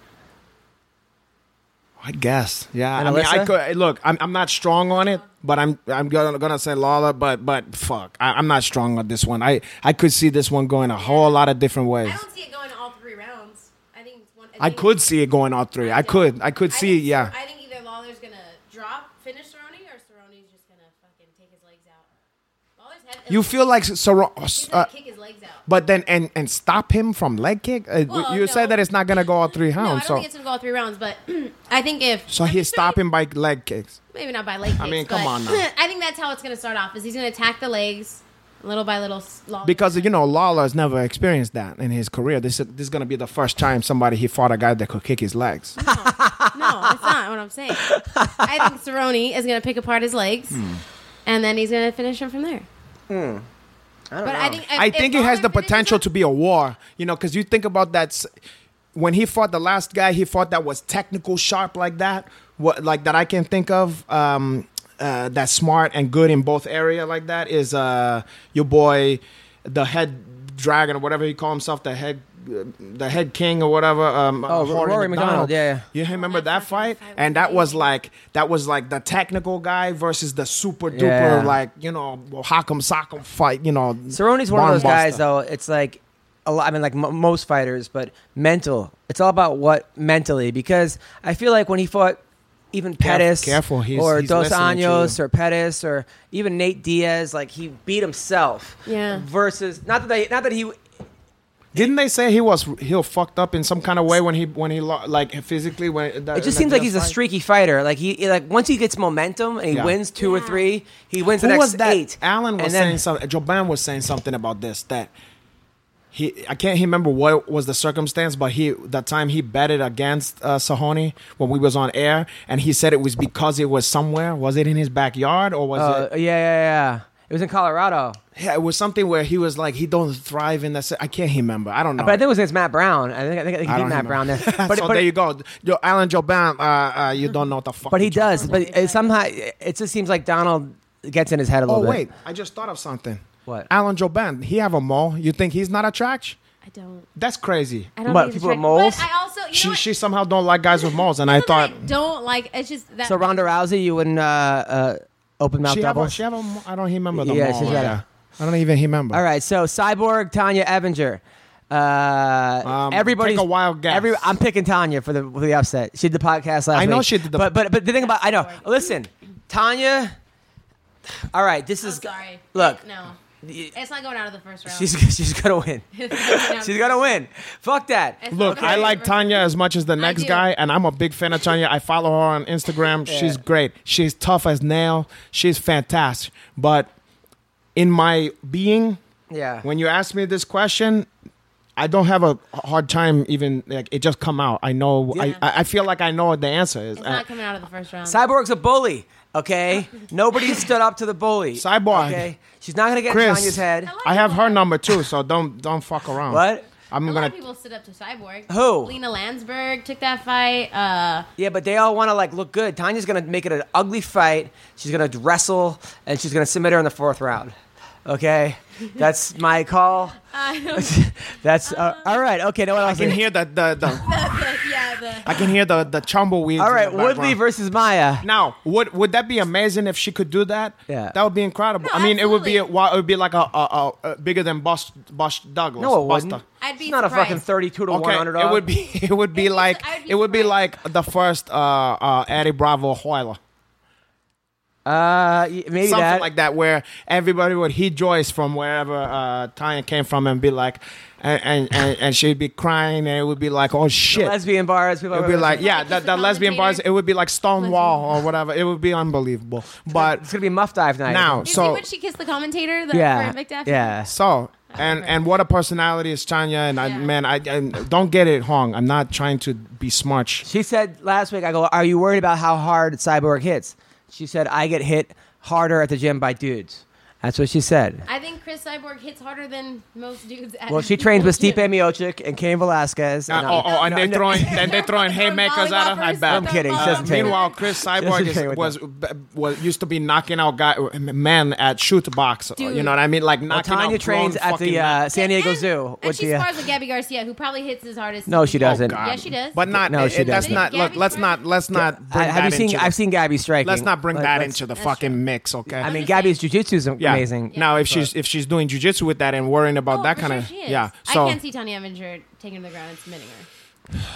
I guess, yeah. And I mean, I Alyssa? could look. I'm, I'm not strong on it, but I'm I'm gonna, gonna say Lala. But but fuck, I, I'm not strong on this one. I I could see this one going a whole lot of different ways. I don't see it going all three rounds. I think it's one. I think- could see it going all three. I could I could see it. think- Yeah. I think either Lawler's gonna drop, finish Cerrone, or Cerrone's just gonna fucking take his legs out. Lawler's head. You feel like Sor- He's gonna uh, kick his legs out. but then and and stop him from leg kick. Uh, Well, you said no. that it's not gonna go all three No, I don't rounds. think so it's gonna go all three rounds, but I think if so he's stopping by leg kicks. maybe not by leg kicks. I mean, come but on now. I think that's how it's gonna start off. Is he's gonna attack the legs, little by little. s- Lawler. Because you know Lawler's never experienced that in his career. This is, this is gonna be the first time somebody he fought a guy that could kick his legs. no, that's not what I'm saying. I think Cerrone is gonna pick apart his legs, Hmm. and then he's gonna finish him from there. Hmm. don't but I think if- I if think it has Lawler the finishes potential him- to be a war. You know, because you think about that s- when he fought the last guy, he fought that was technical, sharp like that, what like that I can think of. Um, uh, that smart and good in both area like that is uh your boy, the head dragon or whatever he call himself, the head. The head king or whatever. Um, Oh, Rory Rory McDonald, yeah, yeah. You remember that that's not fight? the fight And we that was made. like that was like the technical guy versus the super duper Yeah. like you know Hakum Sakum fight. You know, Cerrone's one of those barnbuster. guys, though. It's like a lot. I mean, like m- most fighters, but mental. It's all about what mentally. Because I feel like when he fought even Pettis, careful, he's- or he's Dos listening to Anjos, you. or Pettis, or even Nate Diaz, like he beat himself. Yeah. Versus not that they, not that he. Didn't they say he was he fucked up in some kind of way when he when he lo- like physically when that, It just seems like he's a fight? streaky fighter. Like he, like once he gets momentum and he Yeah. wins two or Yeah. three, he wins the Who next was that? eight. Alan was and then- saying something. Joban was saying something about this that he I can't remember what was the circumstance, but he that time he betted against uh, Sahoni when we was on air, and he said it was because it was somewhere. Was it in his backyard or was Uh, it? yeah, yeah, yeah. It was in Colorado, Yeah, it was something where he was like he don't thrive in that. se- I can't remember. I don't know. but I think it was against Matt Brown. I think I think, I think he Oh. I beat don't Matt remember. Brown there. But, so but- there you go, Yo, Alan Joban. Uh, uh, you don't know what the fuck. But he you're talking does. But it somehow it just seems like Donald gets in his head a Oh little bit. wait, I just thought of something. What? Alan Joban, he have a mole. You think he's not a trash? I don't. That's crazy. I don't What, think it's people with attract- moles? But I also, you know She what? she somehow don't like guys with moles, and I People that thought I don't like. It's just that. So Ronda Rousey, you wouldn't uh, uh, open mouth she have double. a, she have a mo- I don't remember the Yeah, mole. she's like got a- that. I don't even remember. All right. So Cyborg, Tanya Evinger. Uh, Um, everybody's take a wild guess. Every, I'm picking Tanya for the for the upset. She did the podcast last. I know week. she did the- But but but the thing about I know. Listen, Tanya. All right, this I'm is sorry. Look, no, it's not going out of the first round. she's she's gonna win. She's gonna win. Fuck that. Look, I like Tanya as much as the next do. guy, and I'm a big fan of Tanya. I follow her on Instagram. She's great. She's tough as nail. She's fantastic. But in my being, Yeah. when you ask me this question, I don't have a hard time even like it just come out. I know. I Yeah. I I feel like I know what the answer is. It's Uh, not coming out of the first round. Cyborg's a bully. Okay, nobody stood up to the bully. Cyborg. Okay, she's not gonna get in Chris. Tanya's head. like I have her that. number too, so don't don't fuck around. What? I'm A lot gonna of people stood up to Cyborg. Who? Lena Landsberg took that fight. Uh, Yeah, but they all want to like look good. Tanya's gonna make it an ugly fight. She's gonna wrestle and she's gonna submit her in the fourth round. Okay, that's my call. that's uh, all right. Okay, no one I else. can hear the the, the yeah, the I can hear the the chumbleweeds. all in right, the Woodley background. versus Maya. Now, would would that be amazing if she could do that? Yeah. that would be incredible. No, I mean, it would be absolutely. well, it would be like a, a, a, a bigger than Bosch Bosch Douglas. No, it Buster. wouldn't. I'd be She's not a surprised. fucking thirty-two to one Okay, underdog. it would be it would be It'd be- like I'd be it would be surprised. like the first uh, uh, Eddie Bravo Hoyler. uh, y- maybe Something that. like that, where everybody would hear Joyce from wherever uh, Tanya came from and be like, and, and, and, and she'd be crying, and it would be like, oh shit. Lesbian bars. People It would be like, yeah, Like, that, he's that a lesbian bars, commentator. it would be like Stonewall or whatever. It would be unbelievable. But it's gonna be muff dive night. now, Did you see so when she kissed the commentator? The yeah, for McDuffie? yeah. So and and what a personality is Tanya and I Yeah. man I, I don't get it Hong I'm not trying to be smart. She said last week, I go, Are you worried about how hard Cyborg hits? She said, I get hit harder at the gym by dudes. That's what she said. I think Chris Cyborg hits harder than most dudes. At Well, she trains with Stipe Miocic and Kane Velasquez. Uh, and, oh, oh, and no, they're no. throwing and they're throwing Throwing haymakers at her. I mollywoppers. bet. I'm kidding. She doesn't Uh, take it. meanwhile, Chris Cyborg doesn't take it is, was was used to be knocking out guy men at shoot box. You Dude. know what I mean? Like Well, knocking Tanya out grown trains at fucking the men. uh, San Diego and, Zoo. And with she the, uh, spars with Gabby Garcia, who probably hits his hardest. No, she Oh, doesn't. God. Yeah, she does. But not. No, it- she it- That's doesn't. not. Look, Gabby let's not. Spark- Let's not. I, Bring have you that seen? into I've the- seen Gabby striking. Let's not bring Like, that let's- into the That's fucking true. mix, okay? I mean, just Gabby's jujitsu is Yeah. amazing. Now, if she's if she's doing jujitsu with that and worrying about Oh, that for kind sure of she is. yeah, so I can't see Tanya Evinger taking her to the ground and submitting her.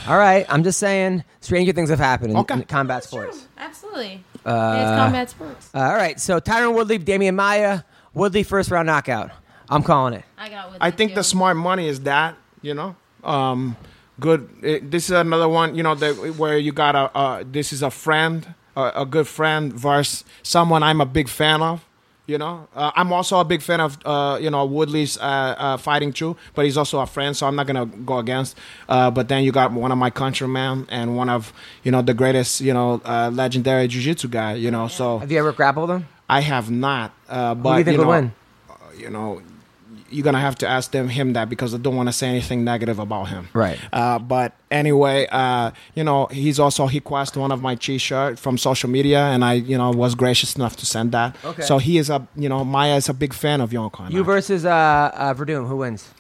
All right, I'm just saying, stranger things have happened in, Okay. in combat Sure, sports. absolutely. it's combat sports. Uh, all right, so Tyron Woodley, Damian Maya, Woodley first round knockout. I'm calling it. I got with. I it, think too. the smart money is that you know, um, good. It, this is another one you know that where you got a uh, this is a friend, a, a good friend versus someone I'm a big fan of. You know, uh, I'm also a big fan of uh, you know Woodley's uh, uh, fighting too, but he's also a friend, so I'm not gonna go against. Uh, but then you got one of my countrymen and one of you know the greatest you know uh, legendary jiu-jitsu guy. You know, so Have you ever grappled him? I have not. Uh, but Who do you think know, will win? you know you're gonna have to ask them him that because I don't want to say anything negative about him. Right. Uh, but anyway, uh, you know he's also he requested one of my t-shirt from social media, and I you know was gracious enough to send that. Okay. So he is a you know Maya is a big fan of Yonko. You versus uh, uh, Verdum. Who wins?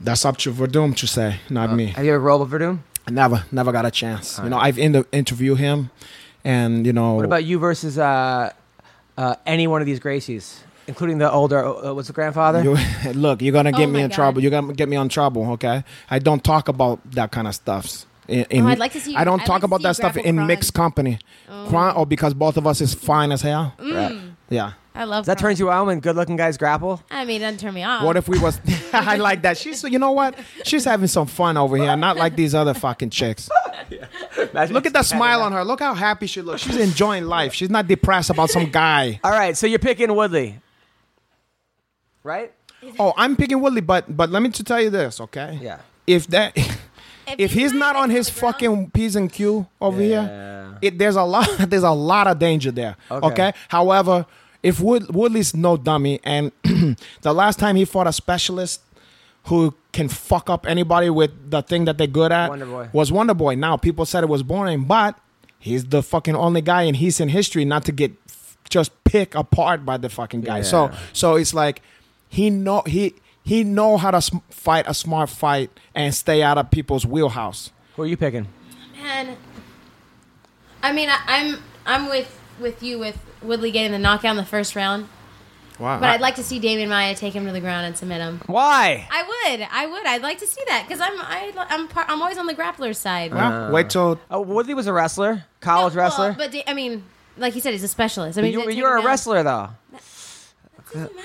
That's up to Verdum to say, not me. Have you ever rolled with Verdum? never never got a chance. You know I've in interviewed him, and you know What about you versus uh, uh, any one of these Gracies, including the older? Uh, what's the grandfather? You, look, you're gonna get Oh me my in God. trouble. You're gonna get me on trouble. Okay, I don't talk about that kind of stuff. In, in- Oh, I'd like to see you- I don't I'd like talk to about see that you stuff grapple in Kron. mixed company. Kron, oh, because both of us is fine as hell. Mm. Yeah. I love that Kron. turns you on when good-looking guys grapple. I mean, doesn't turn me off. What if we was? I like that. She's, you know what? She's having some fun over here. Not like these other fucking chicks. Look at that smile on her. Look how happy she looks. She's enjoying life. She's not depressed about some guy. All right, so you're picking Woodley, right? Oh, I'm picking Woodley, but but let me to tell you this, okay? Yeah. If that, if, you guys he's not are on on his the ground- fucking p's and q over here, it, there's a lot there's a lot of danger there. Okay. Okay. However, if Wood, Woodley's no dummy, and the last time he fought a specialist who can fuck up anybody with the thing that they're good at Wonder Boy. was Wonder Boy. Now people said it was boring, but he's the fucking only guy in he's in history not to get f- just pick apart by the fucking guy. So Yeah. so it's like he know he he know how to sm- fight a smart fight and stay out of people's wheelhouse. Who are you picking? Man, I mean, I, I'm I'm with with you with Woodley getting the knockout in the first round. Wow. But I'd like to see Damien Maya take him to the ground and submit him. Why? I would, I would, I'd like to see that because I'm, I, I'm, par- I'm always on the grappler's side. Well, wait till Uh, Woodley was a wrestler, college Well, wrestler. but Da- I mean, like he said, he's a specialist. I mean, you, take you're him a down. wrestler though.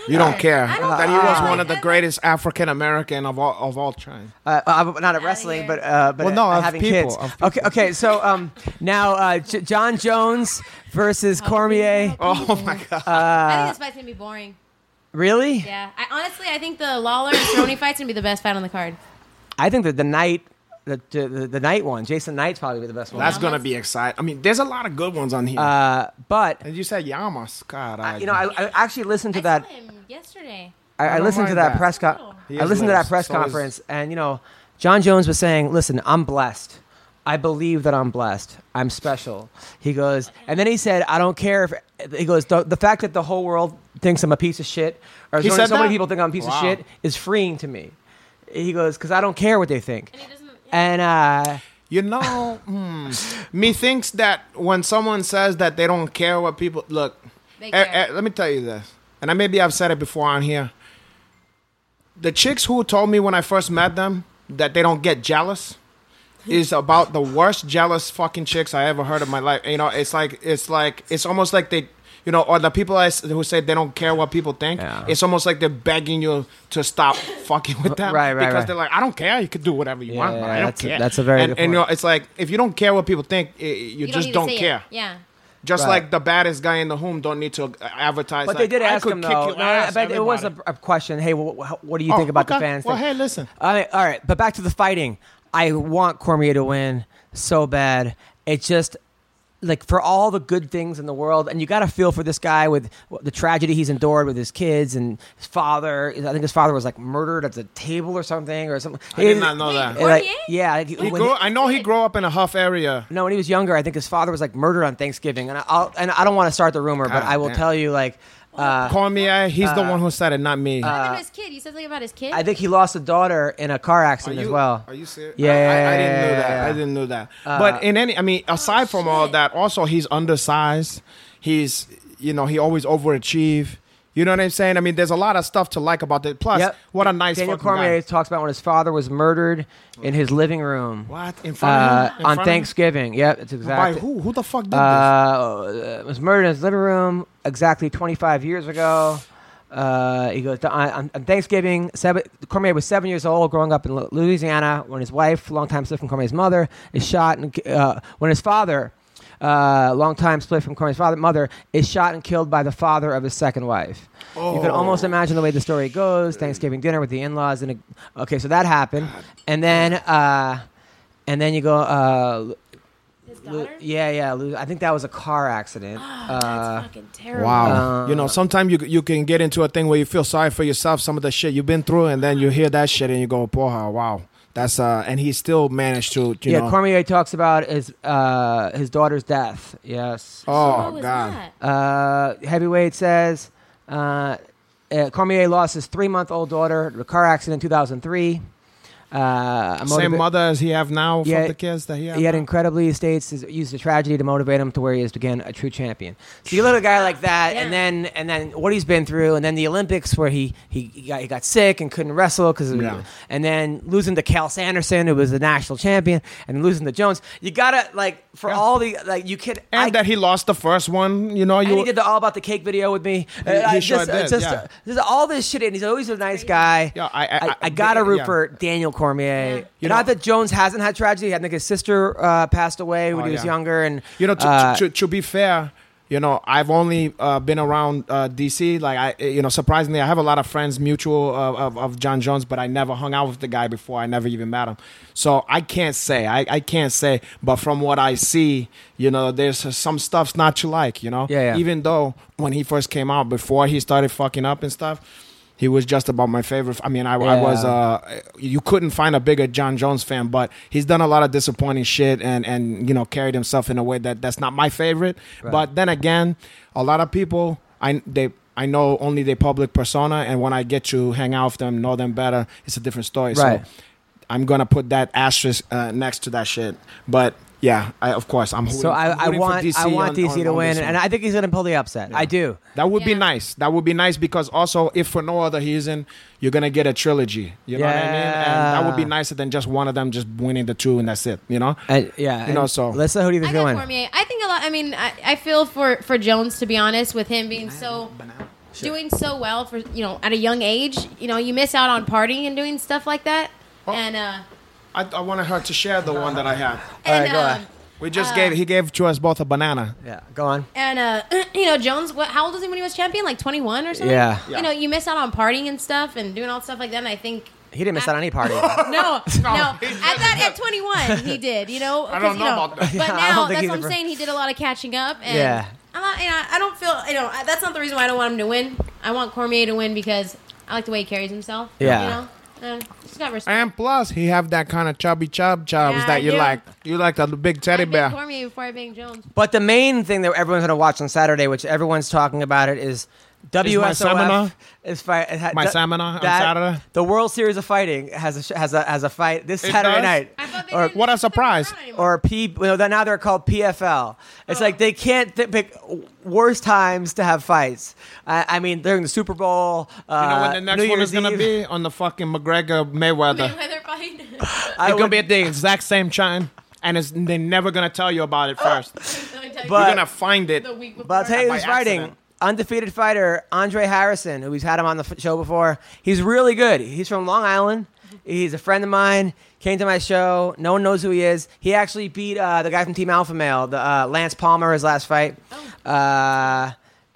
you don't care. I don't That he was care. one of the Like, greatest African American of all of all time. Uh, uh, not at wrestling, here. but uh, but Well, no, at- at of having people, kids. of people. Okay, okay. So um, now uh, J- John Jones versus Cormier. Oh my god. I think this fight's gonna be boring. Really? Yeah, I honestly, I think the Lawler and Cerrone fight's gonna be the best fight on the card. I think that the night, the, the the the night one, Jason Knight's probably the best one. That's gonna be exciting. I mean, there's a lot of good ones on here. but and you said Yamas, God, I, you know, Uh, I, I actually listened to I that. saw him yesterday. I, I don't listened to mind that, that. press con- He I is listened to nice. that press So is- conference, and you know, John Jones was saying, "Listen, I'm blessed. I believe that I'm blessed. I'm special." He goes, and then he said, "I don't care if." He goes, "The, the fact that the whole world thinks I'm a piece of shit, or He so, said so many that? people think I'm a piece Wow. of shit, is freeing to me." He goes, "Because I don't care what they think." And he doesn't. yeah. And uh, you know, hmm, methinks that when someone says that they don't care what people look, They eh, care. eh, let me tell you this, and I maybe I've said it before on here. The chicks who told me when I first met them that they don't get jealous Hmm. is about the worst jealous fucking chicks I ever heard in my life. You know, it's like it's like it's almost like they, you know, or the people I s- who say they don't care what people think. Yeah. It's almost like they're begging you to stop fucking with them, Right, right, Because right. they're like, I don't care. You could do whatever you want, but I Yeah, don't that's a- care. that's a very and, good and you point. know, it's like if you don't care what people think, i- i you, You just need to don't, say it. care. Yeah. Just Right. like the baddest guy in the room don't need to uh, advertise. but like, they did "I ask could him kick though. your No, ass, but it was a, everybody." a question. Hey, wh- wh- what do you Oh, think about the okay. fans? Well, thing? hey, listen. I mean, all right, but back to the fighting. I want Cormier to win so bad. It just like for all the good things in the world, and you got to feel for this guy with the tragedy he's endured with his kids and his father. I think his father was like murdered at the table or something or something. I did not know Wait, that. what? Like, Cormier? yeah, like, He when grew, I know he grew up in a huff area. no, when he was younger, I think his father was like murdered on Thanksgiving, and I'll and I don't want to start the rumor, but God I will damn. tell you, like, uh, Cormier, he's the one who said it, not me. What happened to his kid? You said something about his kid. I think he lost a daughter in a car Are accident you, as well. Are you serious? Yeah, I, yeah, I, I didn't yeah, know yeah, that. yeah. Uh, I didn't know that. but in any, I mean, aside from all shit. that, also he's undersized. He's, you know, he always overachieve. You know what I'm saying? I mean, there's a lot of stuff to like about it. Plus, Yep. what a nice Daniel fucking guy. Cormier talks about when his father was murdered in his living room. What in Uh, front of him? on In front of him? Thanksgiving. Yep, it's By exactly. who? Who the fuck did Uh, was murdered in his living room exactly 25 years ago. Uh, he goes on, on on Thanksgiving. Seven, Cormier was seven years old, growing up in Lu- Louisiana, when his wife, longtime split from Cormier's mother, is shot, and uh, when his father, uh, longtime split from Cormier's father mother, is shot and killed by the father of his second wife. You can almost imagine the way the story goes. Thanksgiving dinner with the in-laws, and a, okay, so that happened, and then uh, and then you go. Uh, his Lu- daughter. Oh, yeah, yeah. Lu- I think that was a car accident. Uh, That's fucking this? terrible. Wow. you know, sometimes you you can get into a thing where you feel sorry for yourself, some of the shit you've been through, and then you hear that shit and you go, "Poha, wow." That's uh, and he still managed to, you yeah, know. Cormier talks about his uh, his daughter's death. Yes. oh was God. that? Uh, heavyweight says uh, uh, Cormier lost his three month old daughter to a car accident in 2003. Uh, a Same motiva- mother as he have now Yeah, from the kids that he had. He had now? incredibly states his, used the tragedy to motivate him to where he is again a true champion. So you look at a guy like that, and Yeah. then and then what he's been through, and then the Olympics where he he he got, he got sick and couldn't wrestle because, Yeah. and then losing to Cal Sanderson, who was the national champion, and losing to Jones. You gotta like for all the like you can and I- that he lost the first one. You know, and you he did the all about the cake video with me. He- Uh, he I sure just, did, uh, just, yeah. uh, just all this shit, and he's always a nice guy. Yeah, I- I- I- gotta root yeah. for Daniel Cormier. You Not know- that Jones hasn't had tragedy. I think his sister uh, passed away when Oh, he was yeah. younger, and you know to, uh, to, to, to be fair. You know, I've only uh, been around uh, DC. Like I, you know, surprisingly, I have a lot of friends mutual of, of, of John Jones, but I never hung out with the guy before. I never even met him, so I can't say. I, I can't say. But from what I see, you know, there's some stuff's not to like. You know, Yeah, yeah. Even though when he first came out, before he started fucking up and stuff, he was just about my favorite. I mean, I, I Yeah. was. Uh, uh, you couldn't find a bigger John Jones fan, but he's done a lot of disappointing shit and and you know carried himself in a way that that's not my favorite. But then again, a lot of people I they I know only their public persona, and when I get to hang out with them, know them better, it's a different story. Right. So I'm gonna put that asterisk uh, next to that shit, but. Yeah, I, of course. I'm hooting, So I, I hooting for want I want on- DC on- to on win, this and one. I think he's going to pull the upset. I do. That would be Yeah. nice. That would be nice because also, if for no other reason, you're gonna get a trilogy. You know what I mean? And that would be Yeah. nicer than just one of them just winning the two and that's it. You know? And, yeah, You know, and so- Lissa, who do you I think got going? Cormier. I think a lot. I mean, I, I feel for for Jones to be honest with him being so doing so well for you know at a young age. You know, you miss out on partying and doing stuff like that. And uh, I, I wanted her to share the one that I had. and right, go uh, on. We just gave he gave to us both a banana. Yeah, go on. and uh, you know Jones. What? How old was he when he was champion? Like twenty one or something. Yeah. You know, you miss out on partying and stuff and doing all stuff like that. And I think. He didn't miss out on any party. No, no. At that, at 21, he did. You know, I don't know about that. But Yeah, I now, don't think that's he's what a I'm pro- saying. He did a lot of catching up, and Yeah. I'm not, you know, I don't feel. You know, I- that's not the reason why I don't want him to win. I want Cormier to win because I like the way he carries himself. Yeah. you know, and he's got respect. And plus, he have that kind of chubby chub chubs Yeah, I that you do. like. You like the big teddy I bear. banged Cormier before I banged Jones. But the main thing that everyone's going to watch on Saturday, which everyone's talking about it, is seminar- WSOF is fight. it ha- my th- seminar on that- Saturday? The World Series of Fighting has a sh- has a has a fight this It Saturday does? night. I thought they Or didn't- what a they weren't surprise. around anymore. Or P, you know, that now they're called PFL. It's like they can't th- pick worse times to have fights. I, I mean, during the Super Bowl, uh, you know when the next New one Year's is gonna Eve. be on the fucking McGregor Mayweather. Mayweather fight. I It's gonna would- be at the exact same time, and it's they're never gonna tell you about it first. Let me tell you, But- You're gonna find it. the week before. But I'll tell you By who's fighting. accident. Undefeated fighter Andre Harrison, who we've had him on the f- show before. He's really good. He's from Long Island. He's a friend of mine. Came to my show. No one knows who he is. He actually beat uh, the guy from Team Alpha Male, the uh, Lance Palmer, his last fight. Uh,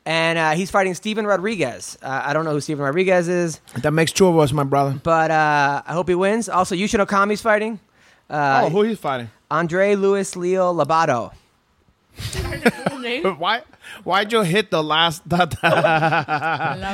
and uh, he's fighting Steven Rodriguez. Uh, I don't know who Steven Rodriguez is, That makes two of us, my brother. but uh, I hope he wins. Also, Yushin Okami's fighting. oh, who he's fighting? Andre Luis Leo Labato. Why? Why'd you hit the last? The,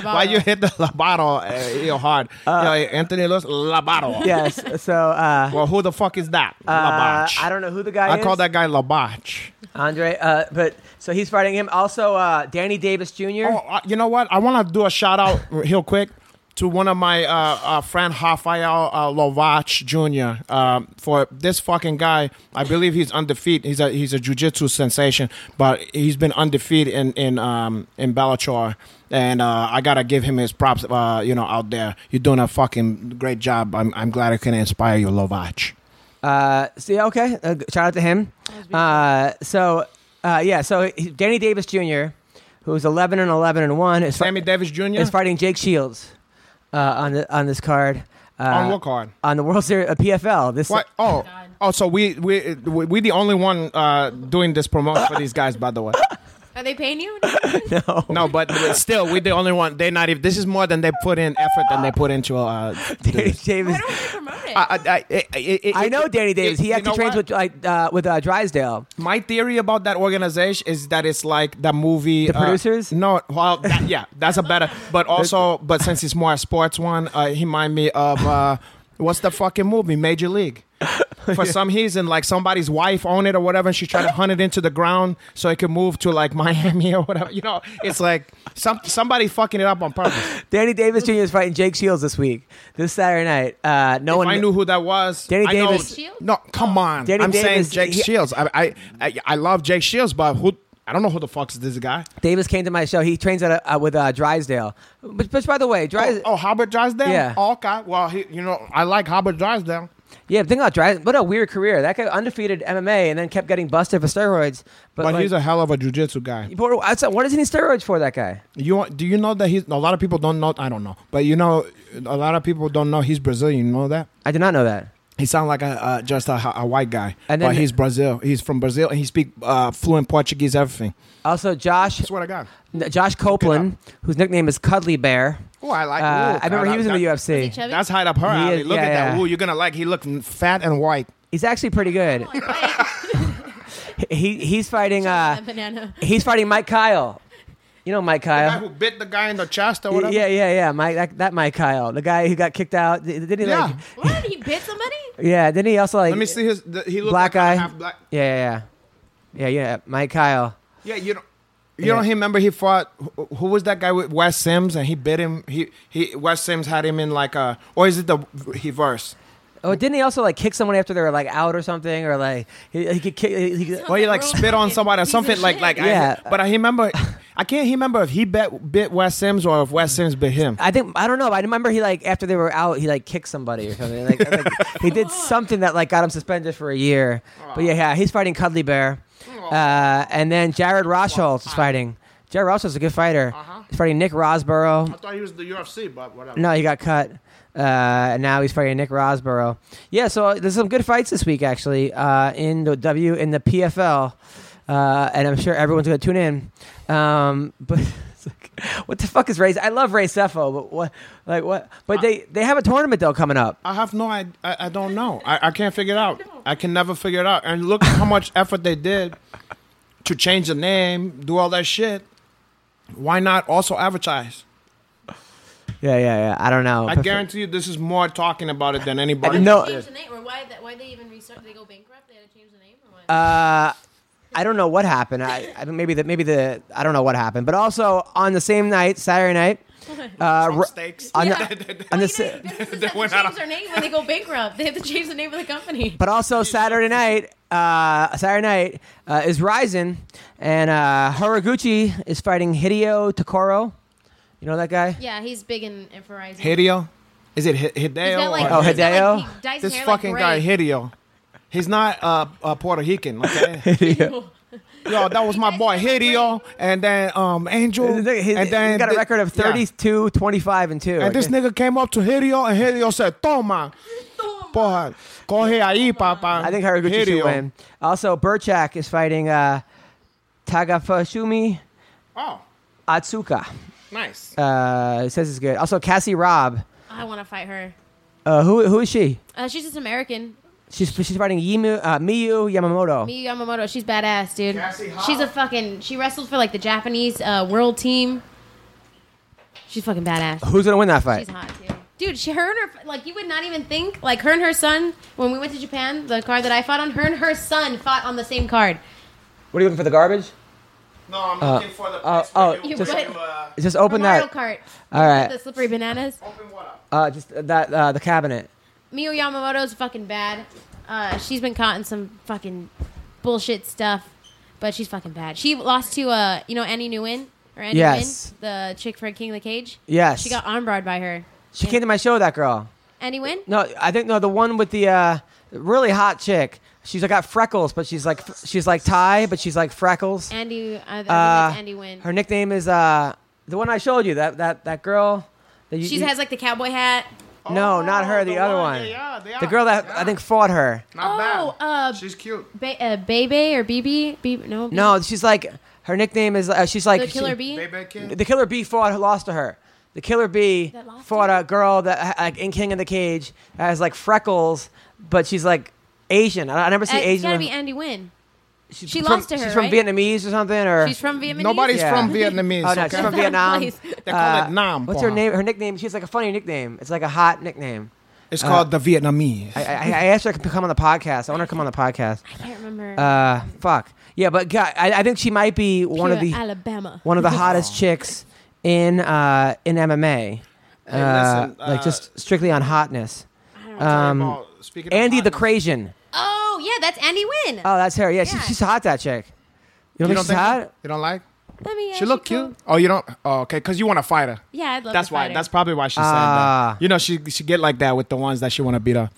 why you hit the labato uh, real hard? Yo, Anthony Lewis labato. Yes. So uh, Well, who the fuck is that? uh, Labach. I don't know who the guy I is. call that guy labach. Andre, uh, but so he's fighting him. Also, uh, Danny Davis Jr. Oh, uh, you know what? I want to do a shout out real quick to one of my uh, uh, friend Rafael uh, Lovach Jr. Um, for this fucking guy, I believe he's undefeated. He's a he's a jujitsu sensation, but he's been undefeated in in um, in Bellator. And uh, I gotta give him his props. Uh, you know, out there, you're doing a fucking great job. I'm I'm glad I can inspire you, Lovach. Uh, see, okay, uh, g- shout out to him. Uh, so, uh, yeah, so he- Danny Davis Jr., who's eleven and eleven and one, is, fi- Sammy Davis Jr. is fighting Jake Shields uh, on the on this card. Uh, on what card? On the World Series, uh, PFL. This What? Oh, oh. So we we we we the only one uh, doing this promotion for these guys, by the way. Are they paying you? No, but we- still, we're the only one. They're not even. This is more than they put in effort than they put into. Uh, Danny this. Davis. Why don't they promote it? I, I, I, I- I- I know Danny Davis. You He know actually trains what? with like uh, with uh, Drysdale. My theory about that organization is that it's like the movie. The producers? No, well, that, yeah, that's a better. But also, but since it's more a sports one, uh, he remind me of uh, what's the fucking movie Major League. For some reason, like somebody's wife owned it or whatever, and she tried to hunt it into the ground so it could move to like Miami or whatever. You know, it's like some somebody fucking it up on purpose. Danny Davis Jr. is fighting Jake Shields this week, this Saturday night. Uh, no one If I knew who that was. Danny I Davis- Oh. Know, Shields? no, come on. Danny I'm Davis, saying Jake he- Shields. I, I I I love Jake Shields, but who? I don't know who the fuck is this guy. Davis came to my show. He trains at a, uh, with uh, Drysdale. Which, which, by the way, Oh, Drysdale. oh Howard Drysdale. Yeah. Oh, okay. Well, he, you know, I like Howard Drysdale. Yeah, think about Drysdale. What a weird career. That guy undefeated MMA and then kept getting busted for steroids. But, But like, he's a hell of a jujitsu guy. But what's- what does he need steroids for? That guy. You want- do you know that he's a lot of people don't know. I don't know, but you know, a lot of people don't know he's Brazilian. You know that I did not know that. he sounds like a uh, just a, a white guy, And but then- he's Brazil. He's from Brazil and he speak uh, fluent Portuguese. Everything. Also, Josh That's what I got. Josh Copeland, whose nickname is Cuddly Bear. Oh, I like. Uh, ooh, I remember he was in the that- UFC. Chubby? That's high up her He alley. is- Look yeah, at that. yeah. Ooh, you're gonna like. He looked fat and white. He's actually pretty good. he he's fighting. Uh, banana. he's fighting Mike Kyle. You know Mike The guy Kyle. who bit the guy in the chest or Yeah, whatever. Uh, yeah, yeah. Mike that, that Mike Kyle, the guy who got kicked out. Did did he like? Yeah. What? He bit somebody? Yeah. Didn't he also like? Let me see his. The, he looked black like guy. a half black. Yeah, yeah, yeah, yeah, yeah. Mike Kyle. Yeah, you don't. You Yeah. don't remember he fought who, who was that guy with Wes Sims and he bit him. He he Wes Sims had him in like a or is it the reverse? Oh, didn't he also like kick someone after they were like out or something, or like he, he could kick? He, he- Or he like spit on somebody or something like like Yeah. I, but I remember I can't remember if he bet, bit Wes Sims or if Wes Sims bit him. I think I don't know. but I remember he like after they were out, he like kicked somebody or something. Like, I think he did something that like got him suspended for a year. But yeah, yeah, he's fighting Cuddly Bear, uh, and then Jared Rosholz is fighting. Jared Rosholz is a good fighter. Uh-huh. He's fighting Nick Rosborough. thought he was the UFC, but whatever. No, he got cut. Uh, and now he's fighting Nick Rosborough. Yeah, so uh, there's some good fights this week actually uh, in the W in the PFL, uh, and I'm sure everyone's going to tune in. Um, but it's like, what the fuck is Ray? I love Ray Seffo, but what? Like what? But Uh, they they have a tournament though coming up. I have no I I, I don't know. I, I can't figure it out. I can never figure it out. And look how much effort they did to change the name, do all that shit. Why not also advertise? Yeah, yeah, yeah. I don't know. I guarantee you this is more talking about it than anybody. No. Change the name, or why? That, why they even restart? They go bankrupt. They had to change the name, or what? Uh, Uh, I don't know what happened. I, I don't- maybe the maybe the I don't know what happened. But also on the same night, Saturday night, uh, Ro- Stakes. on Yeah. the on the. sa- businesses have to went change out of- their name when they go bankrupt. They have to change the name of the company. But also Saturday night, uh, Saturday night uh, is Rising, and uh, Horaguchi is fighting Hideo Takoro. You know that guy? Yeah, he's big in, in Verizon. Hideo? Is it Hi- Hideo? like, or- Oh, he's got, like, Hideo? he dyes his this hair fucking like guy gray. Hideo. He's not uh, uh Puerto Rican. Okay? Yo, that was my boy Hideo, and then um Angel, He's and then he's got a thi- record of yeah. 32, 25, and 2. And this nigga came up to Hideo, and Hideo said, "Toma, porra, coge ahí, papa." I think Haraguchi should Hideo. win. Also, Burchak is fighting uh, Tagafashumi Oh, Atsuka. nice. Uh, it says it's good. Also, Cassie Robb. Oh, I want to fight her. Uh, who, who is she? Uh, she's just American. She's, she's fighting Yimu, uh, Miyu Yamamoto. Miyu Yamamoto. She's badass, dude. Cassie Hobbs. She's a fucking. She wrestled for like the Japanese uh, world team. She's fucking badass. Who's going to win that fight? She's hot too. Dude, she her and her like you would not even think like her and her son when we went to Japan the card that I fought on her and her son fought on the same card. What are you looking for, the garbage? No, I'm looking for the uh, place where oh, you just- win, uh, Just open Or Mario that. Kart. All right. The slippery bananas. Uh, just that uh, the cabinet. Miyu Yamamoto's fucking bad. Uh, she's been caught in some fucking bullshit stuff, but she's fucking bad. She lost to uh, you know, Annie Nguyen or Annie Yes. Nguyen, the chick for King of the Cage. Yes. She got armbarred by her. She came to my show. That girl. Annie Nguyen? No, I think no. The one with the uh, really hot chick. She's like, got freckles, but she's like she's like Thai, but she's like freckles. Andy, uh, I think Uh, it's Andy Nguyen. Her nickname is uh, the one I showed you. That that that girl. That you, she you- has like the cowboy hat. Oh, no, not her. The, other one. the girl that I think fought her. Not Oh, bad. uh, She's cute. Ba- uh, Bebe or BB? BB no, No, she's like her nickname is uh, she's like the Killer she- Bee. Baby kid. The killer bee fought lost to her. The killer bee That lost fought to her? a girl that like in King in the Cage that has like freckles, but she's like Asian. I, I never see Uh, it's Asian. gotta be Andy Nguyen. She's she from- lost to her, She's from right? Vietnamese or something, or She's from Vietnamese. Nobody's Uh, Yeah. from Vietnamese. oh no, okay? she's from That's out of Vietnam. place. They call it Nam. What's her porra. name? Her nickname. She has like a funny nickname. It's like a hot nickname. It's called the Vietnamese. Uh, I, I, I asked her to come on the podcast. I want her to come on the podcast. I can't remember. Uh, fuck yeah, but God, I, I think she might be one Pure of the Alabama. one of the hottest chicks in uh, in MMA. Uh, listen, like uh, just strictly on hotness. Well, speaking of um, Andy the hotness, Crazian. Oh yeah, that's Andy Nguyen. Oh, that's her. Yeah, She's, Yeah. she's hot. That chick. You don't think You don't she's think hot? you don't like? Let me, uh, She look cool. cute. Oh, you don't? Oh, okay, because you want to fight her. Yeah, I'd love. That's to why. fight her. That's probably why she said Ah. that. You know, she she get like that with the ones that she want to beat up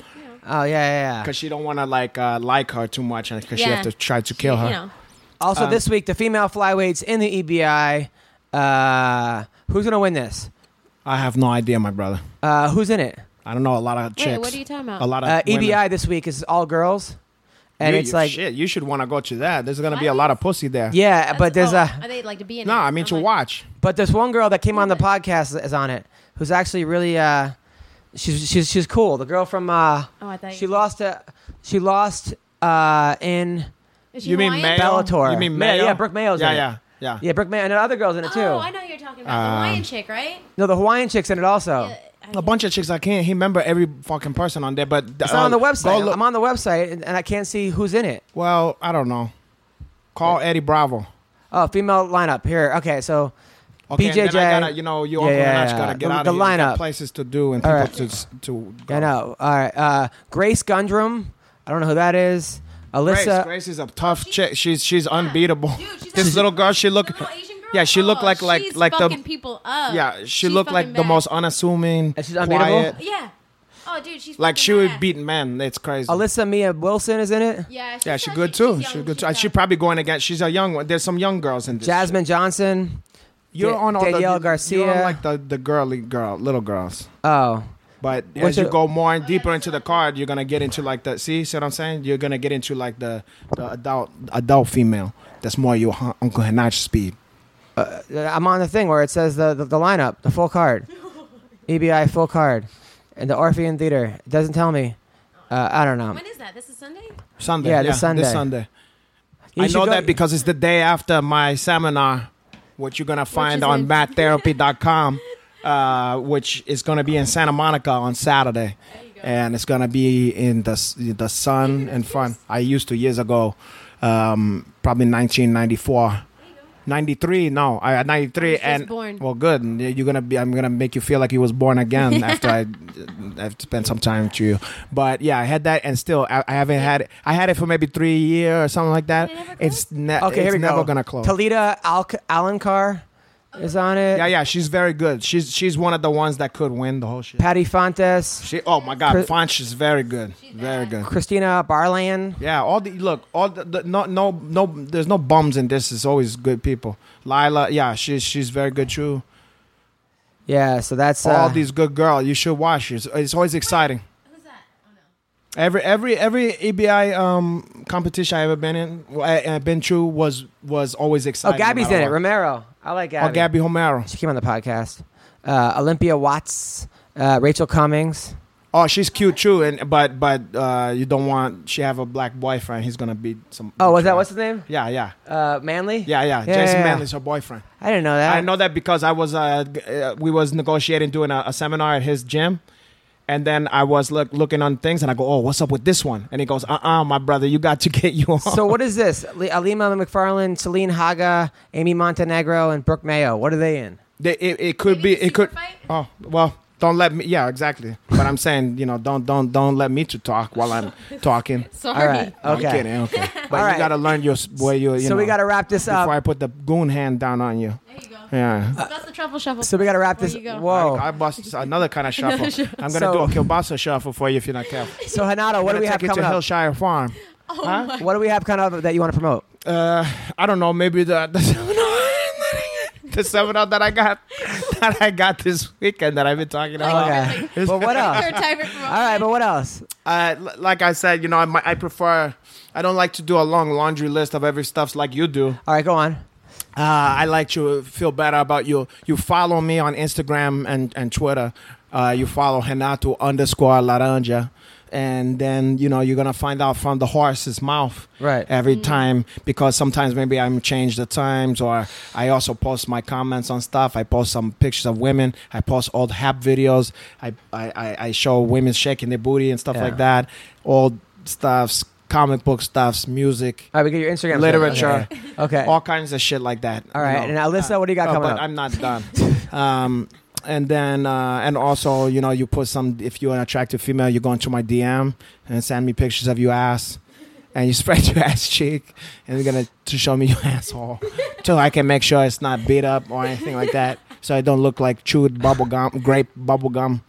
Oh yeah, yeah. yeah. because she don't want to like uh, like her too much and because she Yeah. have to try to kill her. You know, Also, this um, week the female flyweights in the EBI. Uh, who's gonna win this? I have no idea, my brother. Uh, who's in it? I don't know a lot of chicks. what are you talking about? A lot of Uh, women. EBI this week is all girls, and You- it's you- like shit. You should want to go to that. There's gonna be I a lot of pussy there. yeah, that's- but there's oh, a Are they like to be in? No, it? I mean I'm to like, watch. but there's one girl that came on the podcast is on it who's actually really uh, she's she's she's cool. The girl from uh, Oh, I thought she you- lost to she lost uh in Is she You mean Hawaiian? Mayo? Bellator. You mean Ma- Mayo? yeah, Brooke Mayo's Yeah, in it. yeah, yeah, yeah Brooke May and the other girls in it too. Oh, I know who you're talking about Uh, the Hawaiian chick, right? No, the Hawaiian chicks in it also. Uh, I- A bunch of chicks. I can't remember every fucking person on there, but uh, It's not on the website. I'm on the website and, and I can't see who's in it. well, I don't know. Call Eddie Bravo. Oh, female lineup here. Okay, so Okay, and BJJ. Then I gotta, you know, you Yeah, Uncle yeah, Nash yeah. gotta get The- out the of here. You got lineup. places to do and All people right. to s- to go. I know. All right. Uh, Grace Gundrum. I don't know who that is. Alyssa. Grace, Grace is a tough chick. She's she's unbeatable. Dude, she's this like- little girl, she look, Little Asian girl? yeah, she looked Oh, like like she's like fucking the people up. yeah, she She's looked like fucking the bad. most unassuming, And she's unbeatable? quiet. Yeah. Oh, dude, she's Like fucking she would bad. beat men. It's crazy. Alyssa Mia Wilson is in it. Yeah, she's yeah, she actually- good too. She's She young, good she's too. And she young. probably going against. She's a young one. There's some young girls in this. Jasmine Johnson. you're Da- on all Danielle the, Garcia. You're on like the the girly girl, little girls. Oh, But What's as you it- go more and deeper into the card, you're gonna get into like the see, see what I'm saying? You're gonna get into like the, the adult adult female. That's more your hun- Uncle Hanach speed. uh, I'm on the thing where it says the the, the lineup, the full card, EBI full card, and the Orpheon Theater. It doesn't tell me. Uh, I don't know. When is that? This is Sunday. Sunday, Yeah, yeah, this Sunday. This Sunday. You I should know go- that because it's the day after my seminar, which you're gonna find is on in- matttherapy.com, uh, which is gonna be in Santa Monica on Saturday, and it's gonna be in the s- the sun and fun. I used to years ago, um, probably 1994. 93 no i at 93 was and born. well good and you're gonna be i'm gonna make you feel like you was born again after i i've spent some time with you but yeah i had that and still i, I haven't had it i had it for maybe three years or something like that Did it ever it's ne- Okay, it's here we never go. gonna close Talita Al- Alencar is on it. yeah yeah she's very good she's she's one of the ones that could win the whole shit Patty Fontes, she oh my god Chris- Fonch is very good very good Christina Barlan. yeah all the look all the, the no no no there's no bums in this it's always good people lila yeah she's she's very good too Yeah, so that's uh, all these good girls. You should watch. It's, it's always exciting. Who's that? Oh no. Every every every EBI um, competition I ever been in, well, I, I've been to was was always Oh, exciting. Gabby's in no it. matter what. Romero. I like Gabby. Oh, Gabby Homero. She came on the podcast. Uh, Olympia Watts, uh, Rachel Cummings. Oh, she's cute too, and but but uh, you don't want. She have a black boyfriend. He's gonna be some. Oh, was that what's his name? Yeah, yeah, Uh, Manley. yeah, yeah. Yeah, Jason yeah, yeah. Manley's her boyfriend. I didn't know that. I know that because I was uh, g- uh we was negotiating doing a, a seminar at his gym, and then I was look, looking on things, and I go, oh, what's up with this one? And he goes, uh, uh my brother, you got to get you on. So what is this? Le- Alima McFarland, Celine Haga, Amy Montenegro, and Brooke Mayo. What are they in? They, it, it could Maybe be a it could secret oh well don't let me yeah exactly but i'm saying you know don't don't don't let me to talk while i'm talking Sorry. All right. I'm Okay. kidding, okay but right. you gotta learn your s- where you you so we know, got to wrap this before up. i put the goon hand down on you There you go. yeah That's the truffle shuffle. so we got to wrap There this. you go. Whoa. I, I bust another kind of shuffle i'm gonna So- do a kielbasa shuffle for you if you're not careful So Hanada, what do Gonna we have take you coming to up? hillshire farm Oh Huh? my. What do we have kind of that you want to promote? uh i don't know maybe the, the seminar the seminar that i got that i got this weekend that i've been talking about Okay. but what else? Third time it- All right, but what else? uh, l- like I said, you know, I, mi- I prefer. I don't like to do a long laundry list of every stuffs like you do. All right, go on. Uh, I like to feel better about you. You follow me on Instagram and and Twitter. Uh, you follow Henato underscore Laranja, and then you know you're gonna find out from the horse's mouth Right. every time because sometimes maybe I'm change the times or I also post my comments on stuff. I post some pictures of women. I post old hap videos. I I, I, I show women shaking their booty and stuff Yeah. like that. Old stuffs, comic book stuffs, All music, right, we get your Instagram. literature, Okay. Okay. all kinds of shit like that. All right, and Alyssa, what do you got no, coming but up? I'm not done. um, and then uh, and also, you know, you put some. If you're an attractive female, you go into my DM and send me pictures of your ass, and you spread your ass cheek, and you're gonna to show me your asshole, so I can make sure it's not beat up or anything like that, so I don't look like chewed bubble gum, grape bubble gum.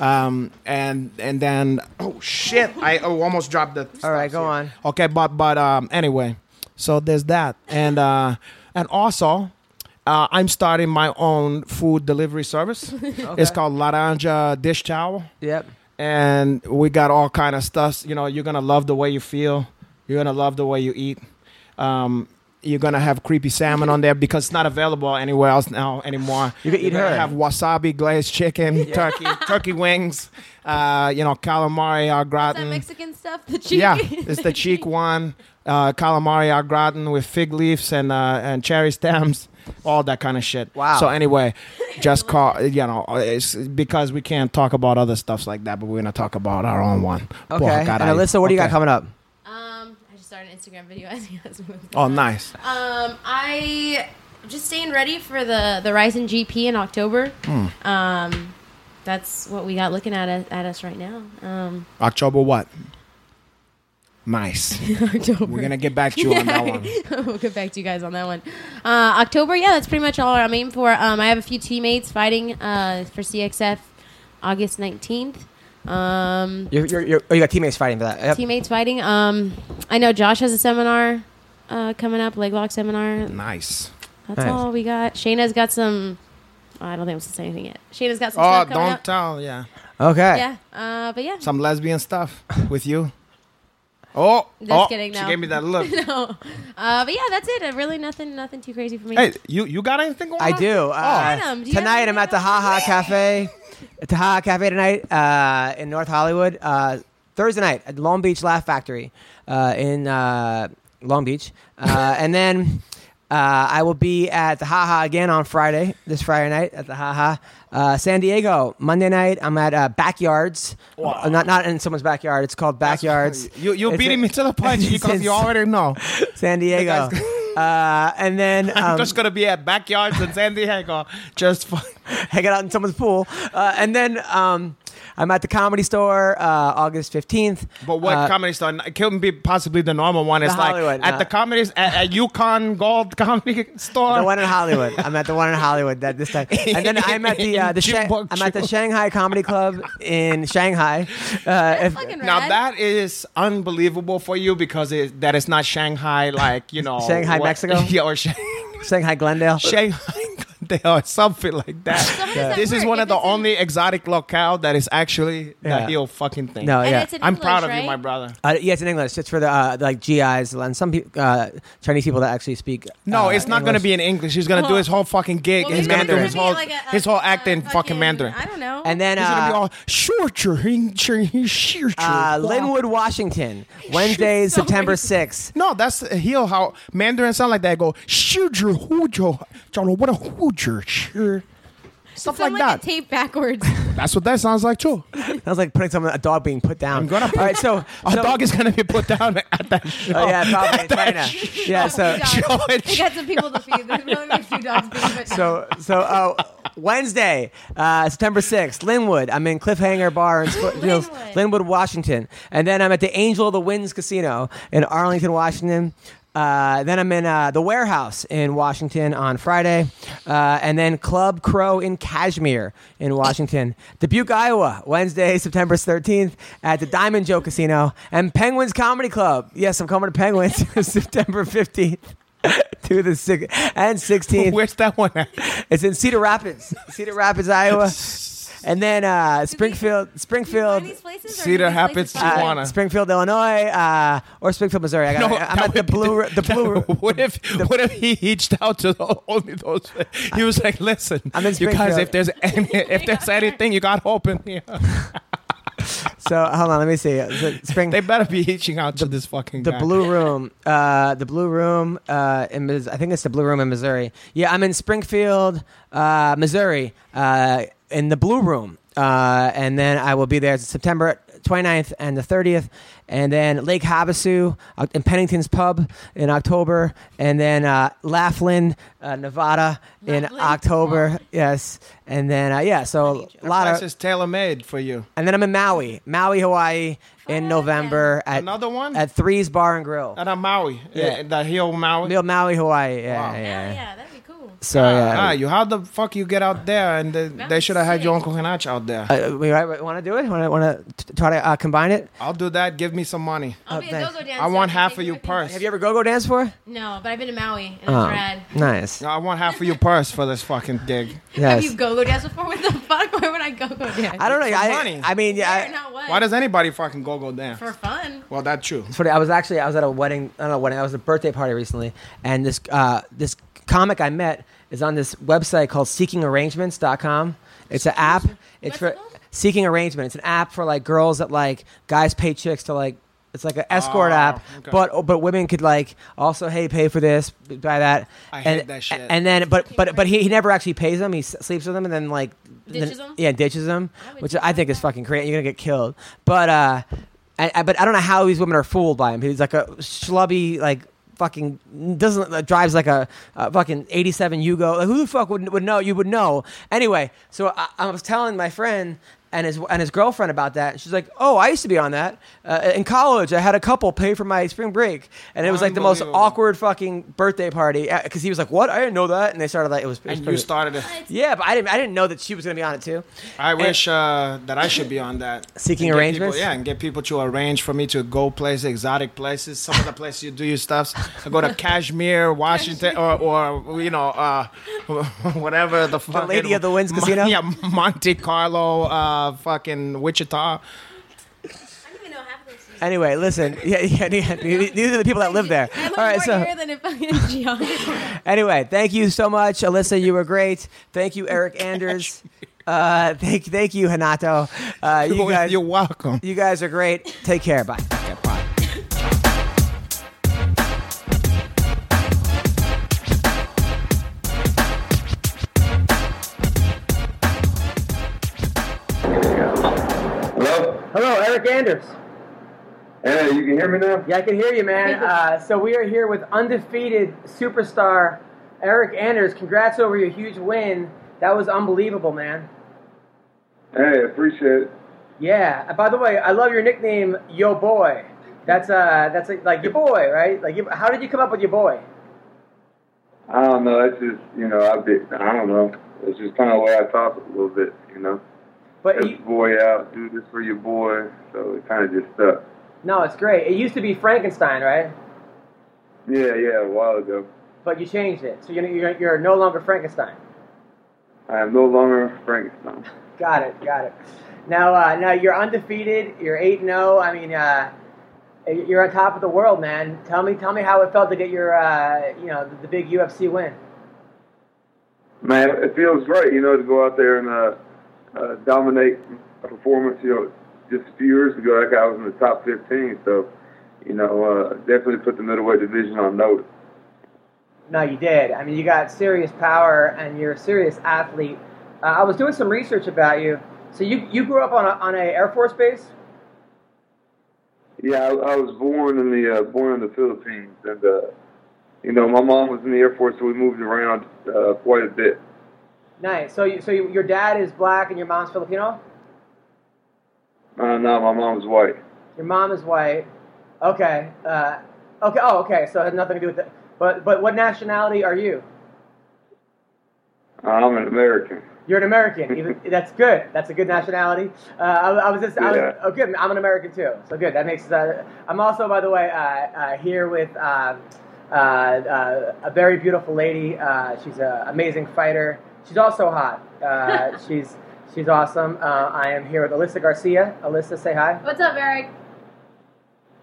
Um, and and then oh shit, I oh, almost dropped the. All right, go on. Okay, but but um, anyway, so there's that, and uh, and also, uh, I'm starting my own food delivery service. It's called Laranja Dish Towel, Yep. and we got all kind of stuff. You know, you're gonna love the way you feel. You're gonna love the way you eat. Um, you're gonna have creepy salmon on there because it's not available anywhere else now anymore. You can You're eat gonna her. Have wasabi glazed chicken, turkey, turkey wings. Uh, you know, calamari au Is that gratin. Mexican stuff? The cheek. Yeah, it's the cheek one, uh, calamari au gratin with fig leaves and uh, and cherry stems, all that kind of shit. Wow. So anyway, just call you know it's because we can't talk about other stuffs like that, but we're gonna talk about our own one. Boy, Okay. Oh God, and I- Alyssa, what do you got okay. coming up? Um, I just started an Instagram video as you guys moved. Oh, nice. Um, I just staying ready for the the rise in GP in October. Hmm. Um, that's what we got looking at us, at us right now. Um, October what? Nice. October. We're gonna get back to you on that one. we'll get back to you guys on that one. Uh, October, yeah, that's pretty much all I'm aiming for. Um, I have a few teammates fighting uh, for CXF August 19th. Um, You're, you're, you're, oh, you got teammates fighting for that. Yep. teammates fighting. Um, I know Josh has a seminar uh, coming up, leg lock seminar. Nice. That's Nice. all we got. Shayna's got some. oh, I don't think I'm supposed to say anything yet. Shayna's got some Oh, stuff coming don't up. tell. Yeah, Okay. yeah, uh, but yeah, some lesbian stuff with you. Oh, Just oh, kidding, She no. gave me that look. no. Uh, but yeah, that's it. Uh, really, nothing, nothing too crazy for me. Hey, you you got anything going I on? do. Uh, Adam, do you have tonight, I'm anything at the else? Ha Ha Cafe. At the Ha Ha Cafe tonight uh, in North Hollywood. Uh, Thursday night at Long Beach Laugh Factory uh, in uh, Long Beach. Uh, and then uh, I will be at the Ha Ha again on Friday, this Friday night at the Ha Ha. Uh, San Diego, Monday night, I'm at uh, Backyards. Uh, not, not in someone's backyard. It's called Backyards. You you're It's beating in me to the punch it's because in you already know. San Diego. Uh, and then I'm um, just gonna be at backyards in San Diego. Just for hanging out in someone's pool. Uh, and then um, I'm at the comedy store uh, August 15th. but what Uh, comedy store? It couldn't be possibly the normal one. It's like Hollywood, at no. the comedy at, at Yukon Gold Comedy Store. the one in Hollywood. I'm at the one in Hollywood that this time, and then I'm at the uh, the Sha- Jimbo I'm at the Joe. Shanghai Comedy Club in Shanghai. Uh, if- Fucking Now rad. that is unbelievable for you because it, that is not Shanghai, like you know, Shanghai, Mexico? yeah, or Shanghai, Shanghai Glendale. Shanghai or something like that. how does that This is work? one of If the it's in- only exotic locale that is actually Yeah. the heel fucking thing. No, and yeah. it's in I'm proud of English, you, right? my brother. Uh, yeah, it's in English. It's for the uh, like GIs and some peop uh, Chinese people that actually speak. No, uh, it's not going to English. be in English. He's going to do Well- his whole fucking gig. Oh. Well, He's maybe going to do there's his gonna whole be like a- his whole a- act in fucking Mandarin. I don't know. And then He's going to be uh, all short, short, uh, Linwood, Washington, Wednesday, So September many- 6th. No, that's heel how Mandarin sound like that. Go shooter hoojo, John. What a hoojer, sure. Stuff like, Sound that. a tape backwards. that's what that sounds like too. Sounds like putting someone a dog being put down. I'm gonna put- All right, so A so- dog is gonna be put down at that show. Oh, yeah, probably in China. Yeah, so Two dogs. Show it. They got some people to feed. There's really like two dogs being put down. so so uh, Wednesday, uh, September sixth, Linwood. I'm in Cliffhanger Bar in Spo- you know, Linwood. Linwood, Washington, and then I'm at the Angel of the Winds Casino in Arlington, Washington. Uh, then I'm in uh, the warehouse in Washington on Friday, uh, and then Club Crow in Kashmir in Washington, Dubuque, Iowa, Wednesday, September 13th at the Diamond Joe Casino, and Penguins Comedy Club. Yes, I'm coming to Penguins September 15th to the six and 16th. Where's that one at? It's in Cedar Rapids, Cedar Rapids, Iowa, and then uh, Springfield, Do you know Springfield, these places, or do Cedar these places Rapids, fly? uh, Tijuana. Springfield, Illinois, uh, or Springfield, Missouri. I got, No, I'm that at the would be blue, the, blue. What if what if he reached out to the, only those? He was like, "Listen, I'm in you guys, Springfield. if there's any, if there's anything, you got hope in here. so hold on, let me see. Is it Spring, They better be reaching out to this fucking the guy. blue room, uh, the blue room. Uh, in, Mis- I think it's the blue room in Missouri. Yeah, I'm in Springfield, uh, Missouri, uh, in the blue room, uh, and then I will be there September 29th and the 30th, and then Lake Havasu uh, in Pennington's Pub in October, and then uh, Laughlin, uh, Nevada in Laughlin. October. Yes, and then uh, yeah, so a lot This of, is tailor made for you. and then I'm in Maui, Maui, Hawaii. In November, at Another one? at Three's Bar and Grill. And a Maui, Eh, Yeah. yeah, the heel Maui. Real Maui, Hawaii. Yeah, Wow. yeah, Yeah, yeah. yeah, that'd be cool. So uh, Ah, yeah. you how the fuck you get out there? And they, they should have had your uncle Hanach out there. Uh, we want to do it? Want to want to try to uh, combine it? I'll do that. Give me some money. I'll be a thanks. go-go dancer. I want I'll half take of your everything. purse. Have you ever go-go dance for? No, but I've been to Maui and it's Oh, rad. nice. No, I want half of your purse for this fucking gig. Have you Yes. go-go danced before? What the fuck? Why would I go-go dance? I don't know. For I, money. I mean, Where, yeah. I, not what? Why does anybody fucking go go dance? For fun. well, that's true. it's funny. I was actually I was at a wedding. I don't know wedding. I was at a birthday party recently, and this uh, this comic I met is on this website called SeekingArrangements.com. It's an app. It's What's for it called? Seeking Arrangement. It's an app for like girls that like guys pay chicks to like. It's like an escort Oh, app, okay. but but but women could like also hey pay for this buy that I and, hate that shit. and then but but but he, he never actually pays them he s- sleeps with them and then like then- Ditches them? yeah ditches them I would which do I think is fucking crazy you're gonna get killed but uh I, I but I don't know how these women are fooled by him he's like a schlubby like fucking doesn't that drives like a, a fucking '87 Yugo. Like, who the fuck would, would know? You would know anyway. So I, I was telling my friend and his and his girlfriend about that. And she's like, "Oh, I used to be on that uh, in college. I had a couple pay for my spring break, and it was like the most Unbelievable. awkward fucking birthday party because he was like, "What? I didn't know that." And they started like it was. It was And you pretty- started it. Yeah, but I didn't. I didn't know that she was gonna be on it too. I wish uh, that I should be on that. Seeking And get arrangements? People, yeah, and get people to arrange for me to go places, exotic places, some of the places you do your stuffs. I go to Kashmir, Washington, or, or you know, uh, whatever the fuck. Lady of the Winds Casino? Yeah, Monte Carlo, uh, fucking I Wichita. don't even know half of this. is- Anyway, listen. Yeah, yeah, yeah, these are the people that live there. I live All right, more so. here than in fucking geography. Anyway, thank you so much, Alyssa. You were great. Thank you, Eric Anders. Uh, thank, thank you, Hanato. Uh, you guys, You're welcome. you guys are great. Take care. Bye. Hello? Hello, Eric Anders. Hey, you can hear me now? Yeah, I can hear you, man. Uh, so we are here with undefeated superstar Eric Anders. Congrats over your huge win. That was unbelievable, man. Hey, appreciate it. Yeah. Uh, By the way, I love your nickname, Yo Boy. That's uh, that's like, like your boy, right? Like, you, how did you come up with your boy? I don't know. That's just, you know, I be, I don't know. It's just kind of the way I talk a little bit, you know. But This you, boy out, do this for your boy. So it kind of just stuck. no, it's great. It used to be Frankenstein, right? Yeah, yeah, a while ago. But you changed it, so you're, you're, you're no longer Frankenstein. I am no longer Frankenstein. Got it, got it. Now, uh, now you're undefeated. You're eight and zero. I mean, uh, you're on top of the world, man. Tell me, tell me how it felt to get your, uh, you know, the, the big UFC win. Man, it feels right, you know, to go out there and uh, uh, dominate a performance. You know, just a few years ago, that guy was in the top 15. So, you know, uh, definitely put the middleweight division on notice. No, you did. I mean, you got serious power, and you're a serious athlete. Uh, I was doing some research about you. So you you grew up on a on a Air Force base. Yeah, I, I was born in the uh, born in the Philippines, and uh, you know, my mom was in the Air Force, so we moved around uh, quite a bit. Nice. So you, so you, your dad is black and your mom's Filipino. Uh, now my mom's white. Your mom is white. Okay. Uh, okay. Oh, okay. So it has nothing to do with that. But but what nationality are you? Uh, I'm an American. You're an American. Even, that's good. That's a good nationality. Uh, I, I was just. I was, Yeah. oh, good. I'm an American too. So good. That makes. Uh, I'm also, by the way, uh, uh, here with um, uh, uh, a very beautiful lady. Uh, she's an amazing fighter. She's also hot. Uh, she's she's awesome. Uh, I am here with Alyssa Garcia. Alyssa, say hi. What's up, Eric?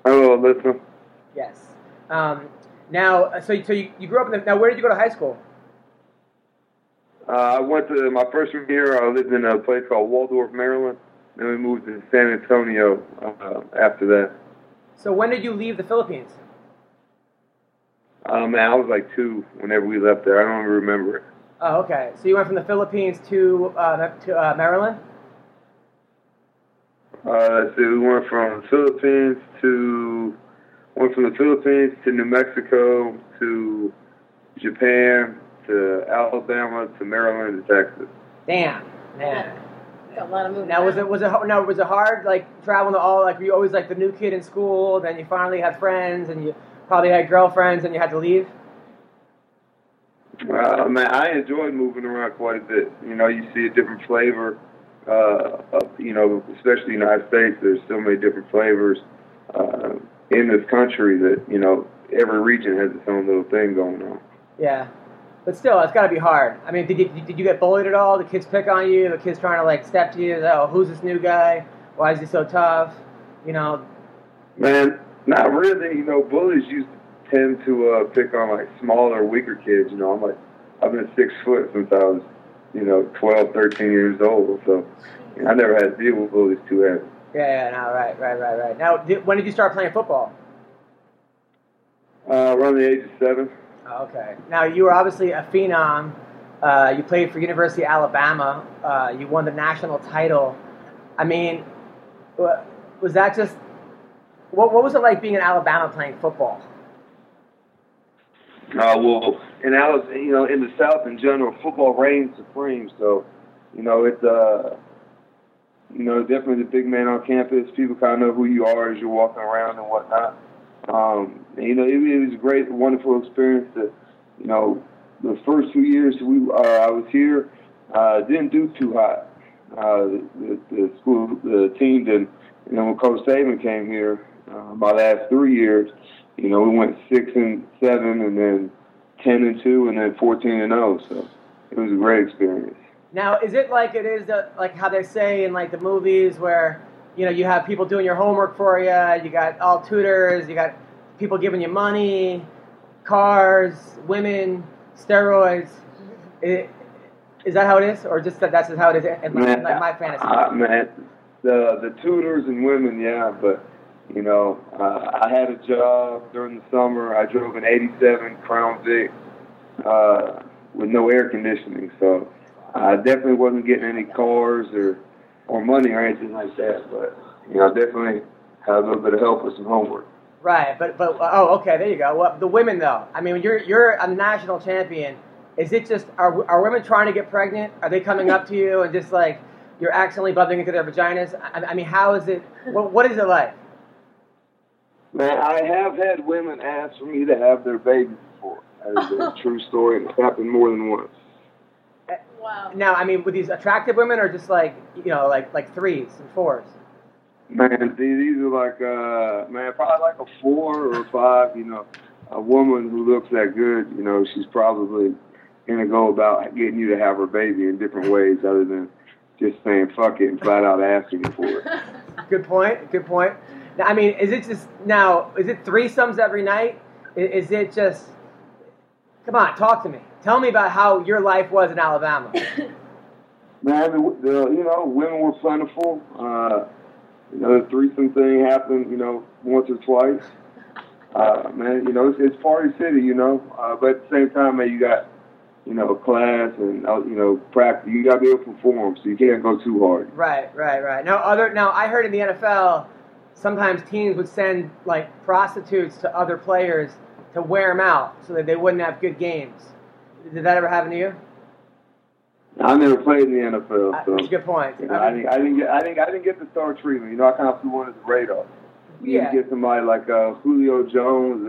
Hello, listen. Yes. Um, now, so so you, you grew up in the, now. Where did you go to high school? Uh, I went to my freshman year. I lived in a place called Waldorf, Maryland. Then we moved to San Antonio uh, after that. So when did you leave the Philippines? Um, man, I was like two whenever we left there. I don't even remember it. Oh, okay. So you went from the Philippines to uh, to uh, Maryland. Uh, let's see, we went from Philippines to went from the Philippines to New Mexico to Japan to Alabama to Maryland to Texas. Damn, man. Got a lot of moving. Now was it was it now was it hard like traveling to all like were you always like the new kid in school? Then you finally had friends and you probably had girlfriends and you had to leave. Uh, man, I enjoyed moving around quite a bit. You know, you see a different flavor. Uh, of, you know, especially in the United States, there's so many different flavors uh, in this country that you know every region has its own little thing going on. Yeah, but still, it's got to be hard. I mean, did you did you get bullied at all? The kids pick on you. The kids trying to like step to you. Oh, who's this new guy? Why is he so tough? You know. Man, not really. You know, bullies used to tend to uh, pick on like smaller, weaker kids. You know, I'm like, I've been six foot since I was, you know, 12, 13 years old. So you know, I never had to deal with bullies too heavy. Yeah, yeah, no, right, right, right, right. Now, did, when did you start playing football? Uh, around the age of seven. Oh, Okay. Now you were obviously a phenom. Uh, you played for University of Alabama. Uh, you won the national title. I mean, wa- was that just what? What was it like being in Alabama playing football? Uh, well, in Alice, you know, in the South in general, football reigns supreme. So, you know, it's uh, you know, definitely the big man on campus. People kind of know who you are as you're walking around and whatnot. Um, and, you know, it, it was a great, wonderful experience. To, you know, the first two years we uh, I was here, uh, didn't do too hot. Uh, the, the school, the team didn't. And then when Coach Saban came here, uh, my last three years, you know, we went six and seven, and then ten and two, and then fourteen and zero. So it was a great experience. Now, is it like it is the, like how they say in like the movies where you know you have people doing your homework for you, you got all tutors, you got people giving you money, cars, women, steroids. It, is that how it is, or just that that's just how it is in, my- in, like my fantasy? Uh, man, the the tutors and women, yeah, but you know, uh, I had a job during the summer. I drove an '87 Crown Vic uh, with no air conditioning, so I definitely wasn't getting any cars or or money or anything like that. But you know, I definitely had a little bit of help with some homework. Right, but but oh, okay, there you go. Well, the women though. I mean, you're you're a national champion. Is it just are are women trying to get pregnant? Are they coming up to you and just like you're accidentally bumping into their vaginas? I, I mean, how is it? What, what is it like? Man, I have had women ask for me to have their babies before. That is a true story, and it's happened more than once. Wow. Now, I mean, with these attractive women, or just like you know, like like threes and fours. Man, these, these are like, uh, man, probably like a four or a five. You know, a woman who looks that good, you know, she's probably gonna go about getting you to have her baby in different ways other than just saying fuck it and flat out asking you for it. Good point. Good point. Now, I mean, is it just now? Is it threesomes every night? I- Is it just? Come on, talk to me. Tell me about how your life was in Alabama. Man, the, the you know women were plentiful. Uh, you know, the threesome thing happened. You know, once or twice. Uh, man, you know it's, it's party city. You know, uh, but at the same time, man, you got you know class and uh, you know practice. You got to be able to perform, so you can't go too hard. Right, right, right. Now, other now, I heard in the NFL, sometimes teams would send like prostitutes to other players to wear them out so that they wouldn't have good games. Did that ever happen to you? I never played in the NFL, I- so good point. you know, I didn't. I didn't get. I didn't. I didn't get the star treatment. You know, I kind of flew under the radar. You yeah, get somebody like uh, Julio Jones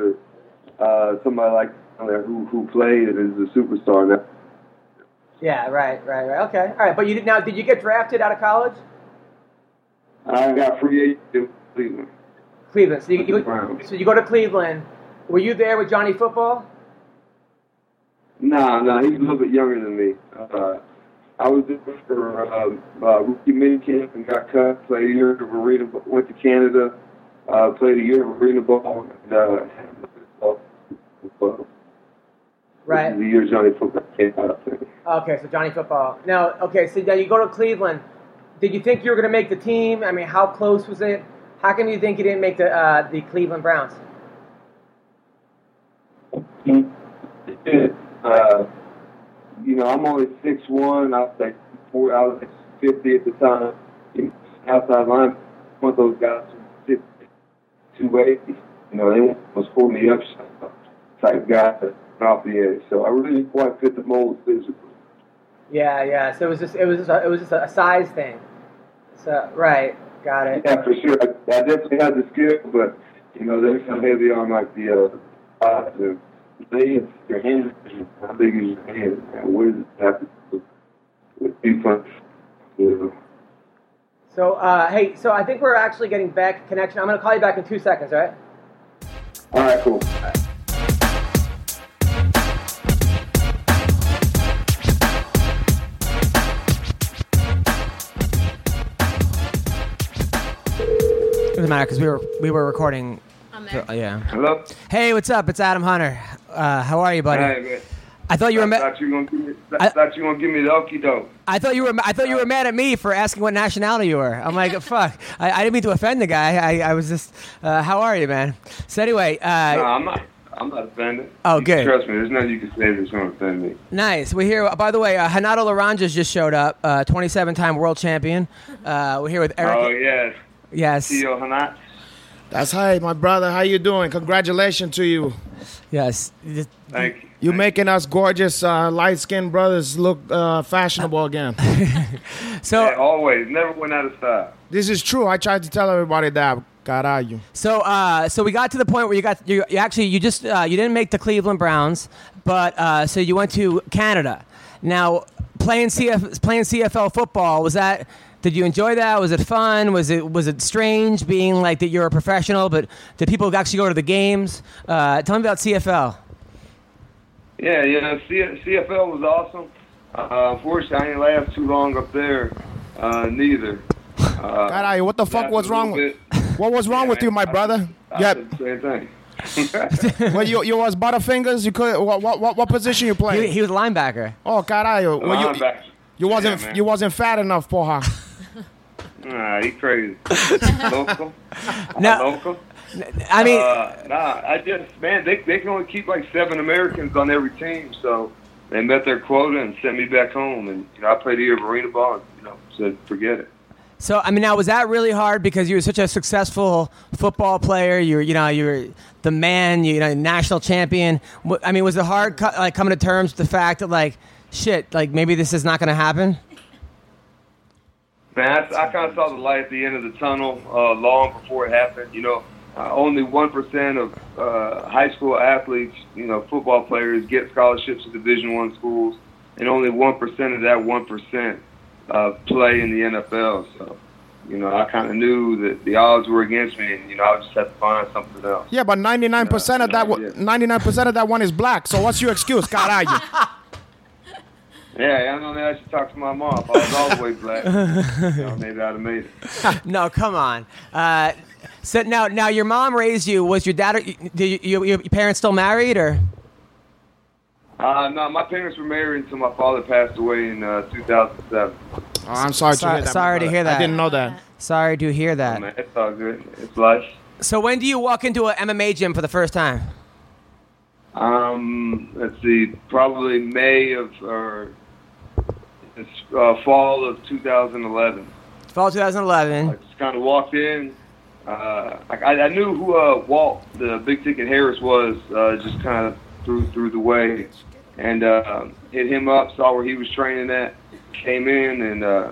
or uh, somebody like who who played and is a superstar. That yeah, right, right, right. Okay, all right. But you did now. Did you get drafted out of college? I got free agent in Cleveland. Cleveland. So you, you- With the Browns. so you go to Cleveland. Were you there with Johnny Football? No, no, he's a little bit younger than me. Uh, I was there for um, uh, rookie minicamp and got cut. Played a year of arena. Went to Canada. Uh, played a year of arena ball. And, uh, Right. The year Johnny Football came out. I think. Okay, so Johnny Football. Now, okay, so now you go to Cleveland. Did you think you were going to make the team? I mean, how close was it? How come you think you didn't make the uh, the Cleveland Browns? uh, you know, I'm only six one. I was like four. I was like fifty at the time. You know, Outside line, one of those guys who six two eighty. You know, they was pulling me up type guy off the edge. So I really didn't quite fit the mold physically. Yeah, yeah. So it was just it was just a, it was just a size thing. So right, got it. Yeah, for sure. I, I definitely had the skill, but you know, they're so heavy on like the uh, odds and they your hands. How big is your hand? And What does it have to do with defense? You know. So uh, hey, so I think we're actually getting back connection. I'm going to call you back in two seconds, all right? All right, cool. Doesn't matter because we were we were recording. I'm So, there. yeah. Hello. Hey, what's up? It's Adam Hunter. Uh, how are you, buddy? Hey, man. I thought you were. I Ma- thought you were gonna give me. I- I, thought you were gonna give me the okie doke. I thought you were. I thought you were mad at me for asking what nationality you were. I'm like, fuck. I, I didn't mean to offend the guy. I, I was just. Uh, how are you, man? So anyway, uh, No, I'm not. I'm not offended. Oh, You- good. Trust me, there's nothing you can say that's gonna offend me. nice. We here. By the way, uh, Hanato Laranjas just showed up. Uh, 27-time world champion. Uh, we're here with Eric. Oh yes, yes. Tio Hanat. That's hi, my brother. How you doing? Congratulations to you. Yes. Just- Thank you. You're making us gorgeous, uh, light skinned brothers look uh, fashionable again. So Yeah, always, never went out of style. this is true. I tried to tell everybody that. Carajo. So, uh, so we got to the point where you got you, you actually you just uh, you didn't make the Cleveland Browns, but uh, so you went to Canada. Now playing CF, playing CFL football was that? Did you enjoy that? Was it fun? Was it was it strange being like that? You're a professional, but did people actually go to the games? Uh, tell me about CFL. Yeah, you know, C- CFL was awesome. Uh, unfortunately, I didn't last too long up there, uh, neither. Uh, Carajo, what the fuck that's was a wrong little with bit- What was wrong Yeah, with you, man. my I- brother? I Yep. said the Same thing. well, you, you was butterfingers. You could. What, what, what, what position you He, played? he was a linebacker. Oh, carajo. Well, you, Linebacker. you wasn't Yeah, man. you wasn't fat enough, poha. Nah, he crazy. local. No. Local. I mean, uh, nah, I just man, they they can only keep like seven Americans on every team, so they met their quota and sent me back home, and you know I played a year of arena ball, and you know said forget it. So I mean, now was that really hard because you were such a successful football player? You were, you know, you were the man, you know, national champion. Wha- I mean, was it hard co- like coming to terms with the fact that like shit, like maybe this is not going to happen? Man, I, I kind of saw the light at the end of the tunnel uh, long before it happened. You know, uh, only one percent of uh, high school athletes, you know, football players get scholarships to Division One schools, and only one percent of that one percent uh, play in the NFL. So, you know, I kind of knew that the odds were against me, and you know, I just had to find something else. Yeah, but 99% of that Yeah. that 99 percent of that one is black. So what's your excuse, carajo? Yeah, I know that I should talk to my mom. If I was all the way black, you know, maybe I'd have made it. No, come on. Uh, so now, now your mom raised you. Was your dad? Did you, your parents still married or? Uh, no, my parents were married until my father passed away in uh, 2007. Oh, I'm sorry to Sorry- hear that. my sorry to brother. hear that. I didn't know that. Sorry to hear that. Oh, Man, it's all good. It's life. so when do you walk into an MMA gym for the first time? Um, let's see, probably May of or it's, uh, fall of 2011. Fall 2011. I just kind of walked in. Uh, I, I knew who uh, Walt, the big ticket Harris, was. Uh, just kind of through through the way, and uh, hit him up. Saw where he was training at. Came in and uh,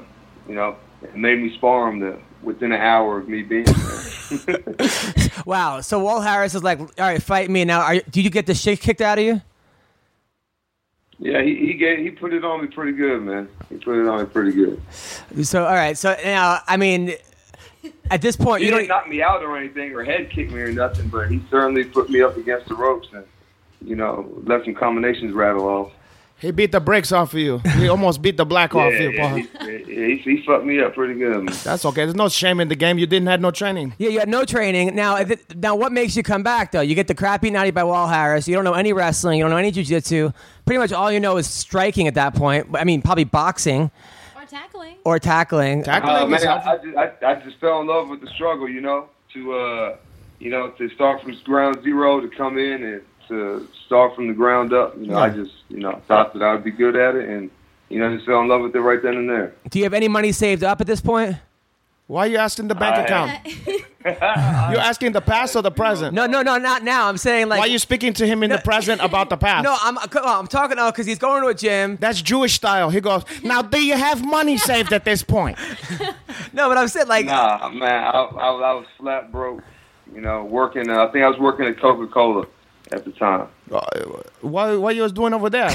you know made me spar him the, within an hour of me being there. Wow. So Walt Harris is like, all right, fight me now. Are you, do you get the shit kicked out of you? yeah, he, he gave he put it on me pretty good, man. He put it on me pretty good. So all right. So now, I mean, at this point, He you didn't don't. knock me out or anything, or head kick me or nothing, but he certainly put me up against the ropes and, you know, let some combinations rattle off. He beat the bricks off of you. He almost beat the black off you, yeah, poha. he, he, he fucked me up pretty good. man. That's okay. There's no shame in the game. You didn't have no training. Yeah, you had no training. Now, th- now, what makes you come back though? You get the crap beaten out of you by Walt Harris. You don't know any wrestling. You don't know any jujitsu. Pretty much all you know is striking at that point. I mean, probably boxing Or tackling. or tackling. Tackling Uh, is man, helpful. I, I, just, I, I just fell in love with the struggle, you know, to uh, you know, to start from ground zero, to come in and to start from the ground up. You know, I just, you know, thought that I would be good at it, and you know, just fell in love with it right then and there. Do you have any money saved up at this point? Why are you asking the bank I- account? You're asking the past or the present? No, no, no, not now. I'm saying like. Why are you speaking to him in the present about the past? no, I'm come on, I'm talking now because he's going to a gym. That's Jewish style. He goes, Now, do you have money saved at this point? No, but I'm saying like. Nah, man, I, I, I was flat broke. You know, working. Uh, I think I was working at Coca Cola at the time. Uh, What, what you was doing over there?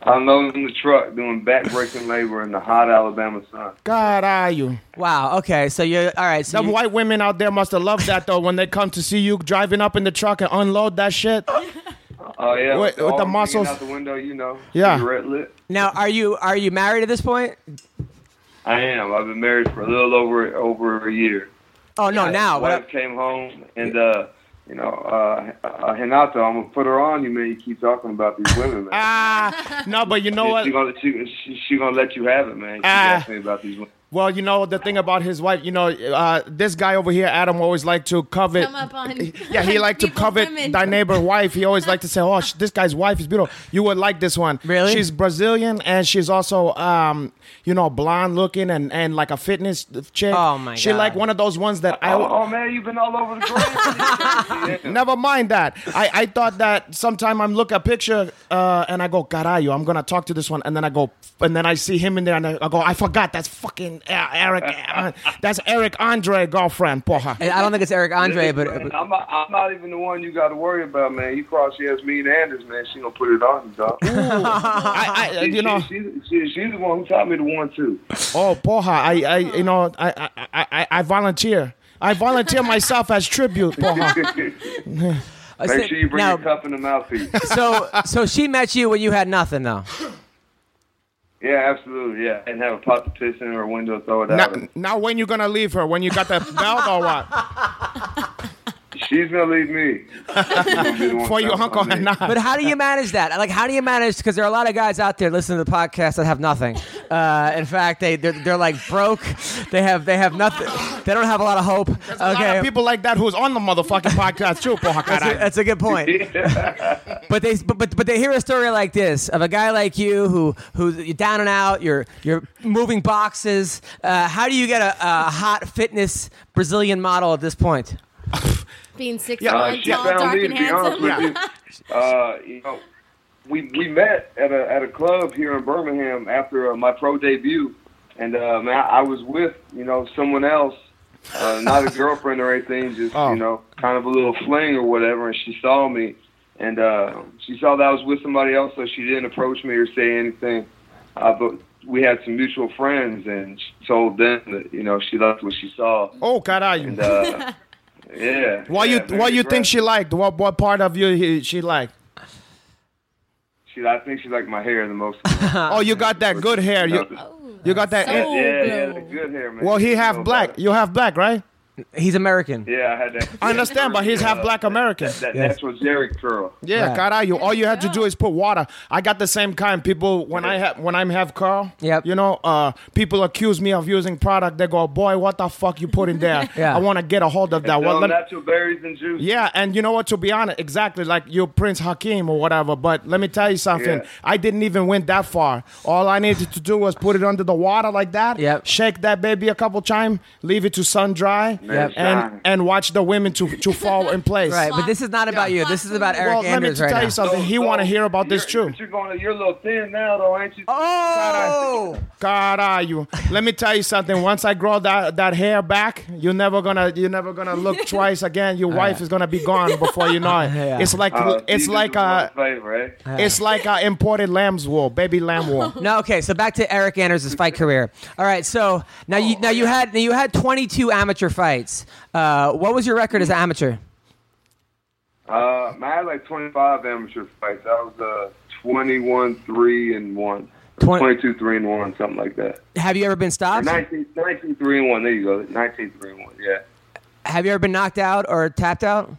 Unloading the truck, doing back breaking labor in the hot Alabama sun. God, are you? Wow. Okay. So you're all right. So Some you- white women out there must have loved that, though, when they come to see you driving up in the truck and unload that shit. Oh yeah, With- with all the hanging muscles. out the window. You know, Yeah. cigarette lit. Now, are you are you married at this point? I am. I've been married for a little over over a year. Oh no, now. wife What, came home and uh, you know, uh, uh, Hinata, I'm gonna put her on you, man. You keep talking about these women, man. Ah, no, but you know She- what? she gonna let you. She, she gonna let you have it, man. She Ah. asked me about these women. Well, you know the thing about his wife. You know, uh, this guy over here, Adam, always like to covet. Come up on- yeah, he liked to people's covet women. thy neighbor wife. He always liked to say, "Oh, sh- this guy's wife is beautiful. You would like this one. Really? She's Brazilian and she's also, um, you know, blonde looking and, and like a fitness chick. Oh, my She God. like one of those ones that I. Oh, oh, man, you've been all over the place. Yeah. Never mind that. I, I thought that sometime I'm look at picture uh, and I go, Carayo, I'm gonna talk to this one, and then I go, and then I see him in there, and I, I go, I forgot that's fucking uh, Eric. uh, that's Eric Andre girlfriend, And poha. I don't think it's Eric Andre, but Man, I'm not, I'm not even the one you got to worry about, man. You cross Yasmin Anders, man, she gonna put it on you, dog. I, I, you know, she, she, she, she's the one who taught me the one too. oh poha. I, I, you know, I, I, I, I, I volunteer. I volunteer myself as tribute, poha. Make sure you bring now, your cup and a mouthpiece. so so she met you when you had nothing though. yeah, absolutely. Yeah, and have a pot to piss in or a window, throw it Now, out. now, when you gonna leave her? When you got that belt or what? She's gonna leave me. She's gonna be the one For your telling uncle me. and not. But how do you manage that? Like, how do you manage? Because there are a lot of guys out there listening to the podcast that have nothing. Uh, in fact, they they're, they're like broke. They have they have nothing. They don't have a lot of hope. A lot okay, of people like that who's on the motherfucking podcast too, poha. that's, a, caray. that's a good point. but they but, but but they hear a story like this of a guy like you who who you're down and out. You're you're moving boxes. Uh, how do you get a, a hot fitness Brazilian model at this point? Being six Yeah, Uh, one, she tall, found dark, me, to and be honest handsome. with you. Uh, you know, we we met at a at a club here in Birmingham after uh, my pro debut, and uh, man, I, I was with you know someone else, uh, not a girlfriend or anything, just Oh. you know, kind of a little fling or whatever. And she saw me, and uh, she saw that I was with somebody else, so she didn't approach me or say anything. Uh, but we had some mutual friends, and she told them that you know she liked what she saw, Oh, caray. and uh, yeah. Why yeah, you man, Why you congrats. think she liked? What What part of you he- she liked? She, I think she liked my hair the most. Uh, oh, you got that good hair. You You got that. yeah, So- yeah, no. the good hair, man. well, he You half know black. about it. You half black, right? He's American. Yeah, I had that. I understand, but he's Yeah, half black American. That Yes. natural Jerry curl. Yeah, Right. caray, you. All you had to Yeah. do is put water. I got the same kind. People, when I have when I'm half curl, Yep. you know, uh, people accuse me of using product. They go, boy, what the fuck you put in there? Yeah. I want to get a hold of that. It's all Well, let- natural berries and juice. Yeah, and you know what? To be honest, exactly like you, Prince Hakim or whatever. But let me tell you something. Yeah. I didn't even win that far. All I needed to do was put it under the water like that. Yep. Shake that baby a couple times. Leave it to sun dry. Yep. And and watch the women to to fall in place. Right, but this is not about you. This is about Eric Well, let me Anders just right tell now. you something. he want to hear about this you're, too. But you're going. You're a little thin now, though, ain't you? Oh, God, are you? Let me tell you something. Once I grow that, that hair back, you're never gonna you're never gonna look twice again. Your wife is gonna be gone before you know it. Yeah. It's like Uh, you it's do like the a world a favor, eh? It's like I imported lamb's wool, baby lamb wool. no. Okay, so back to Eric Anders' fight career. All right, so now you now you had now you had 22 amateur fights. Uh, what was your record as an amateur? Uh, man, I had like 25 amateur fights. I was uh 21, three and one. Twen- 22, three and one, something like that. Have you ever been Or stopped? 19, 19, three and one. There you go. 19, three and one. Yeah. Have you ever been knocked out or tapped out?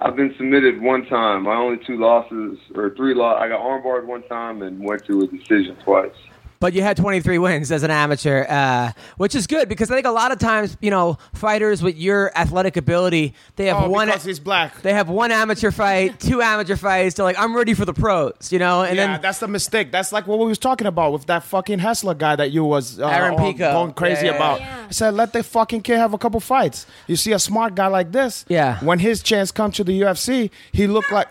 I've been submitted one time. My only two losses or three loss. I got armbarred one time and went to a decision twice. But you had 23 wins as an amateur, uh, which is good because I think a lot of times you know fighters with your athletic ability they have Oh, one. because he's black. they have one amateur fight, two amateur fights. They're like, I'm ready for the pros, you know. And yeah, then that's the mistake. That's like what we was talking about with that fucking hustler guy that you was uh, Aaron uh, Pico. going crazy Yeah, yeah, about. yeah. I said, let the fucking kid have a couple fights. You see a smart guy like this. Yeah. When his chance come to the UFC, he looked like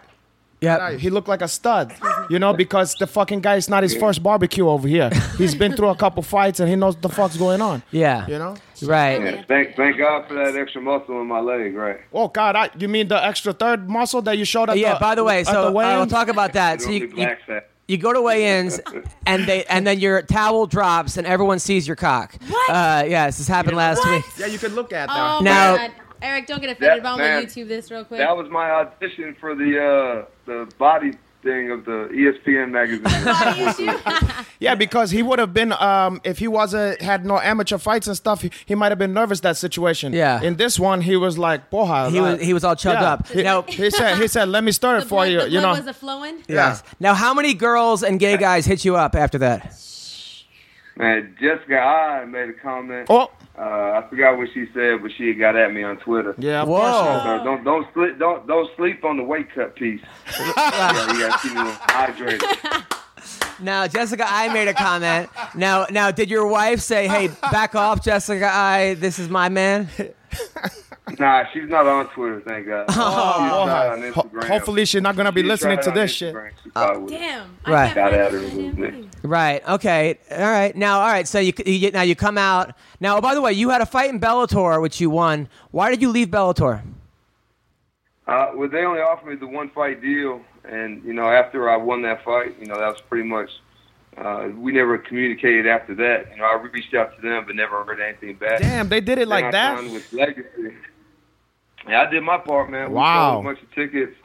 yeah, he looked like a stud, you know, because the fucking guy is not his first barbecue over here. He's been through a couple fights and he knows what the fuck's going on. yeah, You know. right. Yeah, thank thank God for that extra muscle in my leg, right? Oh God, I, you mean the extra third muscle that you showed at Oh, Yeah. the By the way, at so uh, weigh-in? I'll talk about that. So Don't you, be you, black fat. you go to weigh-ins, and they and then your towel drops, and everyone sees your cock. What? Uh, yes, this happened last What? week. Yeah, you can look at that. Oh Now- my god, Eric, don't get offended. That But I'm man- gonna YouTube this real quick. That was my audition for the uh, the body thing of the E ESPN magazine. Yeah, because he would have been um, if he wasn't had no amateur fights and stuff. He, he might have been nervous that situation. Yeah. In this one, he was like, "Boha." He like- was- he was all chubbed up. He, Now- he said, "He said, let me stir the it for blood, you." the You blood know. was a flowing. Now, how many girls and gay guys hit you up after that? Man, Jessica I made a comment. Oh, Uh, I forgot what she said, but she got at me on Twitter. yeah. of Whoa. course. So don't don't sleep don't don't sleep on the wake up piece. yeah, you gotta keep them hydrated. Now, Jessica, I made a comment. Now, now, did your wife say, "Hey, back off, Jessica"? I this is my man. Nah, she's not on Twitter, thank God. she's not Oh, on Ho- Instagram. hopefully she's not gonna be She listening tried to on this shit. Instagram. She probably would've Damn. Right. I can't Got find at her my a little damn bit. thing. Right. Okay. All right. Now, all right. So you, you now you come out. Now, oh, by the way, you had a fight in Bellator, which you won. Why did you leave Bellator? Uh, well, they only offered me the one fight deal, and you know, after I won that fight, you know, that was pretty much. Uh, we never communicated after that. You know, I reached out to them, but never heard anything back. Damn, they did it Then I like that. signed With Legacy. Yeah, I did my part, man. We Wow. sold a bunch of tickets.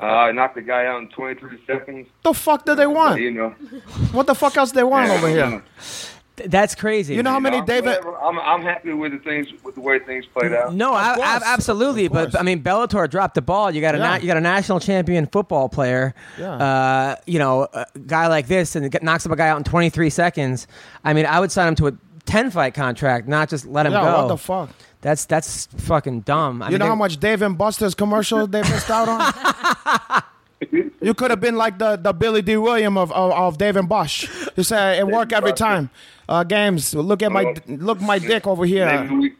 Uh, I knocked the guy out in 23 seconds. The fuck did they But, want? you know, What the fuck else they want over here? Th- That's crazy. You know how many I'm, David? whatever. I'm, I'm happy with the things, with the way things played out. No, I, I, course. absolutely. Of But course. I mean, Bellator dropped the ball. You got a Yeah. na- you got a national champion football player. Yeah. Uh, you know, a guy like this and get- knocks up a guy out in 23 seconds. I mean, I would sign him to a 10 fight contract, not just let him Yeah, go. what the fuck? That's that's fucking dumb. I You mean, know they- how much Dave and Buster's commercials they missed out on? you could have been like the, the Billy D. William of, of, of Dave and Bush. You say it work every time. Uh, games, look at my look my dick over Maybe here. we,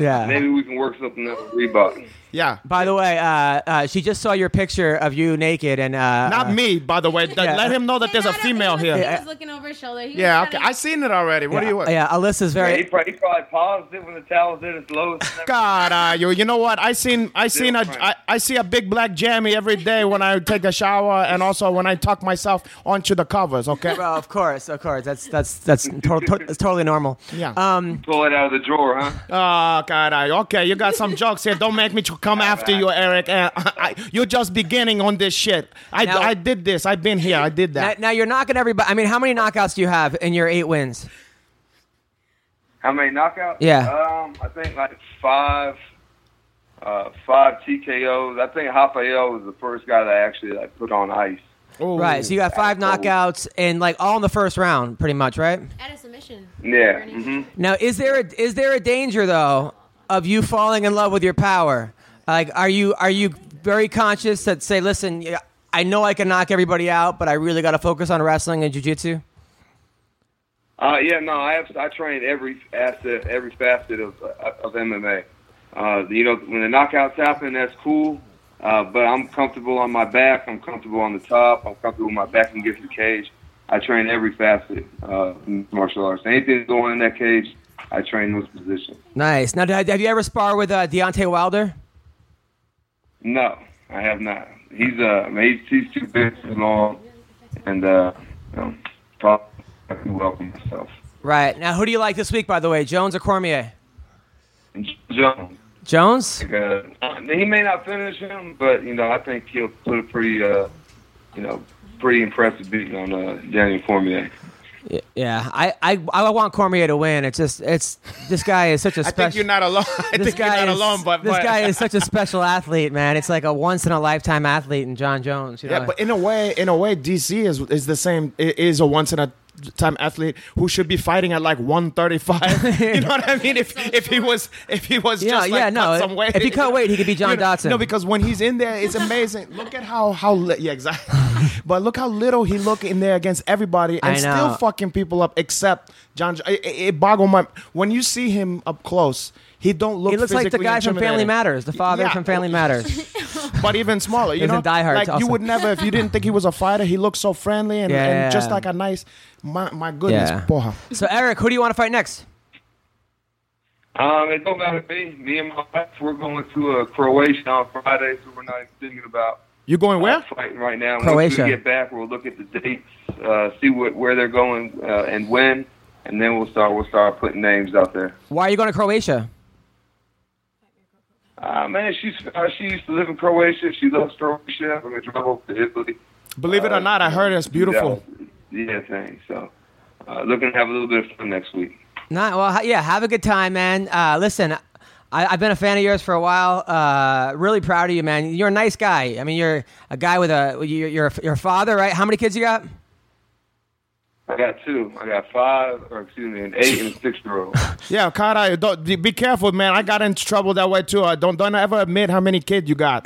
Yeah. maybe we can work something out with Reebok. Yeah. By the way, uh, uh, she just saw your picture of you naked, and uh, Not me, by the way. Th- Yeah. Let him know that Yeah, there's no, a no, female he was- here. He was looking over his shoulder. He was Yeah, okay. kinda- I seen it already. What do you? Yeah, Alyssa's Yeah, very. he, probably, he probably paused it when the towel was at its lowest. and everything. God, uh, you you know what? I seen I seen a fine. I, I see a big black jammy every day when I take a shower and also when I tuck myself onto the covers. Okay. Well, of course, of course. That's that's that's to- to- it's totally normal. Yeah. Um, Pull it out of the drawer, huh? Oh, God. I, okay, you got some jokes here. Don't make me to come after you, Eric. Uh, I, you're just beginning on this shit. I, Now- I did this. I've been here. I did now, that. now you're knocking everybody. I mean, how many knockouts do you have in your eight wins? How many knockouts? Yeah. Um, I think like five, uh, five TKOs. I think Rafael was the first guy that I actually like put on ice. Ooh. Right. So you got five Asshole. knockouts and like all in the first round, pretty much, right? At a submission. Yeah. hmm Now, is there a, is there a danger though of you falling in love with your power? Like, are you are you very conscious that say, listen, yeah, I know I can knock everybody out, but I really got to focus on wrestling and jujitsu. Uh, yeah. No, I have, I trained every asset, every facet of of MMA. Uh, you know, when the knockouts happen, that's cool. Uh, but I'm comfortable on my back. I'm comfortable on the top. I'm comfortable with my back against the cage. I train every facet uh, in martial arts. Anything going in that cage, I train those positions. Nice. Now, did- have you ever sparred with uh, Deontay Wilder? No, I have not. He's uh, I mean, he's, he's too big, too long, and uh, you know, probably I can welcome myself. Right. Now, who do you like this week, by the way, Jones or Cormier? And Jones, Jones? like, uh, he may not finish him, but you know, I think he'll put a pretty, uh, you know, pretty impressive beating on uh, Daniel Cormier. Yeah. I, I, I want Cormier to win. It's just, it's, this guy is such a I special. think you're not alone. I this think you're guy not is, alone, but, this but- guy is such a special athlete, man. It's like a once in a lifetime athlete in John Jones. You know? Yeah, but in a way, in a way, DC is is the same. i- Is a once in a time athlete who should be fighting at like 135. you know what I mean? If if he was if he was Yeah, just like yeah, cut no, some weight. if he cut weight, he could be John You know- Dotson. No, because when he's in there, it's amazing. look at how how li- yeah exactly. but look how little he look in there against everybody and I still know. fucking people up except John. Jo- It, it, it boggle my when you see him up close. He don't look. he looks like the physically guy from Family intimidating. Matters, the father Yeah. oh, from Family Matters. but even smaller. You There's a know, Die Hard like also. you would never if you didn't think he was a fighter. He looked so friendly and, Yeah, and yeah, just yeah. like a nice. My my goodness, Yeah. poha. So, Eric, who do you want to fight next? Um, it don't matter to me. Me and my wife, we're going to uh, Croatia on Friday, so we're not even thinking about uh, You going where? fighting right now. Croatia. Once we get back, we'll look at the dates, uh, see what, where they're going uh, and when, and then we'll start. We'll start putting names out there. Why are you going to Croatia? Uh, man, she's uh, she used to live in Croatia. She loves Croatia. We're gonna drive over to Italy. Believe it or not, I heard it's beautiful. Yeah, yeah thing. So, uh, looking to have a little bit of fun next week. Not well. ha- Yeah, have a good time, man. Uh, listen, I, I've been a fan of yours for a while. Uh, really proud of you, man. You're a nice guy. I mean, you're a guy with a you're you're a, you're a father, right? How many kids you got? I got two. I got five, or excuse me, an eight and a Uh, six year old. Yeah, Kada, don't, be careful, man. I got into trouble that way too. Uh, don't don't ever admit how many kids you got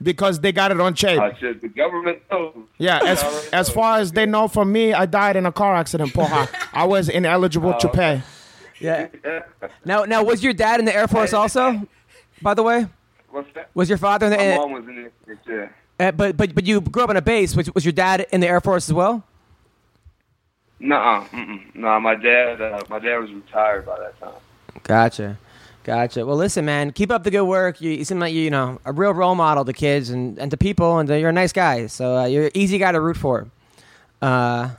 because they got it on tape. I said the government knows. Yeah, They as already as know. far as they know from me, I died in a car accident, poha. I was ineligible to pay. Yeah. Now, now, was your dad in the Air Force also? By the way, What's that? was your father in the? My eh, mom was in it. Yeah. eh, but but but you grew up on a base. Was, was your dad in the Air Force as well? Nuh-uh. Mm-mm. Nah, my dad. Uh, my dad was retired by that time. Gotcha. Gotcha. Well, listen, man, keep up the good work. You, you seem like you, you know, a real role model to kids and, and to people, and you're a nice guy. So uh, you're an easy guy to root for. Uh,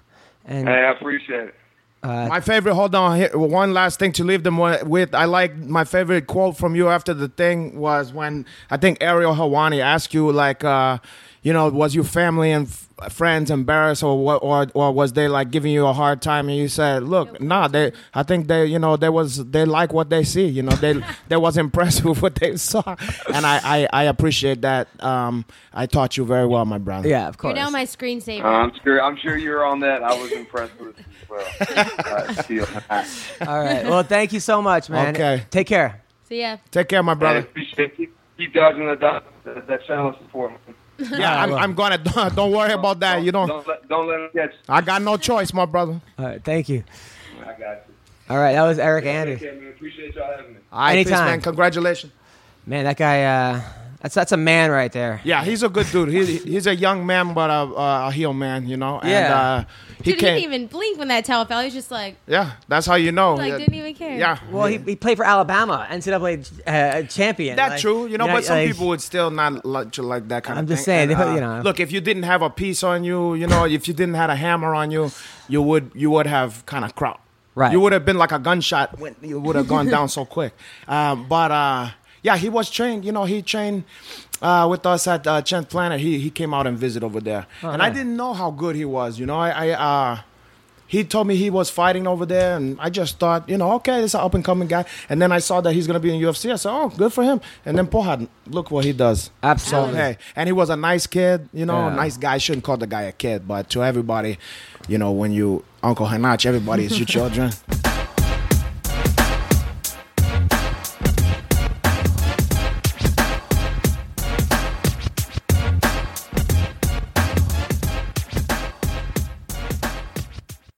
and Hey, I appreciate it. My favorite. Hold on, here, one last thing to leave them wi- with. I like my favorite quote from you after the thing was when I think Ariel Hawani asked you like, uh, you know, was your family and f- friends embarrassed or what, or or was they like giving you a hard time? And you said, look, nah, they. I think they, you know, they was they like what they see. You know, they they was impressed with what they saw, and I I, I appreciate that. Um, I taught you very well, my brother. yeah, of You're course. now my screensaver. Uh, I'm sure. I'm sure you were on that. I was impressed with it as well. Uh, feel- All right. Well, thank you so much, man. Okay. Take care. so yeah, Take care, my I brother. appreciate it. Keep- Keep dodging the dot. That, that channel support. Yeah, I'm, I'm gonna. Don't worry about that. You don't. Don't let, don't let him catch. you. I got no choice, my brother. All right. Thank you. I got you. All right. That was Eric Take Anders. care, man. Appreciate y'all having me. All right, peace, Anytime. man. Congratulations. Man, that guy. Uh, that's that's a man right there. Yeah, he's a good dude. He, he's a young man, but a, a heel man, you know. And, Yeah. Uh, he dude, he can. didn't even blink when that towel fell. He was just like, yeah, that's how you know. Like, Yeah. didn't even care. Yeah. Well, he, he played for Alabama, NCAA uh, champion. that's Like, true, you know, but some like- people would still not like, like that kind I'm of just thing. saying, And, uh, they put- you know. Look, if you didn't have a piece on you, you know, if you didn't have a hammer on you, you would you would have kind of crowd. Right. You would have been like a gunshot when you would have gone down so quick. Um, but uh, yeah, he was trained. You know, he trained uh, with us at uh, 10th Planet. He he came out and visited over there, and I nice. didn't know how good he was. You know, I. I uh, he told me he was fighting over there, and I just thought, you know, okay, this is an up and coming guy. And then I saw that he's gonna be in UFC. I said, oh, good for him. And then Pohad, look what he does. Absolutely. So, hey, and he was a nice kid, you know, Yeah. nice guy. I shouldn't call the guy a kid, but to everybody, you know, when you Uncle Hanach, everybody is your children.